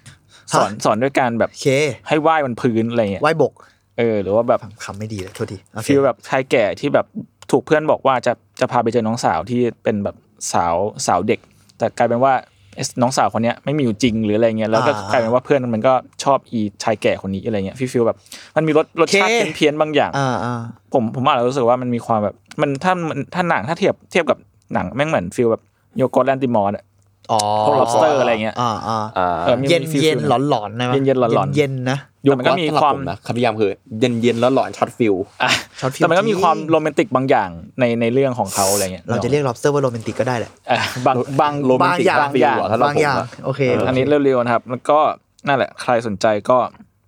ำสอนสอนด้วยการแบบ
โอเค
ให้ว่ายบนพื้นอะไรเงี้ย
ไหว้บก
เออ หรือว่าแบบ
คำไม่ดีเลยโทษทีโอเค
ฟีลแบบชายแก่ที่แบบถูกเพื่อนบอกว่าจะจะพาไปเจอน้องสาวที่เป็นแบบสาวสาวเด็ก แต่กลายเป็นว่าไอ้น้องสาวคนเนี้ยไม่มีอยู่จริงหรืออะไรเงี้ย แล้วก็กลายเป็นว่าเพื่อนมันก็ชอบอีชายแก่คนนี้อะไรเงี้ยฟีลฟีลแบบ มันมีรสรสชาติเพี้ยนๆบางอย่าง
อ่าอ่า
ผมผมอ่านแล้วรู้สึกว่ามันมีความแบบมันถ้ามันถ้าหนังถ้าเทียบเทียบกับหนังแม่งเหมือนฟิลแบบโยโกแลนติมอร์อะ
อ๋อ
พวก lobster อะไรเงี้ย
อ่าอ่า
อ่า
เออมี
เย็น
มีฟีล
เย็น
ฟิล
หลอนหลอนๆนะมั้ย
เย็นๆหลอนๆ
เย็นๆนะ
แต่มันก็มีความ
แต่ผนะคำนิยามคือเย็นเย็นๆแล้วหลอนช็อตฟิล
อ่ะ
ช็อตฟิล
แต่มันก็มีความโรแมนติกบางอย่างในในเรื่องของเขาอะไรเงี้ย
เราจะเรียก lobster ว่าโรแมนติกก็ได้แหละ
เออบางบางโรแมนติก
บา
บาง งอย่ย่า
อา
ง ง
ะถ้าเร
บางอย่าง
ผมะ
โอเค
อันนี้เร็วๆนะครับ แล้วก็นั่นแหละ ใครสนใจก็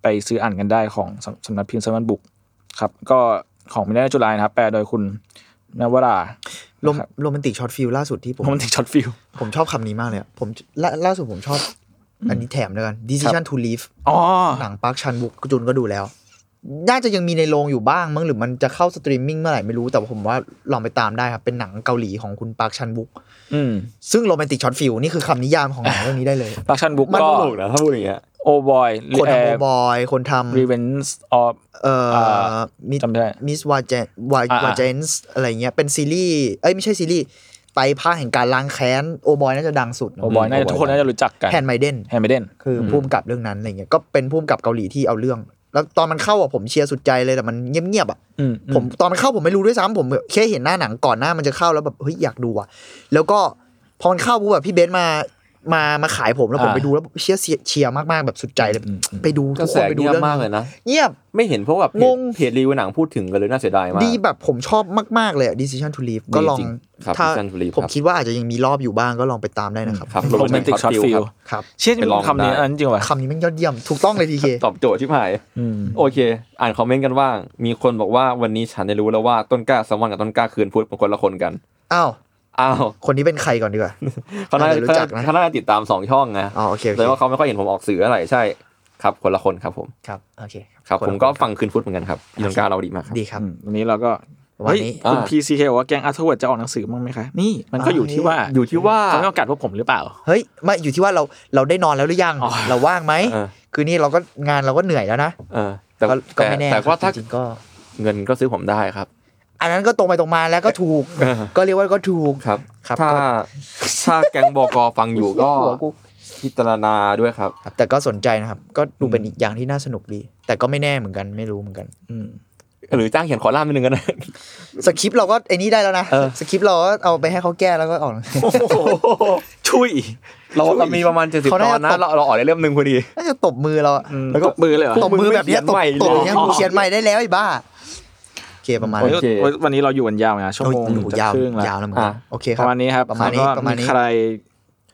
ไปซื้ออ่านกันได้ของสำสำนักพิมพ์สมันบุกครับ ก็ของมินนาจุลายนะครับ แปลโดยคุณนวรา
โรมโรแมนติกช็อตฟิลล่าสุดที่ผม
โรแมนติกช็อตฟิล
ผมชอบคำนี้มากเลยอะผมล่าล่าสุดผมชอบ อันนี้แถมด้วยกัน decision to leave
อ๋อ
หนังปาร์คชันบุกจุนก็ดูแล้ว น่าจะยังมีในโรงอยู่บ้างมั้งหรือมันจะเข้าสตรีมมิ่งเมื่อไหร่ไม่รู้ แต่ผมว่าลองไปตามได้ครับ เป็นหนังเกาหลีของคุณปาร์คชันบุก
อืม
ซึ่งโรแมนติกช็อตฟิลนี่คือคำนิยามของหนังเรื่องนี้ได้เลย
ปักชันบุ๊ก
มัน
ก็
ตลกนะถ้าพูดอย่างเงี้ย
โอบอย
คนทำโอบอยคนทำ
รีเวนส์ออฟ
เอ่ออมิ
จำไม่ได้
มิสวาเจนวา
อ่า
วาเจนส์อะไรเงี้ยเป็นซีรีส์เอ้ยไม่ใช่ซีรีส์ไตรภาคแห่งการล้างแค้นโอบอยน่าจะดังสุด
โอบอยน่าจะทุกคนน่าจะรู้จักกัน
แฮนไมเดน
แฮนด์ไมเดน
คืออพุ่มกับเรื่องนั้นอะไรเงี้ยก็เป็นพุ่มกับเกาหลีที่เอาเรื่อง แล้วตอนมันเข้าอ่ะผมเชียร์สุดใจเลยแต่มันเงียบๆอ่ะ
อืมอืม
ผมตอนมันเข้าผมไม่รู้ด้วยซ้ำผมแค่เห็นหน้าหนังก่อนหน้ามันจะเข้าแล้วแบบเฮ้ยอยากดูอ่ะ แล้วก็พอมันเข้าปุ๊บแบบพี่เบนซ์มามามาขายผมแล้วผม
อ่า
ไปดูแล้วเชียร์เชียร์เชียร์มากๆแบบสุดใจเลยไปดู
ก
ทุ
ระ
ก
แส
คนไปดู
เงียบ
เรื่อง
มากเลยนะ
เงียบ
ไม่เห็นเพราะแบบ
งง
เพจรีวิวหนังพูดถึงกันเลยน่าเสียดายมาก
ดีแบบผมชอบมากๆเลยอะ decision to leave ก็ลอง
จริงครับ
ถ้า
Decision to Leave
ผม
ครับ
คิดว่าอาจจะยังมีรอบอยู่บ้างก็ลองไปตามได้นะครับ
ครับ
โรแมนติก
Romantic
ช็อต
Short
ฟิล
Film
ครับ
เชื่อจริง
ไปลอง
คำนี้
ได้
อันนั้นจริงวะ
คำนี้แม่งยอดเยี่ยมถูกต้องเลยทีเค
ตอบโจทย์ที่หาย
อืม
โอเค อ่านคอมเมนต์กันบ้าง มีคนบอกว่าวันนี้ฉันได้รู้แล้วว่าต้นกล้าสมวันกับต้นกล้าคืนพุทธเป็นคนละคนกัน
อ้าว
อ้าว
คนนี้เป็นใครก่อนดีกว่า
เขาน่า
น่าจะรู้จักนะ
เขาน่าจะติดตามสองช่องนะ
อ๋อโอเคโอเค
แต่ว่าเขาไม่ค่อยเห็นผมออกสื่ออะไรใช่ ครับ คนละคนครับผม
ครับโอเค
ครับ
น
ผมก็ฟังคืนพุทธเหมือนกันครับอีต้นกล้าเราดีมากครับ
ดีครับ
อืมวันนี้เราก็
ประมาณ
เฮ้ย
นี้
คุณ
อ่า
พีซีเคบอกว่าแกงอาร์ทเวิร์ดจะออกหนังสือมั้างไหมคะ นี่มันก็อยู่ที่ว่า
อยู่ที่ว่า
เขาไม่โอกาสพวกผมหรือเปล่า
เฮ้ยมาอยู่ที่ว่าเราเราได้นอนแล้วหรือยัง เราว่างไหม
เออ
คืนนี้เราก็งานเราก็เหนื่อยแล้วนะ
เออแต่
ก็ก็
แต่
ไม่แน่
แต่ว่า
ค
ถ้า
รับจริงๆก็
เงินก็ซื้อผมได้ครับ
อันนั้นก็ตรงไปตรงมาแล้วก็ถูก
เออ
ก็เรียกว่าก็ถูก
ครับ
ครับ
ถ้า
ก็
ถ้าแกงบกฟังอยู่ก็พิจารณาด้วยครับ
ครับแต่ก็สนใจนะครับ ก็ดูเป็นอีกอย่างที่น่าสนุกดี แต่ก็ไม่แน่เหมือนกันไม่รู้เหมือนกัน
อืม
หรือจ้างเขียนคอลัมน์นิดนึงก็ได้
สคริปต์เราก็ไอ้นี่ได้แล้วนะ
เออ
สคริปต์เราก็เอาไปให้เขาแก้แล้วก็อ [LAUGHS] อก
ช่วย
[LAUGHS] เราเรามีประมาณเจ็ดสิบ
เขา
ต
น่า
อน
จะ
นะ
ตบ
เราเราออกได้เล่มหนึ่งพอดี
น่าจะตบมือเราอะ
แล้วก็มือเลยเหรอ
ตบมือแบบเนี้ยตบ
ไม่
ตบ
เลย
เนี้ยกูเขียนใหม่ได้แล้วไอ้บ้าโอเคประมาณ
โอ้ย
นั้น
โอเค
วันนี้เราอยู่กันยาวไงชั่วโมง
โอ้ย
ถึ
โอ้
ง
โห
จะ
ยาว
ครึ่งละ
ยาวแล้วเหมือนกัน
อ่ะ
โอเค
ป
ครั
ระ
บ
มาณนี้ครับ
ประมาณนี้
แล้ว
ป
ก็
ระมาณนี้
ใคร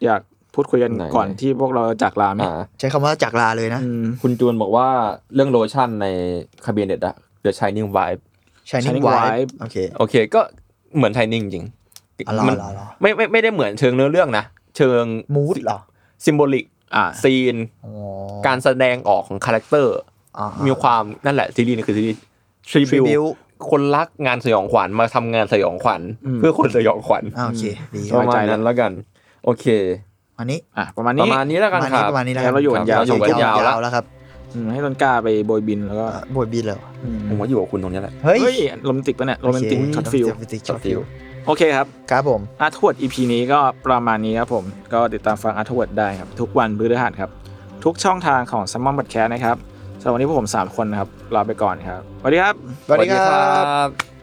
อยากพูดคุยกัน
ไหน
ก่อนที่พวกเราจากลาไหม
อ่า
ใช้คำว่าจากลาเลยนะ
อืม
คุณจูนบอกว่าเรื่องโลชั่นในคาเบียนเด็ดอะ The Shining Vibe
Shining
Shining
White
White
โอเค
โอเคก็เหมือน Shining จริง
อ๋อเหรอ
มั
เหรอเหรอ
ไม่ไม่ไม่ได้เหมือนเชิงเนื้อเรื่องนะ เชิง
มูดเหรอ
ซิมโบลิก
อ่า
ซีน
อ๋อ
การแสดงออกของคาแรคเตอร์
อ่า
มีความนั่นแหละซีรีส์นี่คือซีรีส์ทริบิว
Tribute
คนรักงานสยองขวัญมาทำงานสยองขวัญ
อืม
เพื่อคนสยองขวัญ
อ่าโอเคดี
ส
ป
บ
ระ
ย
มา
ใจแล้
ณ
ว
นั้นแล้วกัน โอเค
อันนี้
อ่ะประมาณ
ป
นี้
ระมาณนี้แล้ว
ป
กัน
ระมาณ
ค
นี้
รับ
ประมาณนี้แล้ว
แล้วเราอยู่กันยาว
อยู่กันยาว
แล้วครับ
อืมให้ต้นกล้าไปโบยบินแล้วก็
บวยบีแล้ว
อืม
ผมว่าอยู่กับคุณตรงนี้แหละ
เฮ้ย
เฮ้ยโรแมนติกปะเนี่ยโรแมนติกช็อตฟิล
โรแมนติกช็อตฟิล
โอเคครับ
ครับผม
อาร์ทวด EP นี้ก็ประมาณนี้ครับผม ก็ติดตามฟังอาร์ทวดได้ครับ ทุกวันพฤหัสครับ ทุกช่องทางของ s ซมมอนบัตแคสนะครับสำหรับวันนี้พวกผม 3 คนนะครับ ลาไปก่อนครับสวัสดีครับ
สวัสดีครับ
บ